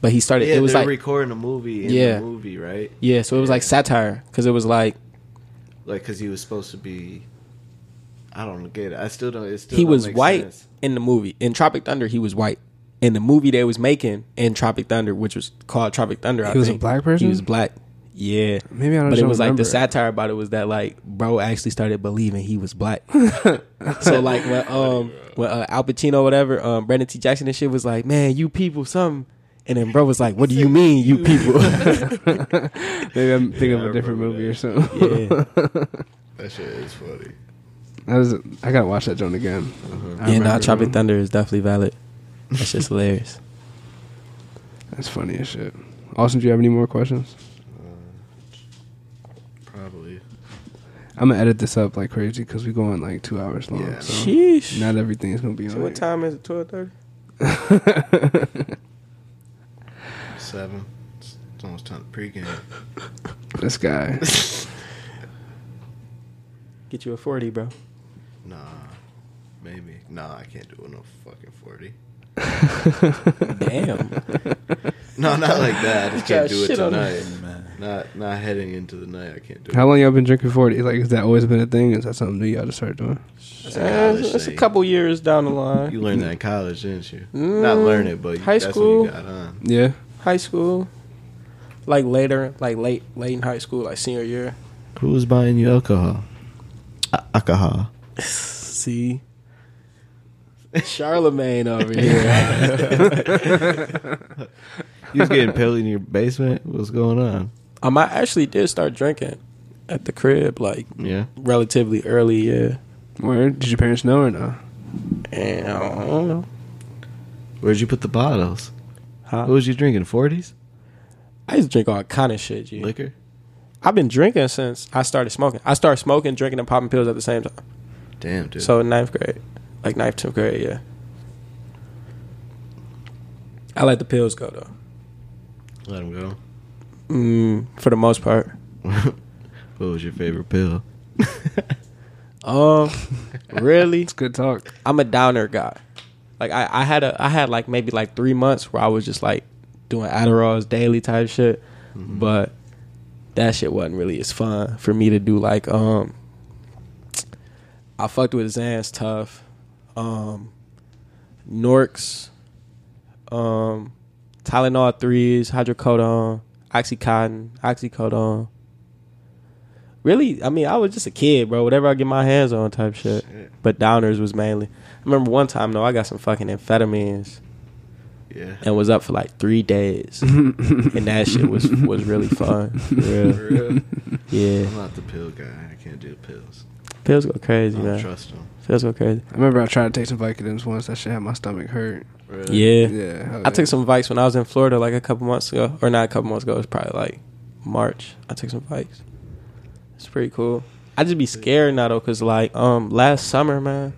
[SPEAKER 1] But he started.
[SPEAKER 2] Yeah,
[SPEAKER 1] it was
[SPEAKER 2] they're
[SPEAKER 1] like
[SPEAKER 2] recording a movie in
[SPEAKER 1] Yeah.
[SPEAKER 2] the movie, right?
[SPEAKER 1] yeah, so it was like satire because it was like
[SPEAKER 2] Like, because he was supposed to be. I don't get it. I still don't. It still
[SPEAKER 1] he
[SPEAKER 2] don't
[SPEAKER 1] was
[SPEAKER 2] make
[SPEAKER 1] white
[SPEAKER 2] sense.
[SPEAKER 1] in the movie. In Tropic Thunder, he was white. In the movie they was making in Tropic Thunder, which was called Tropic Thunder, I
[SPEAKER 3] He was a
[SPEAKER 1] think,
[SPEAKER 3] black person?
[SPEAKER 1] He was black. Yeah,
[SPEAKER 3] Maybe I
[SPEAKER 1] But
[SPEAKER 3] just
[SPEAKER 1] it
[SPEAKER 3] don't
[SPEAKER 1] was like
[SPEAKER 3] remember.
[SPEAKER 1] the satire about it was that like bro actually started believing he was black. so like when um when uh, Al Pacino whatever um Brandon T Jackson and shit was like man you people something. And then bro was like, "What do you mean, you people?"
[SPEAKER 3] maybe I'm thinking
[SPEAKER 2] I
[SPEAKER 3] of a different
[SPEAKER 2] remember
[SPEAKER 3] movie
[SPEAKER 2] that.
[SPEAKER 3] or something.
[SPEAKER 1] yeah,
[SPEAKER 2] That shit is funny.
[SPEAKER 3] That was I gotta watch that joint again. I
[SPEAKER 1] Uh-huh. yeah. Nah,
[SPEAKER 3] remember.
[SPEAKER 1] Tropic Thunder is definitely valid. That's just hilarious.
[SPEAKER 3] That's funny as shit. Austin, do you have any more questions?
[SPEAKER 2] Probably.
[SPEAKER 3] I'm gonna edit this up like crazy because we going like two hours long.
[SPEAKER 2] Yeah.
[SPEAKER 3] So
[SPEAKER 1] Sheesh.
[SPEAKER 3] not everything's gonna be on.
[SPEAKER 1] so what
[SPEAKER 3] here.
[SPEAKER 1] time is it? Twelve thirty.
[SPEAKER 2] Seven. It's it's almost time to pregame.
[SPEAKER 3] This guy.
[SPEAKER 1] Get you a forty, bro.
[SPEAKER 2] Nah. Maybe. Nah, I can't do it no fucking 40.
[SPEAKER 1] Damn.
[SPEAKER 2] No, not like that. I just
[SPEAKER 1] Try
[SPEAKER 2] can't do it
[SPEAKER 1] shit on
[SPEAKER 2] tonight.
[SPEAKER 4] Man.
[SPEAKER 2] Not not heading into the night. I can't do
[SPEAKER 3] How
[SPEAKER 2] it.
[SPEAKER 3] long y'all been drinking forty? Like, has that always been a thing? Is that something new y'all just started doing?
[SPEAKER 2] It's a
[SPEAKER 1] Eh,
[SPEAKER 2] college
[SPEAKER 1] it's, it's a
[SPEAKER 2] thing.
[SPEAKER 1] couple years down the line.
[SPEAKER 2] You learned that in college, didn't you? Not learn it, but
[SPEAKER 1] Mm, high
[SPEAKER 2] that's
[SPEAKER 1] school.
[SPEAKER 2] when you got on.
[SPEAKER 3] Yeah.
[SPEAKER 1] High school, like later, like late, late in high school, like senior year.
[SPEAKER 2] Who was buying you alcohol? alcohol.
[SPEAKER 1] See, Charlemagne over here.
[SPEAKER 2] You was getting pilled in your basement. What's going on?
[SPEAKER 1] um, I actually did start drinking at the crib, like
[SPEAKER 2] Yeah.
[SPEAKER 1] relatively early. Yeah,
[SPEAKER 3] Where did your parents know or no?
[SPEAKER 1] and I don't know.
[SPEAKER 2] Where'd you put the bottles?
[SPEAKER 1] Huh?
[SPEAKER 2] What was you drinking? Forties
[SPEAKER 1] I used to drink all kind of shit. G.
[SPEAKER 2] liquor.
[SPEAKER 1] I've been drinking since I started smoking. I started smoking, drinking, and popping pills at the same time.
[SPEAKER 2] Damn, dude.
[SPEAKER 1] So in ninth grade, like ninth, tenth grade, yeah. I let the pills go though,
[SPEAKER 2] let him go.
[SPEAKER 1] mm, for the most part.
[SPEAKER 2] What was your favorite pill?
[SPEAKER 1] Um, really,
[SPEAKER 3] It's good talk.
[SPEAKER 1] I'm a downer guy. Like I, I had a, I had like maybe like three months where I was just like doing Adderall's daily type shit, but that shit wasn't really as fun for me to do. Like, um, I fucked with Zans tough, um, Norks, um, Tylenol threes, hydrocodone, oxycontin, oxycodone. Really, I mean, I was just a kid, bro. Whatever I get my hands on, type shit. But downers was mainly. I remember one time though, I got some fucking amphetamines
[SPEAKER 2] Yeah.
[SPEAKER 1] and was up for like three days, and that shit was was really fun. For
[SPEAKER 2] For
[SPEAKER 1] real.
[SPEAKER 2] real?
[SPEAKER 1] Yeah,
[SPEAKER 2] I'm not the pill guy. I can't do pills.
[SPEAKER 1] pills go
[SPEAKER 2] I
[SPEAKER 1] crazy,
[SPEAKER 2] don't
[SPEAKER 1] man.
[SPEAKER 2] trust them.
[SPEAKER 1] Pills go crazy.
[SPEAKER 3] I remember I tried to take some Vicodins once. That shit had my stomach hurt.
[SPEAKER 1] Yeah.
[SPEAKER 3] Yeah. hell
[SPEAKER 1] I took
[SPEAKER 3] yeah.
[SPEAKER 1] some Vikes when I was in Florida like a couple months ago, or not a couple months ago. It was probably like March. I took some Vikes. It's pretty cool. I just be scared now though, cause like um last summer, man,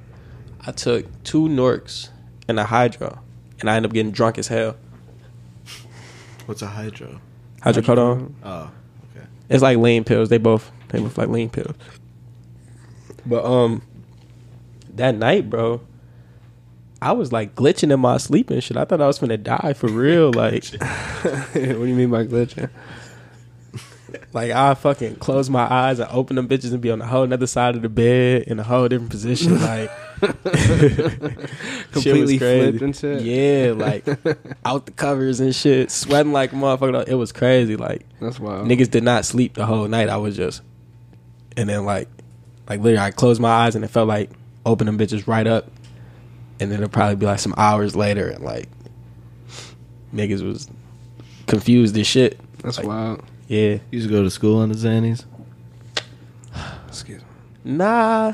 [SPEAKER 1] I took two Norks and a Hydro, and I ended up getting drunk as hell.
[SPEAKER 2] What's a hydro?
[SPEAKER 1] Hydrocodone.
[SPEAKER 2] Oh, okay.
[SPEAKER 1] It's like lean pills. They both they both like lean pills. But um, that night, bro, I was like glitching in my sleep and shit. I thought I was gonna die for real. Like
[SPEAKER 3] what do you mean by glitching?
[SPEAKER 1] Like I fucking close my eyes and open them bitches and be on a whole another side of the bed in a whole different position. Like
[SPEAKER 3] Completely flipped and shit?
[SPEAKER 1] Yeah, like out the covers and shit, sweating like a motherfucker. It was crazy. Like
[SPEAKER 3] That's wild.
[SPEAKER 1] niggas did not sleep the whole night. I was just and then like like literally I closed my eyes and it felt like open them bitches right up. And then it'll probably be like some hours later and like niggas was confused as shit.
[SPEAKER 3] That's
[SPEAKER 1] like-
[SPEAKER 3] wild.
[SPEAKER 1] Yeah.
[SPEAKER 2] You used to go to school on the Xannies?
[SPEAKER 3] Excuse me.
[SPEAKER 1] Nah.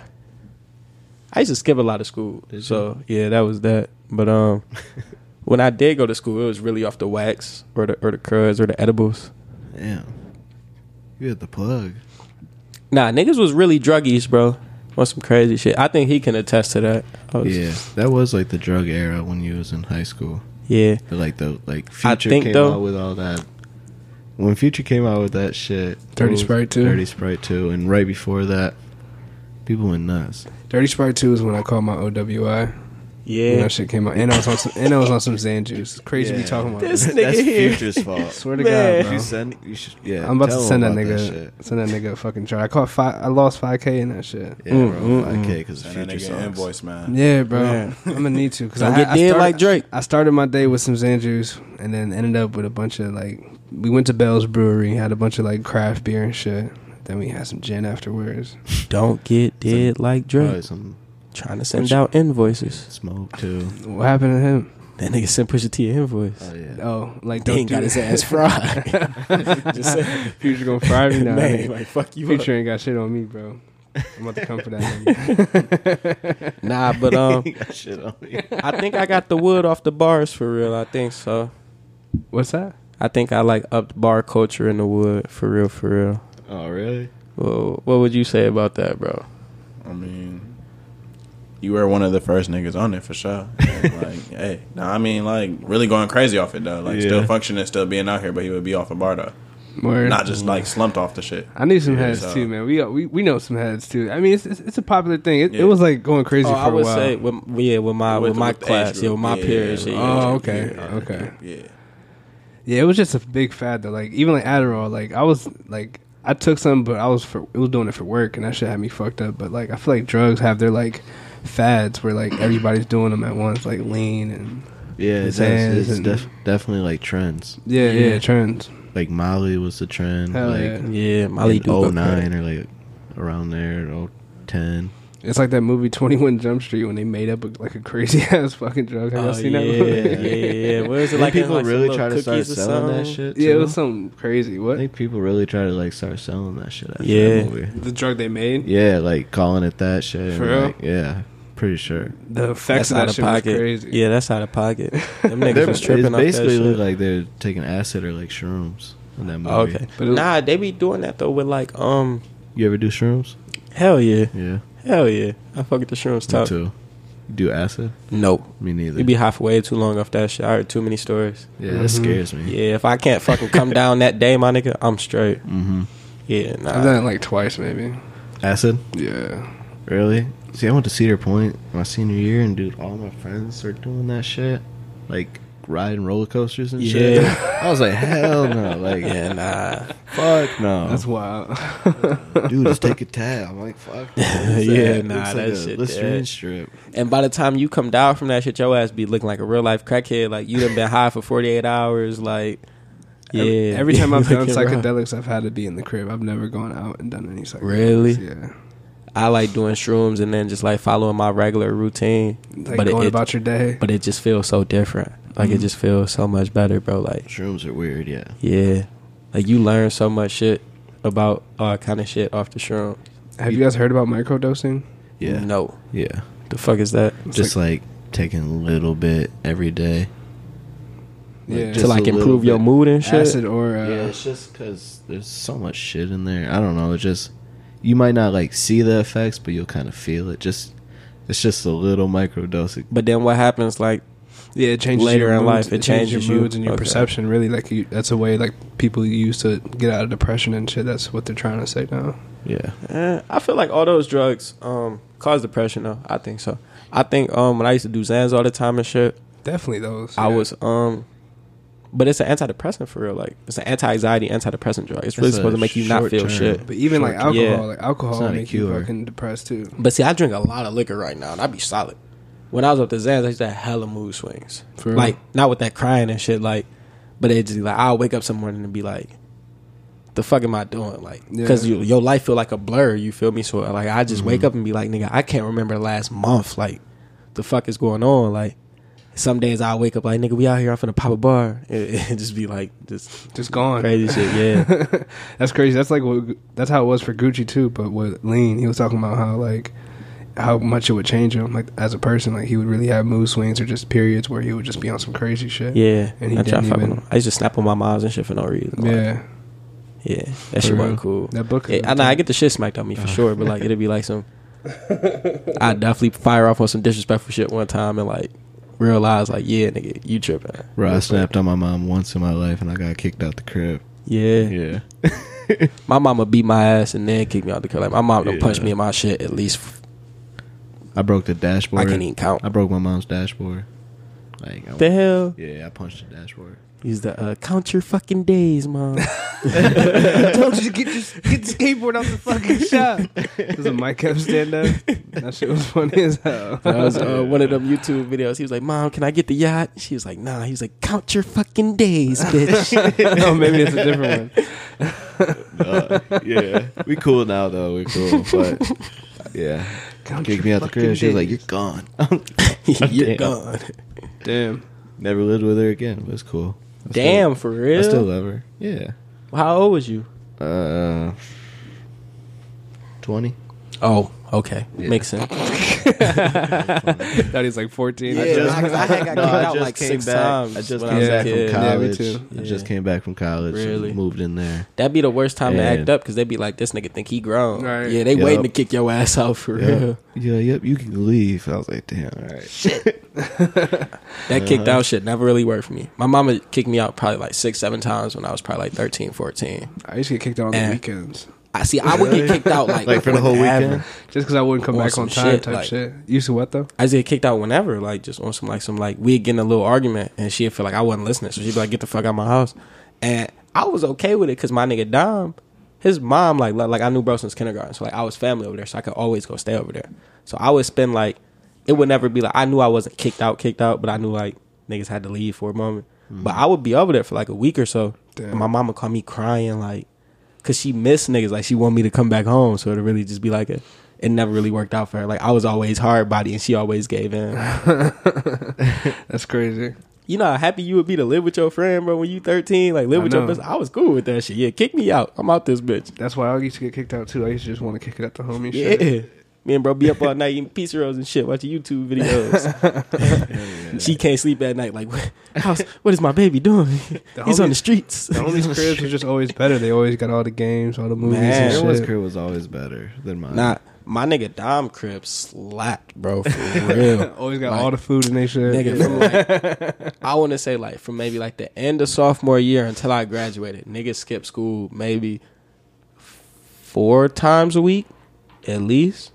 [SPEAKER 1] I used to skip a lot of school.
[SPEAKER 2] Did
[SPEAKER 1] so yeah, that was that. But um when I did go to school, it was really off the wax or the or the cruds or the edibles.
[SPEAKER 2] Damn. You had the plug.
[SPEAKER 1] Nah, niggas was really druggies, bro. On some crazy shit. I think he can attest to that. I was-
[SPEAKER 2] Yeah, that was like the drug era when you was in high school.
[SPEAKER 1] Yeah.
[SPEAKER 2] But, like the like
[SPEAKER 1] I
[SPEAKER 2] Future
[SPEAKER 1] think,
[SPEAKER 2] came
[SPEAKER 1] though-
[SPEAKER 2] out with all that. When Future came out with that shit,
[SPEAKER 3] Dirty
[SPEAKER 2] what was-
[SPEAKER 3] Sprite 2?
[SPEAKER 2] Dirty Sprite Two, and right before that, people went nuts.
[SPEAKER 3] Dirty Sprite Two is when I called my OWI. When
[SPEAKER 1] Yeah.
[SPEAKER 3] that shit came out, and I was on some, and I was on some Xan juice. It's crazy to be
[SPEAKER 2] Yeah.
[SPEAKER 3] talking about.
[SPEAKER 1] This
[SPEAKER 3] This
[SPEAKER 1] nigga here.
[SPEAKER 2] fault.
[SPEAKER 3] Swear to
[SPEAKER 1] Man.
[SPEAKER 3] God,
[SPEAKER 2] If you
[SPEAKER 3] bro.
[SPEAKER 2] send, you should. Yeah,
[SPEAKER 3] I'm about
[SPEAKER 2] tell
[SPEAKER 3] to
[SPEAKER 2] him
[SPEAKER 3] send that
[SPEAKER 2] about
[SPEAKER 3] nigga,
[SPEAKER 2] shit.
[SPEAKER 3] send that nigga a fucking chart. I caught five, I lost five k in that shit.
[SPEAKER 2] Yeah, bro. Okay, because
[SPEAKER 4] And that
[SPEAKER 2] Future
[SPEAKER 4] nigga
[SPEAKER 2] songs.
[SPEAKER 4] invoice, man.
[SPEAKER 3] Yeah, bro. I'm gonna need to because
[SPEAKER 1] Don't
[SPEAKER 3] I
[SPEAKER 1] get
[SPEAKER 3] I
[SPEAKER 1] dead like Drake.
[SPEAKER 3] I started my day with some Xan juice, and then ended up with a bunch of like. We went to Bell's Brewery, had a bunch of like craft beer and shit. Then we had some gin afterwards.
[SPEAKER 1] Don't get dead like
[SPEAKER 2] Probably
[SPEAKER 1] Drake.
[SPEAKER 2] some
[SPEAKER 1] Trying to send out invoices.
[SPEAKER 2] smoke too.
[SPEAKER 3] What happened to him?
[SPEAKER 1] That nigga sent Pusha T an invoice.
[SPEAKER 2] Oh yeah.
[SPEAKER 3] Oh, like
[SPEAKER 1] He
[SPEAKER 3] don't
[SPEAKER 1] ain't
[SPEAKER 3] do
[SPEAKER 1] got his
[SPEAKER 3] that.
[SPEAKER 1] ass fried. Just saying.
[SPEAKER 3] Future gonna fry me now.
[SPEAKER 1] Man, like fuck you. up.
[SPEAKER 3] Future ain't got shit on me, bro. I'm about to come for that. nigga.
[SPEAKER 1] Nah, but um
[SPEAKER 2] got shit on me.
[SPEAKER 1] I think I got the wood off the bars for real. I think so.
[SPEAKER 3] What's that?
[SPEAKER 1] I think I like upped bar culture in the wood for real, for real.
[SPEAKER 2] Oh really?
[SPEAKER 1] Well, what would you say about that, bro?
[SPEAKER 4] I mean, you were one of the first niggas on it for sure. like, hey, no, I mean, like, really going crazy off it though. Like, still
[SPEAKER 2] Yeah.
[SPEAKER 4] functioning, still being out here, but he would be off a bar though,
[SPEAKER 3] Word.
[SPEAKER 4] not
[SPEAKER 1] Mm.
[SPEAKER 4] just like slumped off the shit.
[SPEAKER 3] I need some
[SPEAKER 4] Yeah,
[SPEAKER 3] heads
[SPEAKER 4] so-
[SPEAKER 3] too, man. We, we we know some heads too. I mean, it's it's, it's a popular thing. It,
[SPEAKER 4] Yeah.
[SPEAKER 3] it was like going crazy
[SPEAKER 1] Oh,
[SPEAKER 3] for
[SPEAKER 1] I
[SPEAKER 3] a
[SPEAKER 1] would
[SPEAKER 3] while.
[SPEAKER 1] say with yeah with my with,
[SPEAKER 4] the-
[SPEAKER 1] my
[SPEAKER 4] the age
[SPEAKER 1] class yeah
[SPEAKER 4] group.
[SPEAKER 1] with my peers yeah, yeah.
[SPEAKER 3] Oh, okay, okay.
[SPEAKER 4] yeah.
[SPEAKER 3] yeah, it was just a big fad though. Like even like Adderall, like I was like I took some, but I was for it was doing it for work, and that shit had me fucked up. But like I feel like drugs have their like fads where like everybody's doing them at once, like lean and
[SPEAKER 2] Yeah, it
[SPEAKER 3] It's
[SPEAKER 2] does. It's,
[SPEAKER 3] ass and-
[SPEAKER 2] def- definitely like trends.
[SPEAKER 3] yeah, yeah,
[SPEAKER 1] Yeah.
[SPEAKER 3] trends.
[SPEAKER 2] Like Molly was the trend.
[SPEAKER 3] Hell
[SPEAKER 2] like
[SPEAKER 3] yeah.
[SPEAKER 1] yeah Molly
[SPEAKER 2] in
[SPEAKER 1] do
[SPEAKER 2] 09 or like around there, oh or 10.
[SPEAKER 3] It's like that movie Twenty One Jump Street when they made up like a crazy ass fucking drug. Have
[SPEAKER 1] Oh,
[SPEAKER 3] y'all seen
[SPEAKER 1] yeah,
[SPEAKER 3] that movie?
[SPEAKER 1] yeah, yeah. What is it like?
[SPEAKER 2] people
[SPEAKER 1] in, like, some
[SPEAKER 2] really
[SPEAKER 1] little
[SPEAKER 2] try to start
[SPEAKER 1] cookies or
[SPEAKER 2] selling that
[SPEAKER 1] something?
[SPEAKER 2] shit.
[SPEAKER 3] Yeah, it
[SPEAKER 2] too?
[SPEAKER 3] was something crazy.
[SPEAKER 2] I
[SPEAKER 3] What
[SPEAKER 2] think people really try to like start selling that shit after
[SPEAKER 1] Yeah.
[SPEAKER 2] that movie.
[SPEAKER 3] the drug they made?
[SPEAKER 2] Yeah, like calling it that shit.
[SPEAKER 3] For real?
[SPEAKER 2] Like, yeah, pretty sure.
[SPEAKER 3] The effects
[SPEAKER 1] That's
[SPEAKER 3] of
[SPEAKER 1] out
[SPEAKER 3] that
[SPEAKER 1] of
[SPEAKER 3] shit was
[SPEAKER 1] pocket.
[SPEAKER 3] crazy.
[SPEAKER 1] Yeah, that's out of pocket. Them niggas
[SPEAKER 2] They're-
[SPEAKER 1] was tripping
[SPEAKER 2] it's
[SPEAKER 1] off that
[SPEAKER 2] basically
[SPEAKER 1] shit.
[SPEAKER 2] look like they're taking acid or like shrooms in that movie.
[SPEAKER 1] Oh, okay.
[SPEAKER 3] But it was-
[SPEAKER 1] nah, they be doing that though with like um
[SPEAKER 2] You ever do shrooms?
[SPEAKER 1] hell yeah.
[SPEAKER 2] Yeah,
[SPEAKER 1] Hell yeah. I fuck with the shrooms
[SPEAKER 2] me
[SPEAKER 1] top.
[SPEAKER 2] too. You do acid?
[SPEAKER 1] Nope.
[SPEAKER 2] Me neither.
[SPEAKER 1] You be halfway too long off that shit. I heard too many stories.
[SPEAKER 2] yeah, that scares me.
[SPEAKER 1] Yeah, if I can't fucking come down that day, my nigga, I'm straight.
[SPEAKER 2] Mm-hmm.
[SPEAKER 1] Yeah,
[SPEAKER 3] I've
[SPEAKER 1] nah.
[SPEAKER 3] done it like twice maybe.
[SPEAKER 2] Acid?
[SPEAKER 3] Yeah.
[SPEAKER 2] Really? See, I went to Cedar Point my senior year, and dude, all my friends are doing that shit, like riding roller coasters and shit. I was like, hell no, like,
[SPEAKER 1] Yeah, nah.
[SPEAKER 2] fuck
[SPEAKER 1] Oh.
[SPEAKER 2] no.
[SPEAKER 3] That's wild.
[SPEAKER 2] dude, just take a tab. I'm like, fuck.
[SPEAKER 1] Yeah, nah, that
[SPEAKER 2] a
[SPEAKER 1] shit
[SPEAKER 2] Listerine
[SPEAKER 1] dead.
[SPEAKER 2] strip.
[SPEAKER 1] And by the time you come down from that shit, your ass be looking like a real life crackhead. Like you done been high for forty eight hours. Like yeah.
[SPEAKER 3] Every, every time I've
[SPEAKER 1] You
[SPEAKER 3] done
[SPEAKER 1] looking rough.
[SPEAKER 3] psychedelics, I've had to be in the crib. I've never gone out and done any psychedelics.
[SPEAKER 1] Really?
[SPEAKER 3] Yeah.
[SPEAKER 1] I like doing shrooms and then just like following my regular routine.
[SPEAKER 3] Like
[SPEAKER 1] but
[SPEAKER 3] going
[SPEAKER 1] it,
[SPEAKER 3] about your day.
[SPEAKER 1] but it just feels so different. Like
[SPEAKER 2] Mm-hmm.
[SPEAKER 1] it just feels so much better, bro. Like
[SPEAKER 2] Shrooms are weird, yeah.
[SPEAKER 1] yeah, like you learn so much shit about all kind of shit off the shroom.
[SPEAKER 3] Have you guys heard about microdosing?
[SPEAKER 2] Yeah.
[SPEAKER 1] no,
[SPEAKER 2] Yeah.
[SPEAKER 1] the fuck is that?
[SPEAKER 2] just like, taking a little bit every day.
[SPEAKER 3] Yeah.
[SPEAKER 1] to
[SPEAKER 2] just
[SPEAKER 1] like
[SPEAKER 2] a little
[SPEAKER 1] improve your
[SPEAKER 2] bit.
[SPEAKER 1] mood and shit.
[SPEAKER 3] Acid or uh,
[SPEAKER 2] yeah, it's just because there's so much shit in there. I don't know. It's just, you might not like see the effects, but you'll kind of feel it. Just, it's just a little microdosing.
[SPEAKER 1] But then what happens? Like
[SPEAKER 3] yeah, it changes
[SPEAKER 1] Later
[SPEAKER 3] your
[SPEAKER 1] in
[SPEAKER 3] moods.
[SPEAKER 1] life, it changes
[SPEAKER 3] your
[SPEAKER 1] you.
[SPEAKER 3] moods and your
[SPEAKER 1] Okay.
[SPEAKER 3] perception. Really, like you, that's a way like people use to get out of depression and shit. That's what they're trying to say now.
[SPEAKER 2] Yeah.
[SPEAKER 1] eh, I feel like all those drugs um cause depression though. I think so. I think um when I used to do Zans all the time and shit,
[SPEAKER 3] Definitely those.
[SPEAKER 1] I
[SPEAKER 3] yeah.
[SPEAKER 1] was um. But it's an antidepressant for real. Like it's an anti-anxiety, antidepressant drug. It's really
[SPEAKER 2] It's a
[SPEAKER 1] supposed to make you not feel
[SPEAKER 2] short-term.
[SPEAKER 1] shit.
[SPEAKER 3] But even like
[SPEAKER 1] Short-
[SPEAKER 3] alcohol,
[SPEAKER 1] yeah.
[SPEAKER 3] like alcohol
[SPEAKER 2] It's not a
[SPEAKER 3] make you
[SPEAKER 2] cure.
[SPEAKER 3] fucking depressed too.
[SPEAKER 1] But see, I drink a lot of liquor right now, and I be solid. When I was up to Zans, I used to have hella mood swings.
[SPEAKER 3] For real?
[SPEAKER 1] like, not with that crying and shit, like, but it just like, I'll wake up some morning and be like, the fuck am I doing? Like, because
[SPEAKER 3] Yeah. Mm-hmm.
[SPEAKER 1] you, your life feel like a blur, you feel me? So, like, I just wake up and be like, nigga, I can't remember last month. Like, the fuck is going on? Like, some days I'll wake up like, nigga, we out here, I'm finna pop a bar. It, it just be like, just
[SPEAKER 3] Just gone.
[SPEAKER 1] crazy shit, yeah.
[SPEAKER 3] that's crazy. That's like what, that's how it was for Gucci too. But with Lean, he was talking about how like how much it would change him, like as a person. Like he would really have mood swings or just periods where he would just be on some crazy shit.
[SPEAKER 1] Yeah,
[SPEAKER 3] And he
[SPEAKER 1] I try
[SPEAKER 3] didn't
[SPEAKER 1] fuck with
[SPEAKER 3] even-
[SPEAKER 1] them. I used to snap on my moms and shit for no reason. Like,
[SPEAKER 3] yeah.
[SPEAKER 1] Yeah, that shit
[SPEAKER 3] real.
[SPEAKER 1] wasn't cool.
[SPEAKER 3] That book is
[SPEAKER 1] Yeah, I know I get the shit smacked on me for sure, but like it'll be like some. I definitely fire off on some disrespectful shit one time and like realize like yeah, nigga, you tripping.
[SPEAKER 2] Bro, I snapped on my mom once in my life, and I got kicked out the crib.
[SPEAKER 1] Yeah.
[SPEAKER 2] Yeah.
[SPEAKER 1] my mama beat my ass and then kicked me out the car. Like my mom done
[SPEAKER 2] Yeah.
[SPEAKER 1] punched me in my shit at least. f-
[SPEAKER 2] I broke the dashboard.
[SPEAKER 1] I can't even count.
[SPEAKER 2] I broke my mom's dashboard. Like, I,
[SPEAKER 1] The hell?
[SPEAKER 2] yeah, I punched the dashboard.
[SPEAKER 1] He's the uh, count your fucking days, mom.
[SPEAKER 3] I told you to get this, get the skateboard out the fucking shop. It was a mic up stand up. That shit was funny as hell.
[SPEAKER 1] That was uh, one of them YouTube videos. He was like, "Mom, can I get the yacht?" She was like, "Nah." He was like, "Count your fucking days, bitch."
[SPEAKER 3] no, maybe it's a different one.
[SPEAKER 2] Uh, yeah, we cool now though. We cool, but yeah, kicked me out the crib. She was like, "You're gone."
[SPEAKER 1] You're
[SPEAKER 2] Damn.
[SPEAKER 1] gone.
[SPEAKER 3] "Damn."
[SPEAKER 2] Never lived with her again. It was cool. I still-
[SPEAKER 1] Damn, for real.
[SPEAKER 2] I still love her. Yeah.
[SPEAKER 1] How old was you?
[SPEAKER 2] Uh, twenty.
[SPEAKER 1] Oh, okay, makes sense.
[SPEAKER 3] That he's like 14.
[SPEAKER 1] Yeah.
[SPEAKER 3] I just-
[SPEAKER 1] I had got
[SPEAKER 2] No,
[SPEAKER 1] kicked
[SPEAKER 2] I
[SPEAKER 1] out
[SPEAKER 2] just
[SPEAKER 1] like
[SPEAKER 2] came
[SPEAKER 1] six
[SPEAKER 2] back.
[SPEAKER 1] times
[SPEAKER 2] I just
[SPEAKER 1] when
[SPEAKER 2] came
[SPEAKER 1] I was a
[SPEAKER 2] back
[SPEAKER 1] kid.
[SPEAKER 2] from
[SPEAKER 3] Yeah, me
[SPEAKER 2] college.
[SPEAKER 3] too.
[SPEAKER 2] I just came back from college.
[SPEAKER 1] Really?
[SPEAKER 2] Moved in there.
[SPEAKER 1] That'd be the worst time
[SPEAKER 2] Yeah.
[SPEAKER 1] to act up because they'd be like, "This nigga think he grown."
[SPEAKER 3] Right.
[SPEAKER 1] Yeah, they
[SPEAKER 2] Yup.
[SPEAKER 1] waiting to kick your ass out for real.
[SPEAKER 2] Yeah, yep, you can leave. I was like, damn, all right.
[SPEAKER 1] That kicked
[SPEAKER 2] Uh-huh.
[SPEAKER 1] out shit never really worked for me. My mama kicked me out probably like six, seven times when I was probably like 13, 14.
[SPEAKER 3] I used to get kicked out on the
[SPEAKER 1] And-
[SPEAKER 3] weekends
[SPEAKER 1] I see. I would get kicked out like,
[SPEAKER 2] Like for the whole
[SPEAKER 1] whenever.
[SPEAKER 2] weekend.
[SPEAKER 3] just because I wouldn't come
[SPEAKER 1] On
[SPEAKER 3] back
[SPEAKER 1] some
[SPEAKER 3] on time
[SPEAKER 1] shit,
[SPEAKER 3] type
[SPEAKER 1] like-
[SPEAKER 3] shit. You used to what though?
[SPEAKER 1] I just get kicked out whenever, like just on some like some like we'd get in a little argument and she'd feel like I wasn't listening, so she'd be like, "Get the fuck out of my house," and I was okay with it because my nigga Dom, his mom like like like, I knew bro since kindergarten, so like I was family over there, so I could always go stay over there. So I would spend like it would never be like I knew I wasn't kicked out, kicked out, but I knew like niggas had to leave for a moment, but I would be over there for like a week or so. And my mama called me crying like. Cause she missed niggas, like she wanted me to come back home, so it'd really just be like a, it never really worked out for her. Like I was always hard body, and she always gave in.
[SPEAKER 3] That's crazy.
[SPEAKER 1] You know how happy you would be to live with your friend, bro, when you 13? Like, live
[SPEAKER 3] I
[SPEAKER 1] with
[SPEAKER 3] know.
[SPEAKER 1] your best. I was cool with that shit. Yeah, kick me out. I'm out this bitch.
[SPEAKER 3] That's why I used to get kicked out too. I used to just want to kick it at the homie.
[SPEAKER 1] Yeah.
[SPEAKER 3] Shit.
[SPEAKER 1] Me and bro be up all night eating pizza rolls and shit, watching YouTube videos. She can't sleep at night. Like, what, how's- what is my baby doing?
[SPEAKER 3] The
[SPEAKER 1] He's on the
[SPEAKER 3] homies-
[SPEAKER 1] streets.
[SPEAKER 3] The homies' cribs were just always better. They always got all the games, all the movies
[SPEAKER 1] Man.
[SPEAKER 3] and shit.
[SPEAKER 2] Everyone's career was always better than mine.
[SPEAKER 1] Nah, my nigga Dom Crib slapped, bro, for real.
[SPEAKER 3] Always got
[SPEAKER 1] Like,
[SPEAKER 3] all the food and they shit.
[SPEAKER 1] Nigga, from like, I want to say like from maybe like the end of sophomore year until I graduated, niggas skipped school maybe four times a week, at least,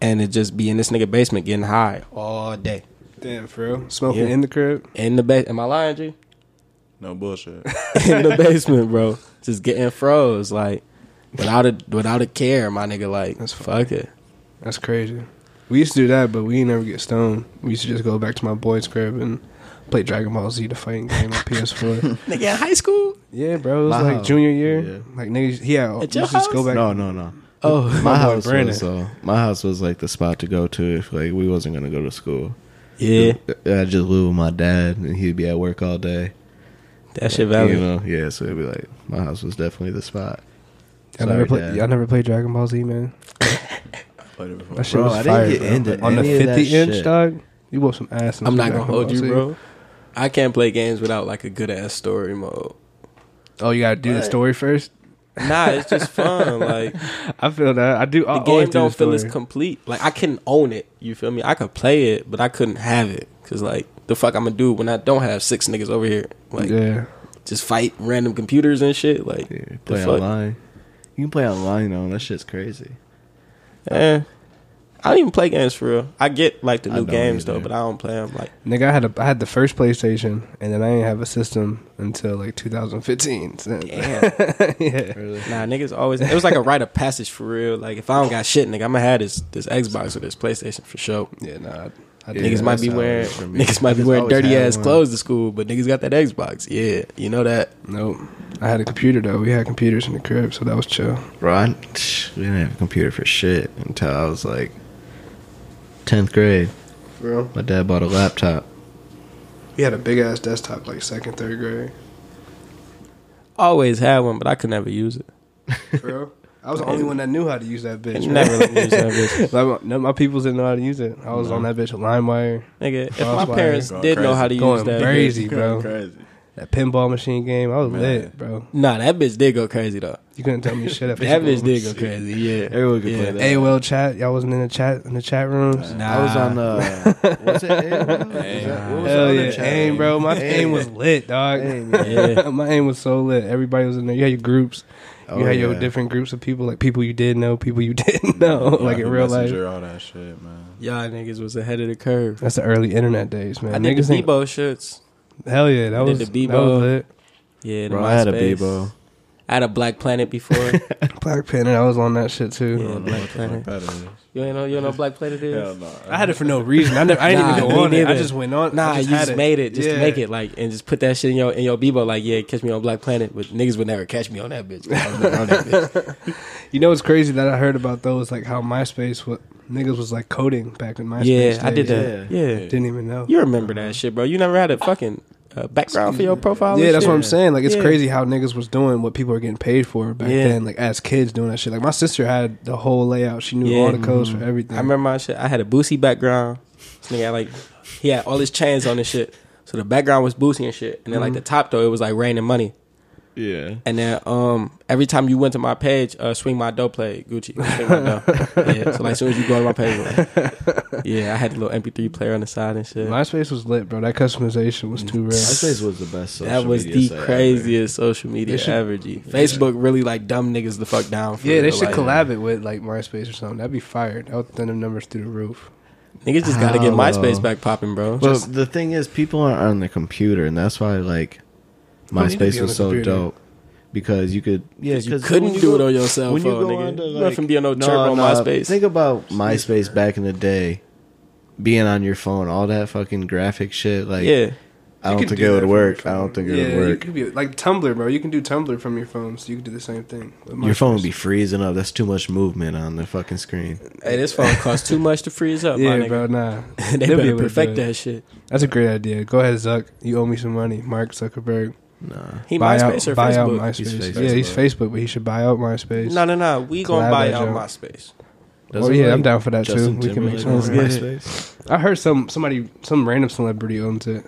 [SPEAKER 1] and it just be in this nigga basement getting high all day
[SPEAKER 3] Damn, for real. Smoking
[SPEAKER 1] Yeah.
[SPEAKER 3] in the crib.
[SPEAKER 1] in the base. Am I lying, G?
[SPEAKER 4] No bullshit.
[SPEAKER 1] in the basement, bro, just getting froze like without a without a care, my nigga. Like
[SPEAKER 3] That's
[SPEAKER 1] fuck it.
[SPEAKER 3] That's crazy. We used to do that, but we ain't never get stoned. We used to just go back to my boy's crib and play Dragon Ball Z, the fighting game on PS4.
[SPEAKER 1] Nigga in high school?
[SPEAKER 3] yeah, bro. It was
[SPEAKER 2] My
[SPEAKER 3] like
[SPEAKER 2] house.
[SPEAKER 3] junior year.
[SPEAKER 2] Yeah.
[SPEAKER 3] Like niggas, he had. we used
[SPEAKER 1] your
[SPEAKER 3] to just go
[SPEAKER 1] house?
[SPEAKER 3] back.
[SPEAKER 2] no, no, no.
[SPEAKER 1] Oh
[SPEAKER 2] My
[SPEAKER 3] boy
[SPEAKER 2] house was
[SPEAKER 3] Brandon.
[SPEAKER 2] uh, my house was like the spot to go to if like we wasn't gonna go to school.
[SPEAKER 1] yeah,
[SPEAKER 2] I just live with my dad and he'd be at work all day.
[SPEAKER 1] that shit valid.
[SPEAKER 2] You know, yeah. So it'd be like my house was definitely the spot.
[SPEAKER 3] I
[SPEAKER 2] Sorry,
[SPEAKER 3] never
[SPEAKER 2] Dad.
[SPEAKER 3] played. Y'all never played Dragon Ball Z, man.
[SPEAKER 4] Played it before.
[SPEAKER 3] That shit
[SPEAKER 2] Bro,
[SPEAKER 3] was
[SPEAKER 2] I didn't
[SPEAKER 3] fire.
[SPEAKER 2] get
[SPEAKER 3] bro.
[SPEAKER 2] into
[SPEAKER 3] on the
[SPEAKER 2] any of that
[SPEAKER 3] fifty inch,
[SPEAKER 2] shit.
[SPEAKER 3] dog. You want some ass? in
[SPEAKER 1] I'm
[SPEAKER 3] some
[SPEAKER 1] not gonna
[SPEAKER 3] Dragon
[SPEAKER 1] hold
[SPEAKER 3] Ball
[SPEAKER 1] you,
[SPEAKER 3] Z.
[SPEAKER 1] bro. I can't play games without like a good ass story mode.
[SPEAKER 3] Oh, you gotta do the story first.
[SPEAKER 1] Nah, it's just fun. Like the
[SPEAKER 3] I feel that. I do. I always
[SPEAKER 1] game
[SPEAKER 3] do
[SPEAKER 1] don't
[SPEAKER 3] the
[SPEAKER 1] feel as
[SPEAKER 3] story.
[SPEAKER 1] complete. Like I couldn't own it. You feel me? I could play it, but I couldn't have it because like the fuck I'm gonna do when I don't have six niggas over here like
[SPEAKER 3] yeah.
[SPEAKER 1] just fight random computers and shit. Like
[SPEAKER 2] Yeah,
[SPEAKER 1] the
[SPEAKER 2] play
[SPEAKER 1] fuck?
[SPEAKER 2] online. You can play online though. and That shit's crazy.
[SPEAKER 1] Eh. I don't even play games for real. I get like the
[SPEAKER 2] I
[SPEAKER 1] new
[SPEAKER 2] don't
[SPEAKER 1] games
[SPEAKER 2] either.
[SPEAKER 1] though, but I don't play them. Like
[SPEAKER 3] Nigga, I had a I had the first PlayStation, and then I didn't have a system until like 2015. Since.
[SPEAKER 1] damn,
[SPEAKER 3] yeah.
[SPEAKER 1] nah, niggas always. It was like a rite of passage for real. Like if I don't got shit, nigga, I'm gonna have this this Xbox or this PlayStation for sure.
[SPEAKER 3] Yeah, nah. I,
[SPEAKER 2] Yeah,
[SPEAKER 3] I
[SPEAKER 1] Niggas
[SPEAKER 3] did.
[SPEAKER 1] might
[SPEAKER 2] that's
[SPEAKER 1] be
[SPEAKER 2] how it
[SPEAKER 1] wearing
[SPEAKER 2] is for me.
[SPEAKER 1] niggas might be
[SPEAKER 2] Niggas
[SPEAKER 1] wearing
[SPEAKER 2] always
[SPEAKER 1] dirty
[SPEAKER 2] had
[SPEAKER 1] ass
[SPEAKER 2] one.
[SPEAKER 1] clothes to school, but niggas got that Xbox. Yeah, you know that.
[SPEAKER 3] Nope. I had a computer though. We had computers in the crib, so that was chill.
[SPEAKER 2] Bro, I, psh, we didn't have a computer for shit until I was like tenth grade.
[SPEAKER 3] Bro,
[SPEAKER 2] My dad bought a laptop.
[SPEAKER 3] we had a big ass desktop like second, third grade.
[SPEAKER 1] Always had one, but I could never use it.
[SPEAKER 3] Bro, I was the only one that knew how to use that bitch.
[SPEAKER 1] Never let me use that bitch.
[SPEAKER 3] Like, none of my peoples didn't know how to use it. I was on that bitch LimeWire,
[SPEAKER 1] Nigga, if
[SPEAKER 3] That's
[SPEAKER 1] my
[SPEAKER 3] why
[SPEAKER 1] parents
[SPEAKER 4] you're
[SPEAKER 1] did
[SPEAKER 4] going
[SPEAKER 1] know how to
[SPEAKER 4] crazy.
[SPEAKER 1] use
[SPEAKER 3] going
[SPEAKER 1] that,
[SPEAKER 3] crazy, bro.
[SPEAKER 4] Going Crazy.
[SPEAKER 3] That pinball machine game, I was
[SPEAKER 4] Man.
[SPEAKER 3] lit, bro.
[SPEAKER 1] bitch- nah, that bitch did go crazy though.
[SPEAKER 3] You couldn't tell me shit. after
[SPEAKER 1] That
[SPEAKER 3] school.
[SPEAKER 1] bitch did go crazy. Yeah,
[SPEAKER 2] Everyone could
[SPEAKER 1] yeah.
[SPEAKER 2] play that.
[SPEAKER 3] AOL chat. Y'all wasn't in the chat in the chat rooms.
[SPEAKER 1] Nah,
[SPEAKER 2] I was on the. was it AOL? Was
[SPEAKER 4] Aim.
[SPEAKER 2] that- what was the
[SPEAKER 3] Hell
[SPEAKER 2] other
[SPEAKER 3] yeah,
[SPEAKER 2] channel?
[SPEAKER 3] aim, bro. My aim was lit, dog.
[SPEAKER 1] yeah.
[SPEAKER 3] my aim was so lit. Everybody was in there. You had your groups. You
[SPEAKER 2] Oh,
[SPEAKER 3] had your
[SPEAKER 2] yeah.
[SPEAKER 3] different groups of people, like people you did know, people you didn't know, like in
[SPEAKER 4] Yahoo
[SPEAKER 3] real life.
[SPEAKER 4] Messenger, all that shit, man.
[SPEAKER 1] Y'all niggas was ahead of the curve.
[SPEAKER 3] That's the early internet days, man.
[SPEAKER 1] I did the
[SPEAKER 3] ain't-
[SPEAKER 1] Bebo shits.
[SPEAKER 3] Hell yeah, that
[SPEAKER 1] I
[SPEAKER 3] was
[SPEAKER 1] did
[SPEAKER 3] that
[SPEAKER 1] the
[SPEAKER 3] was
[SPEAKER 1] Bebo.
[SPEAKER 3] lit.
[SPEAKER 1] Yeah, the
[SPEAKER 2] Bro, I had a
[SPEAKER 1] MySpace.
[SPEAKER 2] Bebo.
[SPEAKER 1] I had a Black Planet before.
[SPEAKER 3] Black Panther. I was on that shit
[SPEAKER 1] Yeah,
[SPEAKER 3] too.
[SPEAKER 1] Black Planet.
[SPEAKER 4] That is.
[SPEAKER 1] You ain't know you don't know Black Planet is.
[SPEAKER 4] Hell no.
[SPEAKER 3] I had it for no reason. I never. I didn't
[SPEAKER 1] Nah,
[SPEAKER 3] even
[SPEAKER 1] me
[SPEAKER 3] go on it. I
[SPEAKER 1] neither.
[SPEAKER 3] just went on.
[SPEAKER 1] Nah,
[SPEAKER 3] I just
[SPEAKER 1] you
[SPEAKER 3] had
[SPEAKER 1] just made it just
[SPEAKER 3] Yeah.
[SPEAKER 1] to make it like and just put that shit in your in your Bebo like yeah, catch me on Black Planet, but niggas would never catch me on that bitch. I was never on that bitch.
[SPEAKER 3] You know what's crazy that I heard about though is like how MySpace what niggas was like coding back in MySpace.
[SPEAKER 1] yeah, I did
[SPEAKER 3] days.
[SPEAKER 1] that. Yeah.
[SPEAKER 3] Didn't even know.
[SPEAKER 1] You remember that shit, bro. You never had a fucking uh, background for your profile. and
[SPEAKER 3] Yeah, that's
[SPEAKER 1] shit.
[SPEAKER 3] what I'm saying. Like it's
[SPEAKER 1] Yeah.
[SPEAKER 3] crazy how niggas was doing what people are getting paid for back
[SPEAKER 1] Yeah.
[SPEAKER 3] then. Like as kids doing that shit. Like my sister had the whole layout. She knew
[SPEAKER 1] Yeah.
[SPEAKER 3] all the codes for everything.
[SPEAKER 1] I remember my shit. I had a Boosie background. This nigga had like he had all his chains on and shit. So the background was Boosie and shit. And then like
[SPEAKER 3] Mm-hmm.
[SPEAKER 1] the top though, it was like rain and money.
[SPEAKER 2] Yeah.
[SPEAKER 1] And then um every time you went to my page, uh, swing my dough play Gucci. Swing my dough. yeah. So like as soon as you go to my page, like, yeah, I had a little MP3 player on the side and shit.
[SPEAKER 3] MySpace was lit, bro. That customization was too
[SPEAKER 1] Mm.
[SPEAKER 3] real.
[SPEAKER 2] MySpace was the best. Social
[SPEAKER 1] that was
[SPEAKER 2] media
[SPEAKER 1] the
[SPEAKER 2] site ever.
[SPEAKER 1] craziest social media
[SPEAKER 3] They should-
[SPEAKER 1] ever. G. Facebook really like dumb niggas the fuck down. For
[SPEAKER 3] Yeah, they
[SPEAKER 1] real,
[SPEAKER 3] should
[SPEAKER 1] like,
[SPEAKER 3] collab it with like MySpace or something. That'd be fired. That would send them numbers through the roof.
[SPEAKER 1] Niggas just gotta get
[SPEAKER 2] How,
[SPEAKER 1] MySpace
[SPEAKER 2] though?
[SPEAKER 1] back popping, bro.
[SPEAKER 2] Well, the thing is, people aren't on the computer, and that's why like
[SPEAKER 3] don't need to be
[SPEAKER 2] MySpace
[SPEAKER 3] on
[SPEAKER 2] was
[SPEAKER 3] the
[SPEAKER 2] so
[SPEAKER 3] computer.
[SPEAKER 2] dope because you could yeah
[SPEAKER 1] 'Cause you
[SPEAKER 2] 'cause
[SPEAKER 1] couldn't
[SPEAKER 2] when you
[SPEAKER 1] do
[SPEAKER 2] go-
[SPEAKER 1] it on your cell
[SPEAKER 2] when you
[SPEAKER 1] phone,
[SPEAKER 2] go
[SPEAKER 1] nigga.
[SPEAKER 2] onto,
[SPEAKER 1] Nothing
[SPEAKER 2] like-
[SPEAKER 1] being no
[SPEAKER 2] Nah,
[SPEAKER 1] chirp on
[SPEAKER 2] nah,
[SPEAKER 1] MySpace.
[SPEAKER 2] Think about MySpace back in the day, being on your phone, all that fucking graphic shit. Like
[SPEAKER 1] yeah.
[SPEAKER 2] I
[SPEAKER 3] You
[SPEAKER 2] don't
[SPEAKER 3] could
[SPEAKER 2] think
[SPEAKER 3] do
[SPEAKER 2] it
[SPEAKER 3] that
[SPEAKER 2] would
[SPEAKER 3] from
[SPEAKER 2] work.
[SPEAKER 3] your
[SPEAKER 2] I don't think it
[SPEAKER 3] phone.
[SPEAKER 2] would
[SPEAKER 3] Yeah, you
[SPEAKER 2] work.
[SPEAKER 3] could be like Tumblr, bro. You can do Tumblr from your phone, so you can do the same thing. with
[SPEAKER 2] Your phone would
[SPEAKER 3] MySpace.
[SPEAKER 2] be freezing up. That's too much movement on the fucking screen.
[SPEAKER 1] Hey, this phone costs too much to freeze up, my
[SPEAKER 3] Yeah,
[SPEAKER 1] nigga.
[SPEAKER 3] bro. Nah,
[SPEAKER 1] they
[SPEAKER 3] They'll be
[SPEAKER 1] better
[SPEAKER 3] able to
[SPEAKER 1] perfect
[SPEAKER 3] do it.
[SPEAKER 1] that shit.
[SPEAKER 3] That's a great idea. Go ahead, Zuck. You owe me some money, Mark Zuckerberg.
[SPEAKER 2] Nah.
[SPEAKER 1] He
[SPEAKER 3] buy
[SPEAKER 1] MySpace
[SPEAKER 3] out,
[SPEAKER 1] or
[SPEAKER 3] buy out
[SPEAKER 1] Facebook?
[SPEAKER 3] MySpace.
[SPEAKER 2] He's Facebook.
[SPEAKER 3] Yeah, he's Facebook, but he should buy out MySpace.
[SPEAKER 1] no, no, no. We gonna
[SPEAKER 3] Collab
[SPEAKER 1] buy
[SPEAKER 3] that
[SPEAKER 1] out
[SPEAKER 3] joke.
[SPEAKER 1] MySpace.
[SPEAKER 3] Oh, yeah, I'm down for that, too. We can make some
[SPEAKER 2] own
[SPEAKER 1] money.
[SPEAKER 2] MySpace?
[SPEAKER 3] I heard some somebody, some random celebrity owns it.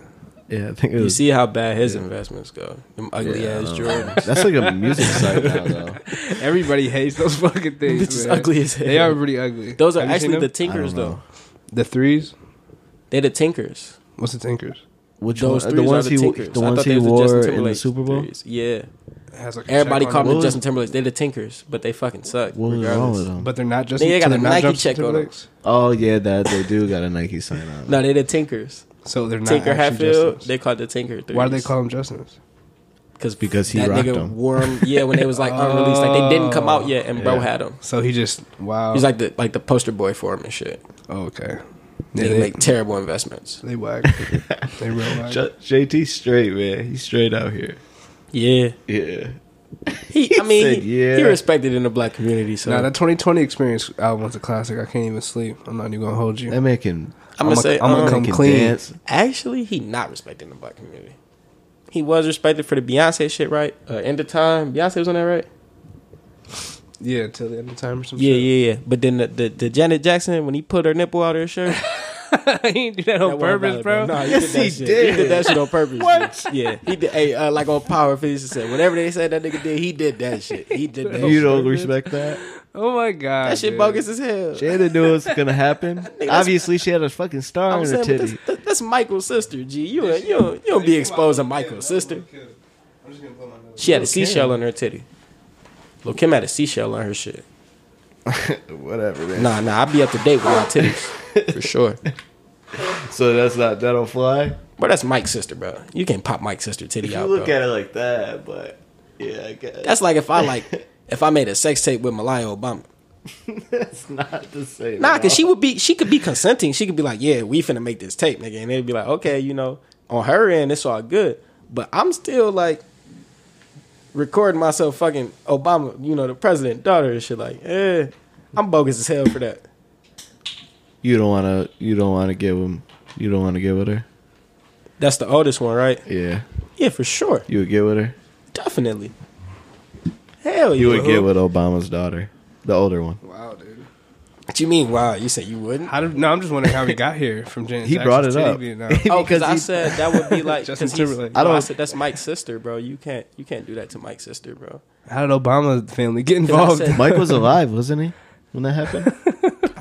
[SPEAKER 2] Yeah, I think it
[SPEAKER 1] You
[SPEAKER 2] was.
[SPEAKER 1] see how bad his investments go. Them ugly
[SPEAKER 2] yeah,
[SPEAKER 1] ass
[SPEAKER 2] um,
[SPEAKER 1] Jordans.
[SPEAKER 2] That's like a music site now, though.
[SPEAKER 3] Everybody hates those fucking things.
[SPEAKER 1] Bitches
[SPEAKER 3] man.
[SPEAKER 1] ugly as hell.
[SPEAKER 3] They are pretty ugly.
[SPEAKER 1] Those are
[SPEAKER 3] Have you seen
[SPEAKER 1] actually the
[SPEAKER 3] them?
[SPEAKER 1] tinkers, though.
[SPEAKER 3] the threes.
[SPEAKER 1] They're the tinkers.
[SPEAKER 3] What's the tinkers?
[SPEAKER 2] Which
[SPEAKER 1] Those
[SPEAKER 2] one?
[SPEAKER 1] three
[SPEAKER 2] The
[SPEAKER 1] are
[SPEAKER 2] ones he
[SPEAKER 1] tinkers.
[SPEAKER 2] the
[SPEAKER 1] I
[SPEAKER 2] ones
[SPEAKER 1] thought
[SPEAKER 2] he
[SPEAKER 1] they was Justin
[SPEAKER 2] wore in the
[SPEAKER 1] Timberlake's
[SPEAKER 2] Super Bowl.
[SPEAKER 1] threes. Yeah,
[SPEAKER 3] It has like a
[SPEAKER 1] everybody
[SPEAKER 3] check
[SPEAKER 1] called
[SPEAKER 3] on
[SPEAKER 1] them
[SPEAKER 2] was-
[SPEAKER 1] Justin Timberlake's. They're the tinkers, but they fucking suck.
[SPEAKER 2] What was wrong with
[SPEAKER 1] regardless.
[SPEAKER 2] them?
[SPEAKER 3] it. but they're not just.
[SPEAKER 1] They got
[SPEAKER 3] so they're
[SPEAKER 1] a
[SPEAKER 3] not
[SPEAKER 1] Nike
[SPEAKER 3] Justin
[SPEAKER 1] check on them.
[SPEAKER 3] Timberlake's?
[SPEAKER 2] Oh yeah, that they do got a Nike sign on.
[SPEAKER 1] No, they're the tinkers.
[SPEAKER 3] So they're not
[SPEAKER 1] Tinker
[SPEAKER 3] actually
[SPEAKER 1] Hatfield.
[SPEAKER 3] Justins.
[SPEAKER 1] They called the tinker. Threes.
[SPEAKER 3] Why do they call them Justins?
[SPEAKER 1] Because
[SPEAKER 2] Because he
[SPEAKER 1] that
[SPEAKER 2] rocked
[SPEAKER 1] nigga
[SPEAKER 2] 'em.
[SPEAKER 1] wore 'em, Yeah, when they was like unreleased, like they didn't come out yet, and bro
[SPEAKER 2] Yeah.
[SPEAKER 1] had them.
[SPEAKER 3] So he just wow.
[SPEAKER 1] He's like the like the poster boy for him and shit.
[SPEAKER 3] oh, okay. Yeah,
[SPEAKER 1] They
[SPEAKER 3] they,
[SPEAKER 1] make terrible investments.
[SPEAKER 3] they whack. they real whack.
[SPEAKER 2] J- JT straight man, he's straight out here.
[SPEAKER 1] Yeah,
[SPEAKER 2] Yeah,
[SPEAKER 1] he. I mean,
[SPEAKER 2] said,
[SPEAKER 1] he-
[SPEAKER 2] "Yeah."
[SPEAKER 1] he respected in the black community. So
[SPEAKER 3] Nah, that 2020 experience album's a classic. I can't even sleep. I'm not even gonna hold you.
[SPEAKER 2] that man can.
[SPEAKER 1] I'm gonna
[SPEAKER 3] I'ma-
[SPEAKER 1] say,
[SPEAKER 3] I'ma
[SPEAKER 1] um,
[SPEAKER 3] come
[SPEAKER 2] he can
[SPEAKER 3] clean.
[SPEAKER 2] dance.
[SPEAKER 1] actually, he not respected in the black community. He was respected for the Beyonce shit, right? Uh, End of time, Beyonce was on that, right?
[SPEAKER 3] Yeah, until the end of time or something.
[SPEAKER 1] Yeah, yeah, yeah. But then the, the, the Janet Jackson when he put her nipple out of her shirt,
[SPEAKER 3] yeah. he didn't do that on
[SPEAKER 1] That wasn't
[SPEAKER 3] purpose,
[SPEAKER 1] valid,
[SPEAKER 3] bro.
[SPEAKER 1] No, he
[SPEAKER 2] Yes,
[SPEAKER 1] did that
[SPEAKER 2] he
[SPEAKER 1] shit.
[SPEAKER 2] did.
[SPEAKER 1] He did that shit on purpose. what? Yeah, he did. Hey, uh, like on Power Fist said, whatever they said that nigga did, he did that shit. He did that.
[SPEAKER 2] You
[SPEAKER 1] shit.
[SPEAKER 2] don't respect that.
[SPEAKER 3] Oh my god,
[SPEAKER 1] That shit
[SPEAKER 3] dude.
[SPEAKER 1] bogus as hell.
[SPEAKER 2] She didn't know what's gonna happen.
[SPEAKER 1] that's-
[SPEAKER 2] Obviously, she had a fucking star
[SPEAKER 1] I'm
[SPEAKER 2] on
[SPEAKER 1] saying,
[SPEAKER 2] her
[SPEAKER 1] but that's,
[SPEAKER 2] titty.
[SPEAKER 1] that- that's Michael's sister. G, you don't- you don't, you don't be exposing Michael's sister. She had a seashell on her titty. Lil Kim had a seashell on her shit.
[SPEAKER 2] Whatever, man.
[SPEAKER 1] Nah, nah, I'd be up to date with my titties for sure.
[SPEAKER 2] So that's not that don't fly.
[SPEAKER 1] But that's Mike's sister, bro. You can't pop Mike's sister titty
[SPEAKER 2] If
[SPEAKER 1] out.
[SPEAKER 2] you look
[SPEAKER 1] bro.
[SPEAKER 2] at it like that, but yeah, I guess
[SPEAKER 1] that's like if I like if I made a sex tape with Malia Obama.
[SPEAKER 2] that's not the same.
[SPEAKER 1] Nah,
[SPEAKER 2] at
[SPEAKER 1] cause she
[SPEAKER 2] all.
[SPEAKER 1] would be, she could be consenting. She could be like, "Yeah, we finna make this tape, nigga," and they'd be like, "Okay, you know, on her end, it's all good." But I'm still like recording myself, fucking Obama, you know, the president daughter and shit. Like, eh, I'm bogus as hell for that.
[SPEAKER 2] You don't wanna. You don't wanna give him. You don't wanna get with her.
[SPEAKER 1] That's the oldest one, right?
[SPEAKER 2] Yeah,
[SPEAKER 1] Yeah, for sure,
[SPEAKER 2] you would get with her.
[SPEAKER 1] definitely. Hell,
[SPEAKER 2] You would get with Obama's daughter, the older one.
[SPEAKER 3] Wow, dude.
[SPEAKER 1] What you mean? Wow, you said you wouldn't?
[SPEAKER 3] How did, no, I'm just wondering how he got here from Janet.
[SPEAKER 2] He brought it up.
[SPEAKER 3] Being,
[SPEAKER 1] Oh, because
[SPEAKER 2] Because
[SPEAKER 1] I
[SPEAKER 2] he-
[SPEAKER 1] said that would be like
[SPEAKER 3] Justin
[SPEAKER 1] 'cause he's-
[SPEAKER 3] Timberlake.
[SPEAKER 1] no,
[SPEAKER 2] I
[SPEAKER 1] I
[SPEAKER 2] don't-
[SPEAKER 1] said that's Mike's sister, bro. You can't, you can't do that to Mike's sister, bro.
[SPEAKER 3] how did Obama family get
[SPEAKER 1] 'Cause I
[SPEAKER 3] involved?
[SPEAKER 1] said-
[SPEAKER 2] Mike was alive, wasn't he? When that happened,
[SPEAKER 1] I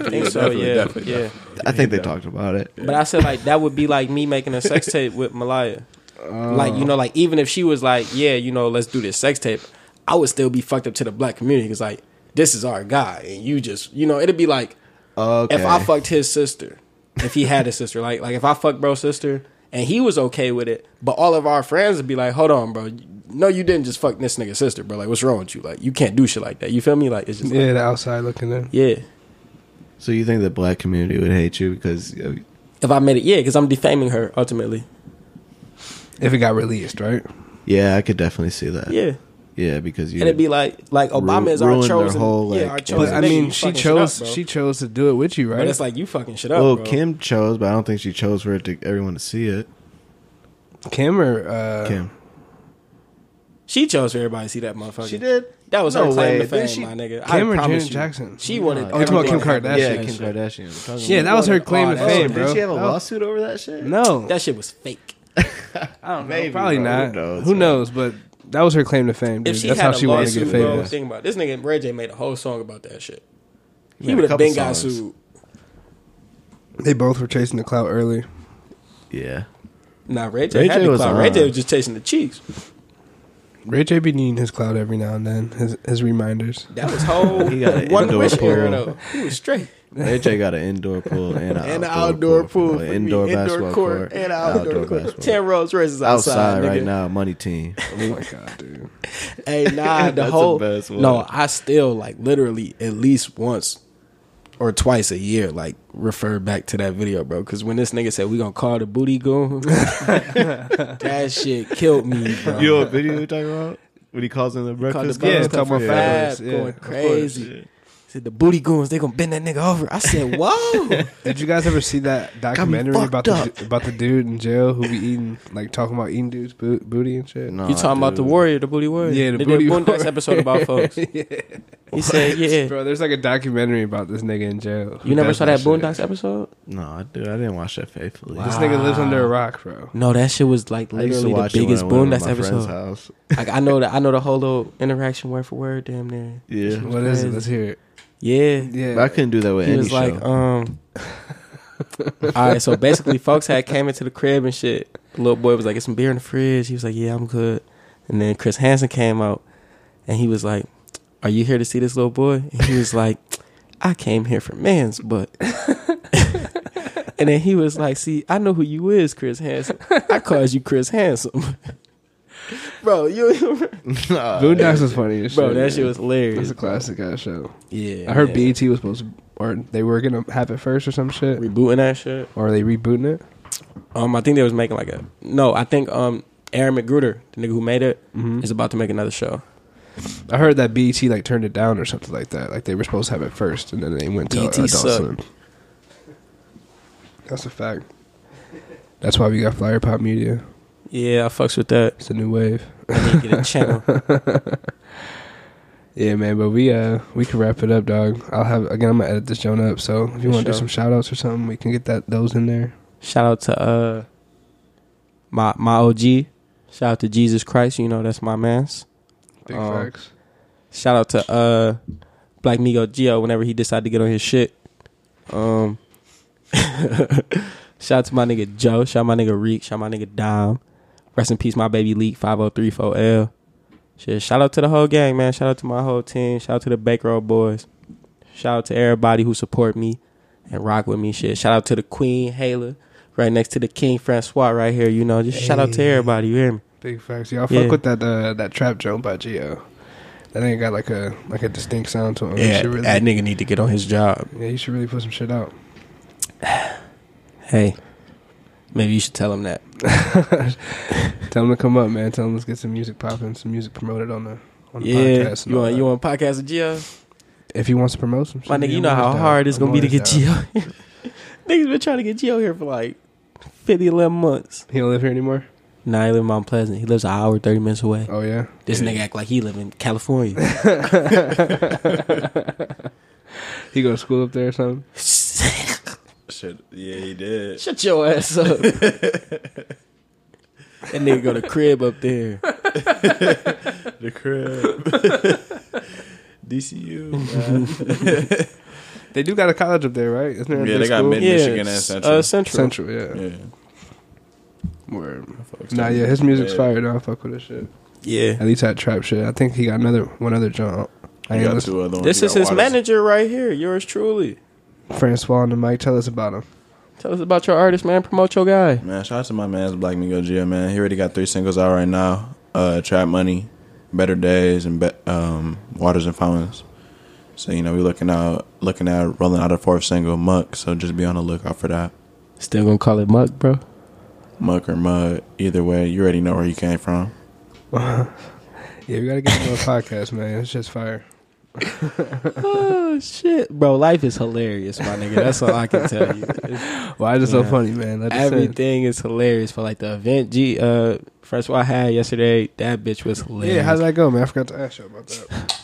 [SPEAKER 1] think so.
[SPEAKER 4] definitely,
[SPEAKER 1] yeah,
[SPEAKER 4] definitely,
[SPEAKER 1] yeah.
[SPEAKER 2] I think they talked about it.
[SPEAKER 1] But I said like that would be like me making a sex tape with Malaya. Like you know, like even if she was like, yeah, you know, let's do this sex tape, I would still be fucked up to the black community because like this is our guy, and you just you know it'd be like
[SPEAKER 2] Okay.
[SPEAKER 1] if I fucked his sister, if he had a sister, like like if I fucked bro's sister and he was okay with it, but all of our friends would be like, hold on, bro, no, you didn't just fuck this nigga's sister, bro. Like what's wrong with you? Like you can't do shit like that. You feel me? Like it's just like,
[SPEAKER 3] yeah, the outside looking in.
[SPEAKER 1] yeah.
[SPEAKER 2] so you think the black community would hate you because uh,
[SPEAKER 1] If I made it, yeah, because I'm defaming her ultimately.
[SPEAKER 3] If it got released, right?
[SPEAKER 2] yeah, I could definitely see that.
[SPEAKER 1] Yeah.
[SPEAKER 2] Yeah, because you
[SPEAKER 1] And it'd be like like Obama is our
[SPEAKER 2] ruin their
[SPEAKER 1] chosen.
[SPEAKER 2] whole,
[SPEAKER 1] yeah,
[SPEAKER 2] like,
[SPEAKER 1] our chosen.
[SPEAKER 3] But I
[SPEAKER 1] nigga.
[SPEAKER 3] mean,
[SPEAKER 1] You
[SPEAKER 3] she
[SPEAKER 1] fucking shit
[SPEAKER 3] chose.
[SPEAKER 1] up, bro.
[SPEAKER 3] she chose to do it with you, right?
[SPEAKER 1] But it's like you fucking shit up.
[SPEAKER 2] well,
[SPEAKER 1] bro.
[SPEAKER 2] Kim chose, but I don't think she chose for it to everyone to see it.
[SPEAKER 3] Kim or uh,
[SPEAKER 2] Kim.
[SPEAKER 1] She chose for everybody to see that motherfucker.
[SPEAKER 2] She did.
[SPEAKER 1] That was
[SPEAKER 2] No
[SPEAKER 1] her claim
[SPEAKER 2] way.
[SPEAKER 1] to fame,
[SPEAKER 2] Didn't she-
[SPEAKER 1] my nigga. I
[SPEAKER 3] Kim or
[SPEAKER 1] promise
[SPEAKER 3] Janet
[SPEAKER 1] you.
[SPEAKER 3] Jackson?
[SPEAKER 1] She wanted.
[SPEAKER 2] Oh, you're
[SPEAKER 3] talking about
[SPEAKER 1] everything
[SPEAKER 3] Kim
[SPEAKER 1] to happen.
[SPEAKER 3] Kardashian.
[SPEAKER 2] yeah, Kim Kardashian. I'm talking
[SPEAKER 3] Yeah,
[SPEAKER 2] about-
[SPEAKER 3] that was her
[SPEAKER 1] wanted
[SPEAKER 3] claim
[SPEAKER 1] all
[SPEAKER 3] to
[SPEAKER 1] that
[SPEAKER 2] Oh,
[SPEAKER 3] fame,
[SPEAKER 1] shit.
[SPEAKER 2] did
[SPEAKER 3] bro.
[SPEAKER 2] she have a
[SPEAKER 3] Oh.
[SPEAKER 2] lawsuit over that shit?
[SPEAKER 3] No,
[SPEAKER 1] That shit was fake.
[SPEAKER 3] I don't know.
[SPEAKER 2] Maybe,
[SPEAKER 3] Probably
[SPEAKER 2] bro. Who
[SPEAKER 3] not. Who knows,
[SPEAKER 2] knows, man?
[SPEAKER 3] But that was her claim to fame. Dude.
[SPEAKER 1] If she
[SPEAKER 3] That's
[SPEAKER 1] had a
[SPEAKER 3] how she wanted to
[SPEAKER 1] lawsuit,
[SPEAKER 3] get
[SPEAKER 1] bro,
[SPEAKER 3] famous.
[SPEAKER 1] think about it. this nigga Ray J made a whole song about that shit. He
[SPEAKER 2] made a
[SPEAKER 1] would have
[SPEAKER 2] couple
[SPEAKER 1] been got
[SPEAKER 2] songs.
[SPEAKER 1] sued.
[SPEAKER 3] They both were chasing the clout early.
[SPEAKER 2] Yeah.
[SPEAKER 1] Nah, Ray J
[SPEAKER 2] Ray
[SPEAKER 1] had
[SPEAKER 2] J
[SPEAKER 1] the
[SPEAKER 2] was
[SPEAKER 1] clout. Ray J
[SPEAKER 2] on.
[SPEAKER 1] was just chasing the cheeks.
[SPEAKER 3] Ray J be needing his clout every now and then. His his reminders.
[SPEAKER 1] That was whole
[SPEAKER 2] He got an
[SPEAKER 1] one
[SPEAKER 2] indoor
[SPEAKER 1] wish era
[SPEAKER 2] pool.
[SPEAKER 1] though. He was straight.
[SPEAKER 2] AJ got an indoor pool and an
[SPEAKER 1] And a outdoor
[SPEAKER 2] outdoor,
[SPEAKER 1] pool.
[SPEAKER 2] An
[SPEAKER 1] for
[SPEAKER 2] indoor
[SPEAKER 1] me.
[SPEAKER 2] basketball
[SPEAKER 1] indoor
[SPEAKER 2] court,
[SPEAKER 1] court, and a outdoor, court.
[SPEAKER 2] basketball
[SPEAKER 1] Ten Rose races outside,
[SPEAKER 2] Outside right
[SPEAKER 1] nigga.
[SPEAKER 2] now, money team.
[SPEAKER 3] Oh my god, dude.
[SPEAKER 1] Hey, nah, the
[SPEAKER 2] That's the
[SPEAKER 1] whole
[SPEAKER 2] best one.
[SPEAKER 1] no. I still like literally at least once or twice a year like refer back to that video, bro. Because when this nigga said we gonna call the booty goon, that shit killed me, bro.
[SPEAKER 2] You know what video we talking about? When he calls in the breakfast
[SPEAKER 1] Called the
[SPEAKER 2] club?
[SPEAKER 3] Yeah, talking about
[SPEAKER 1] Fab
[SPEAKER 3] fabulous, yeah,
[SPEAKER 1] going
[SPEAKER 3] of course,
[SPEAKER 1] crazy. Said the booty goons, they gonna bend that nigga over. I said, whoa.
[SPEAKER 3] Did you guys ever see that documentary
[SPEAKER 2] fucked
[SPEAKER 3] about the
[SPEAKER 2] up.
[SPEAKER 3] about the dude in jail who be eating like talking about eating dudes boot, booty and shit?
[SPEAKER 2] Nah,
[SPEAKER 1] You talking about the
[SPEAKER 2] dude.
[SPEAKER 1] warrior, the booty warrior?
[SPEAKER 3] Yeah, the
[SPEAKER 1] they
[SPEAKER 3] booty
[SPEAKER 1] did a Boondocks
[SPEAKER 3] warrior.
[SPEAKER 1] episode about folks. He said, yeah.
[SPEAKER 3] Bro, there's like a documentary about this nigga in jail. who
[SPEAKER 1] You never
[SPEAKER 3] does
[SPEAKER 1] saw that
[SPEAKER 3] shit.
[SPEAKER 1] Boondocks episode?
[SPEAKER 2] No, I do. I didn't watch that faithfully.
[SPEAKER 3] This nigga lives under a rock, bro.
[SPEAKER 1] No, that shit was like
[SPEAKER 2] I used to
[SPEAKER 1] literally the
[SPEAKER 2] watch
[SPEAKER 1] biggest
[SPEAKER 2] it when I went over
[SPEAKER 1] Boondocks
[SPEAKER 2] my friend's
[SPEAKER 1] episode.
[SPEAKER 2] house.
[SPEAKER 1] Like I know that I know the whole little interaction word for word, damn near.
[SPEAKER 2] Yeah,
[SPEAKER 3] What is
[SPEAKER 1] crazy.
[SPEAKER 3] it? Let's hear it.
[SPEAKER 1] Yeah.
[SPEAKER 3] Yeah,
[SPEAKER 2] but I couldn't do that with
[SPEAKER 1] He
[SPEAKER 2] any
[SPEAKER 1] was like,
[SPEAKER 2] show.
[SPEAKER 1] um All right, so basically folks had came into the crib and shit. The little boy was like, Get some beer in the fridge. He was like, Yeah, I'm good. And then Chris Hansen came out and he was like, Are you here to see this little boy? And he was like, I came here for man's butt. and then he was like, See, I know who you is, Chris Hansen. I called you Chris Handsome. Bro, you
[SPEAKER 3] Boondocks was funny as shit.
[SPEAKER 1] Bro, that shit was
[SPEAKER 3] That's
[SPEAKER 1] hilarious.
[SPEAKER 3] a classic ass show.
[SPEAKER 1] Yeah.
[SPEAKER 3] I heard
[SPEAKER 1] man.
[SPEAKER 3] BET was supposed to, or they were gonna have it first or some shit,
[SPEAKER 1] rebooting that shit.
[SPEAKER 3] or are they rebooting it?
[SPEAKER 1] Um, I think they was making like a no. I think um Aaron Magruder, the nigga who made it, is about to make another show.
[SPEAKER 3] I heard that BET like turned it down or something like that. Like they were supposed to have it first, and then they went to
[SPEAKER 1] BET
[SPEAKER 3] Adult
[SPEAKER 1] E sucked.
[SPEAKER 3] Swim. That's a fact. That's why we got Flyer Pop Media.
[SPEAKER 1] Yeah, I fucks with that.
[SPEAKER 3] It's a new wave.
[SPEAKER 1] I need to get a channel.
[SPEAKER 3] Yeah, man. But we uh we can wrap it up, dog. I'll have again. I'm gonna edit this joint up. So if you
[SPEAKER 1] For
[SPEAKER 3] want to do
[SPEAKER 1] sure.
[SPEAKER 3] some shout outs or something, we can get that those in there.
[SPEAKER 1] Shout out to uh my my OG. Shout out to Jesus Christ. You know that's my man's.
[SPEAKER 3] Big
[SPEAKER 1] Um,
[SPEAKER 3] facts.
[SPEAKER 1] Shout out to uh Black Migo Geo whenever he decided to get on his shit. Um Shout out to my nigga Joe, shout out my nigga Reek, shout out my nigga Dom. Rest in peace, my baby Leak 5034L. Shit, shout out to the whole gang, man. Shout out to my whole team. Shout out to the Bankroll boys. Shout out to everybody who support me and rock with me. Shit. Shout out to the Queen Hala right next to the King Francois right here. You know, just shout out to
[SPEAKER 3] Hey.
[SPEAKER 1] everybody. You hear me?
[SPEAKER 3] Big facts. Y'all
[SPEAKER 1] Yeah.
[SPEAKER 3] fuck with that uh, that trap joint by Geo. That ain't got like a like a distinct sound to him. You should really,
[SPEAKER 1] nigga need to get on his job.
[SPEAKER 3] yeah, you should really put some shit out.
[SPEAKER 1] Hey, maybe you should tell him that.
[SPEAKER 3] Tell him to come up, man. Tell him let's get some music popping, some music promoted on the on the
[SPEAKER 1] Yeah,
[SPEAKER 3] podcast. and
[SPEAKER 1] you
[SPEAKER 3] all
[SPEAKER 1] want
[SPEAKER 3] that.
[SPEAKER 1] you want podcast with Geo?
[SPEAKER 3] if he wants to promote some shit.
[SPEAKER 1] My nigga,
[SPEAKER 3] yeah,
[SPEAKER 1] you
[SPEAKER 3] I'm
[SPEAKER 1] know how
[SPEAKER 3] always down.
[SPEAKER 1] hard it's
[SPEAKER 3] I'm
[SPEAKER 1] gonna be to
[SPEAKER 3] always
[SPEAKER 1] get
[SPEAKER 3] down.
[SPEAKER 1] Geo. Niggas been trying to get Geo here for like 50, 11 months.
[SPEAKER 3] He don't live here anymore.
[SPEAKER 1] Nah, he live in Mount Pleasant. He lives an hour, thirty minutes away.
[SPEAKER 3] Oh yeah.
[SPEAKER 1] This nigga act like he live in California.
[SPEAKER 3] He go to school up there or something.
[SPEAKER 1] Shut
[SPEAKER 4] Shit, yeah, he did.
[SPEAKER 1] your ass up. that nigga go to crib up there.
[SPEAKER 4] The crib. DCU.
[SPEAKER 3] They do got a college up there, right? Isn't there? a
[SPEAKER 4] Yeah,
[SPEAKER 3] big
[SPEAKER 4] they got
[SPEAKER 3] school?
[SPEAKER 4] mid-
[SPEAKER 1] yeah,
[SPEAKER 4] Michigan and
[SPEAKER 1] s-
[SPEAKER 4] Central.
[SPEAKER 1] Uh, Central.
[SPEAKER 3] Central, yeah.
[SPEAKER 4] yeah.
[SPEAKER 3] Word.
[SPEAKER 4] Fucks
[SPEAKER 3] Nah,
[SPEAKER 4] up.
[SPEAKER 3] yeah, his music's
[SPEAKER 4] Yeah.
[SPEAKER 3] fired. I fuck with his shit.
[SPEAKER 1] Yeah.
[SPEAKER 3] At least that trap shit. I think he got another one other joint. I
[SPEAKER 4] He
[SPEAKER 3] ain't
[SPEAKER 4] got
[SPEAKER 3] listen.
[SPEAKER 4] two other ones.
[SPEAKER 1] This
[SPEAKER 4] He
[SPEAKER 1] is
[SPEAKER 4] got
[SPEAKER 1] his
[SPEAKER 4] Waters.
[SPEAKER 1] manager right here. Yours truly.
[SPEAKER 3] Francois and the mic. Tell us about him.
[SPEAKER 1] Tell us about your artist, man. Promote your guy.
[SPEAKER 4] Man, shout out to my man's Black Migo Gio, man. He already got three singles out right now. Uh Trap Money, Better Days, and Be- um Waters and Fountains. So, you know, we're looking out looking at rolling out a fourth single, Muck, so just be on the lookout for that.
[SPEAKER 1] Still gonna call it Muck, bro.
[SPEAKER 4] Muck or Mud, either way, you already know where he came from.
[SPEAKER 3] yeah, we gotta get him on a podcast, man. It's just fire.
[SPEAKER 1] oh shit, bro! Life is hilarious, my nigga. That's all I can tell you. It's-
[SPEAKER 3] Why is it so
[SPEAKER 1] Yeah.
[SPEAKER 3] funny, man? Like I said,
[SPEAKER 1] everything is hilarious for like the event. G, uh, first one I had yesterday, that bitch was hilarious.
[SPEAKER 3] Yeah, how'd that go, man? I forgot to ask you about that.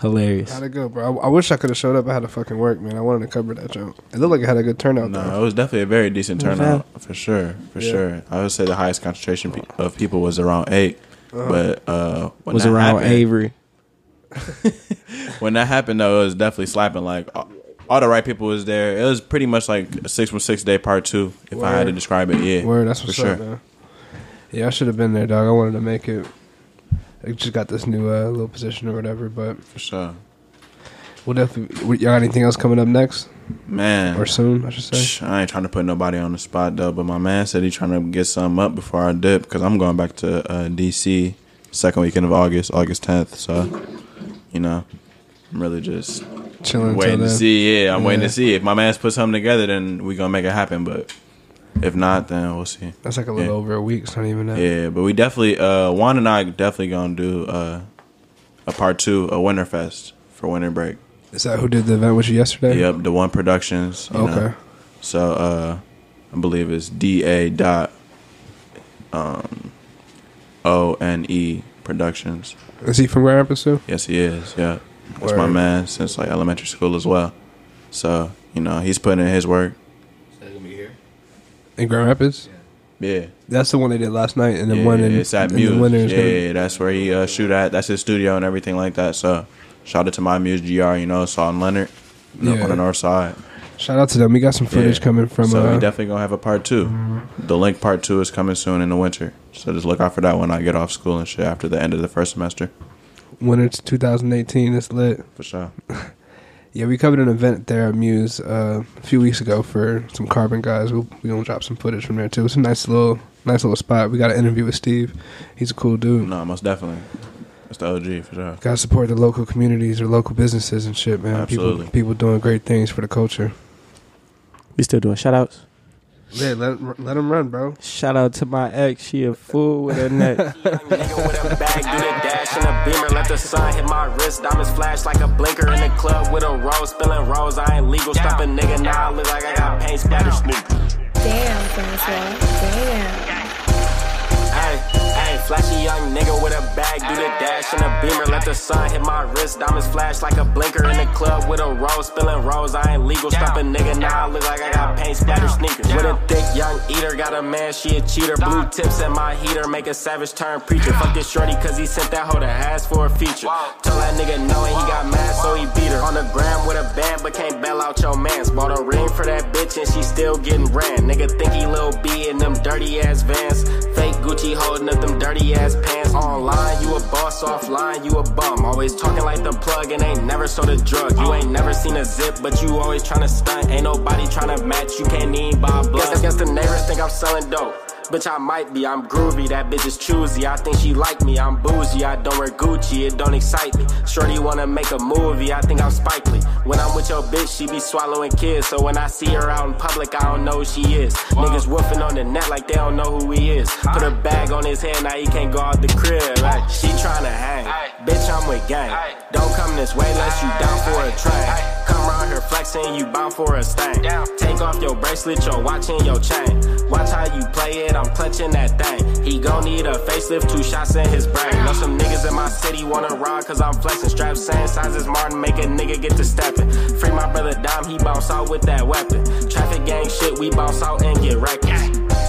[SPEAKER 1] hilarious.
[SPEAKER 3] How'd it go, bro? I, I wish I could have showed up. I had to fucking work, man. I wanted to cover that joke. It looked like it had a good turnout,
[SPEAKER 4] No, it was definitely a very decent
[SPEAKER 1] What was
[SPEAKER 4] turnout for sure, for
[SPEAKER 3] Yeah.
[SPEAKER 4] sure. I would say the highest concentration pe- of people was around eight,
[SPEAKER 3] Uh-huh.
[SPEAKER 4] but uh, when
[SPEAKER 1] was
[SPEAKER 4] that
[SPEAKER 1] around
[SPEAKER 4] happened-
[SPEAKER 1] Avery.
[SPEAKER 4] When that happened, though, it was definitely slapping. Like all, all the right people was there. It was pretty much like a six one six day part two, if I had to
[SPEAKER 3] Word.
[SPEAKER 4] describe it. Yeah,
[SPEAKER 3] though. Word, that's
[SPEAKER 4] for
[SPEAKER 3] what's
[SPEAKER 4] sure.
[SPEAKER 3] up, man. Yeah, I should have been there, dog. I wanted to make it. I just got this new uh, little position or whatever, but
[SPEAKER 4] for sure.
[SPEAKER 3] we'll definitely. we- Y'all got anything else coming up next
[SPEAKER 4] Man,
[SPEAKER 3] or soon? I should say.
[SPEAKER 4] Shh, I ain't trying to put nobody on the spot though, but my man said he trying to get something up before I dip because I'm going back to uh, DC second weekend of August, August 10th. So, you know, I'm really just
[SPEAKER 3] Chilling until
[SPEAKER 4] waiting to
[SPEAKER 3] then.
[SPEAKER 4] see. Yeah, I'm waiting to
[SPEAKER 3] Yeah.
[SPEAKER 4] see if my man's put something together, then we gonna make it happen. But if not, then we'll see.
[SPEAKER 3] That's like a little
[SPEAKER 4] Yeah.
[SPEAKER 3] over a week. It's not even that.
[SPEAKER 4] Yeah, but we definitely uh, Juan and I definitely gonna do uh, a part two, a Winterfest for winter break.
[SPEAKER 3] Is that who did the event with you yesterday?
[SPEAKER 4] Yep, the One Productions. you know.
[SPEAKER 3] Okay.
[SPEAKER 4] So uh I believe it's D A dot um O N E Productions.
[SPEAKER 3] Is he from Grand Rapids too?
[SPEAKER 4] Yes he is, yeah. That's my
[SPEAKER 3] Word.
[SPEAKER 4] man since like elementary school as well. So, you know, he's putting in his work.
[SPEAKER 3] In Grand Rapids.
[SPEAKER 4] Yeah.
[SPEAKER 3] That's the one they did last night, and then
[SPEAKER 4] yeah
[SPEAKER 3] one in
[SPEAKER 4] it's at
[SPEAKER 3] and then
[SPEAKER 4] Muse.
[SPEAKER 3] one in-
[SPEAKER 4] yeah, that's where he uh, shoot at. That's his studio and everything like that. So shout out to my Muse GR, you know, Sean Leonard. you know,
[SPEAKER 3] Yeah.
[SPEAKER 4] on the north side.
[SPEAKER 3] Shout out to them. We got some footage
[SPEAKER 4] Yeah.
[SPEAKER 3] coming from.
[SPEAKER 4] So we
[SPEAKER 3] uh, Mm-hmm.
[SPEAKER 4] definitely gonna have a part two. The link part two is coming soon in the winter. So just look out for that when I get off school and shit after the end of the first semester.
[SPEAKER 3] winter 2018. It's lit.
[SPEAKER 4] For sure.
[SPEAKER 3] Yeah, we covered an event there at Muse uh, a few weeks ago for some Carbon guys. We'll, we gonna drop some footage from there too. It's a nice little, nice little spot. We got an interview with Steve. He's a cool dude.
[SPEAKER 4] No, most definitely. It's the OG for sure.
[SPEAKER 3] Gotta support the local communities or local businesses and shit, man.
[SPEAKER 4] Absolutely.
[SPEAKER 3] People, people doing great things for the culture.
[SPEAKER 1] We still doing shout outs.
[SPEAKER 3] Yeah, let let them run, bro.
[SPEAKER 1] Shout out to my ex. She a fool with her neck.
[SPEAKER 5] Nigga with a bag, do the dash in a beamer. Let the sun hit my wrist. Diamonds flash like a blinker in the club with a rose. Spilling rose, I ain't legal. Stop a nigga now. I look like I got paint splatter sneakers.
[SPEAKER 6] Damn, Francois. Damn.
[SPEAKER 5] Ayy, ayy, flashy young nigga with a bag, do the dash in a beamer. Let the sun hit my wrist, diamonds flash like a blinker in the club with a rose, spilling rose. I ain't legal, stop a nigga now. I look like I got paint splatter sneakers. With a thick young eater, got a man, she a cheater. Blue tips in my heater, make a savage turn preacher. Fuck this shorty, cause he sent that hoe to ask for a feature. Tell that nigga no, and he got mad, so he beat her. On the gram with a band, but can't bail out your mans. Bought a ring for that bitch, and she still getting ran. Nigga think he Lil B in them dirty ass vans. Fake Gucci holding up them dirty ass pants. Online, you a boss, offline, you a bum. Always talking like the plug and ain't never sold a drug. You ain't never seen a zip, but you always tryna stunt. Ain't nobody tryna match, you can't even buy a blunt. Guess, guess the neighbors think I'm selling dope. Bitch, I might be, I'm groovy, that bitch is choosy. I think she like me, I'm bougie, I don't wear Gucci, it don't excite me. Shorty wanna make a movie, I think I'm Spike Lee. When I'm with your bitch, she be swallowing kids. So when I see her out in public, I don't know who she is. Niggas woofing on the net like they don't know who he is. Put a bag on his head, now he can't go out the crib. Like, she tryna hang. Bitch, I'm with gang. Don't come this way unless you down for a train. Come round here flexing, you bound for a stain. Take off your bracelet, your watch and your chain. Watch how you play it, I'm clutching that thing. He gon' need a facelift, two shots in his brain. Know some niggas in my city wanna ride cause I'm flexing. Straps same size as Martin, make a nigga get to stepping. Free my brother Dom, he bounce out with that weapon. Traffic gang shit, we bounce out and get reckless.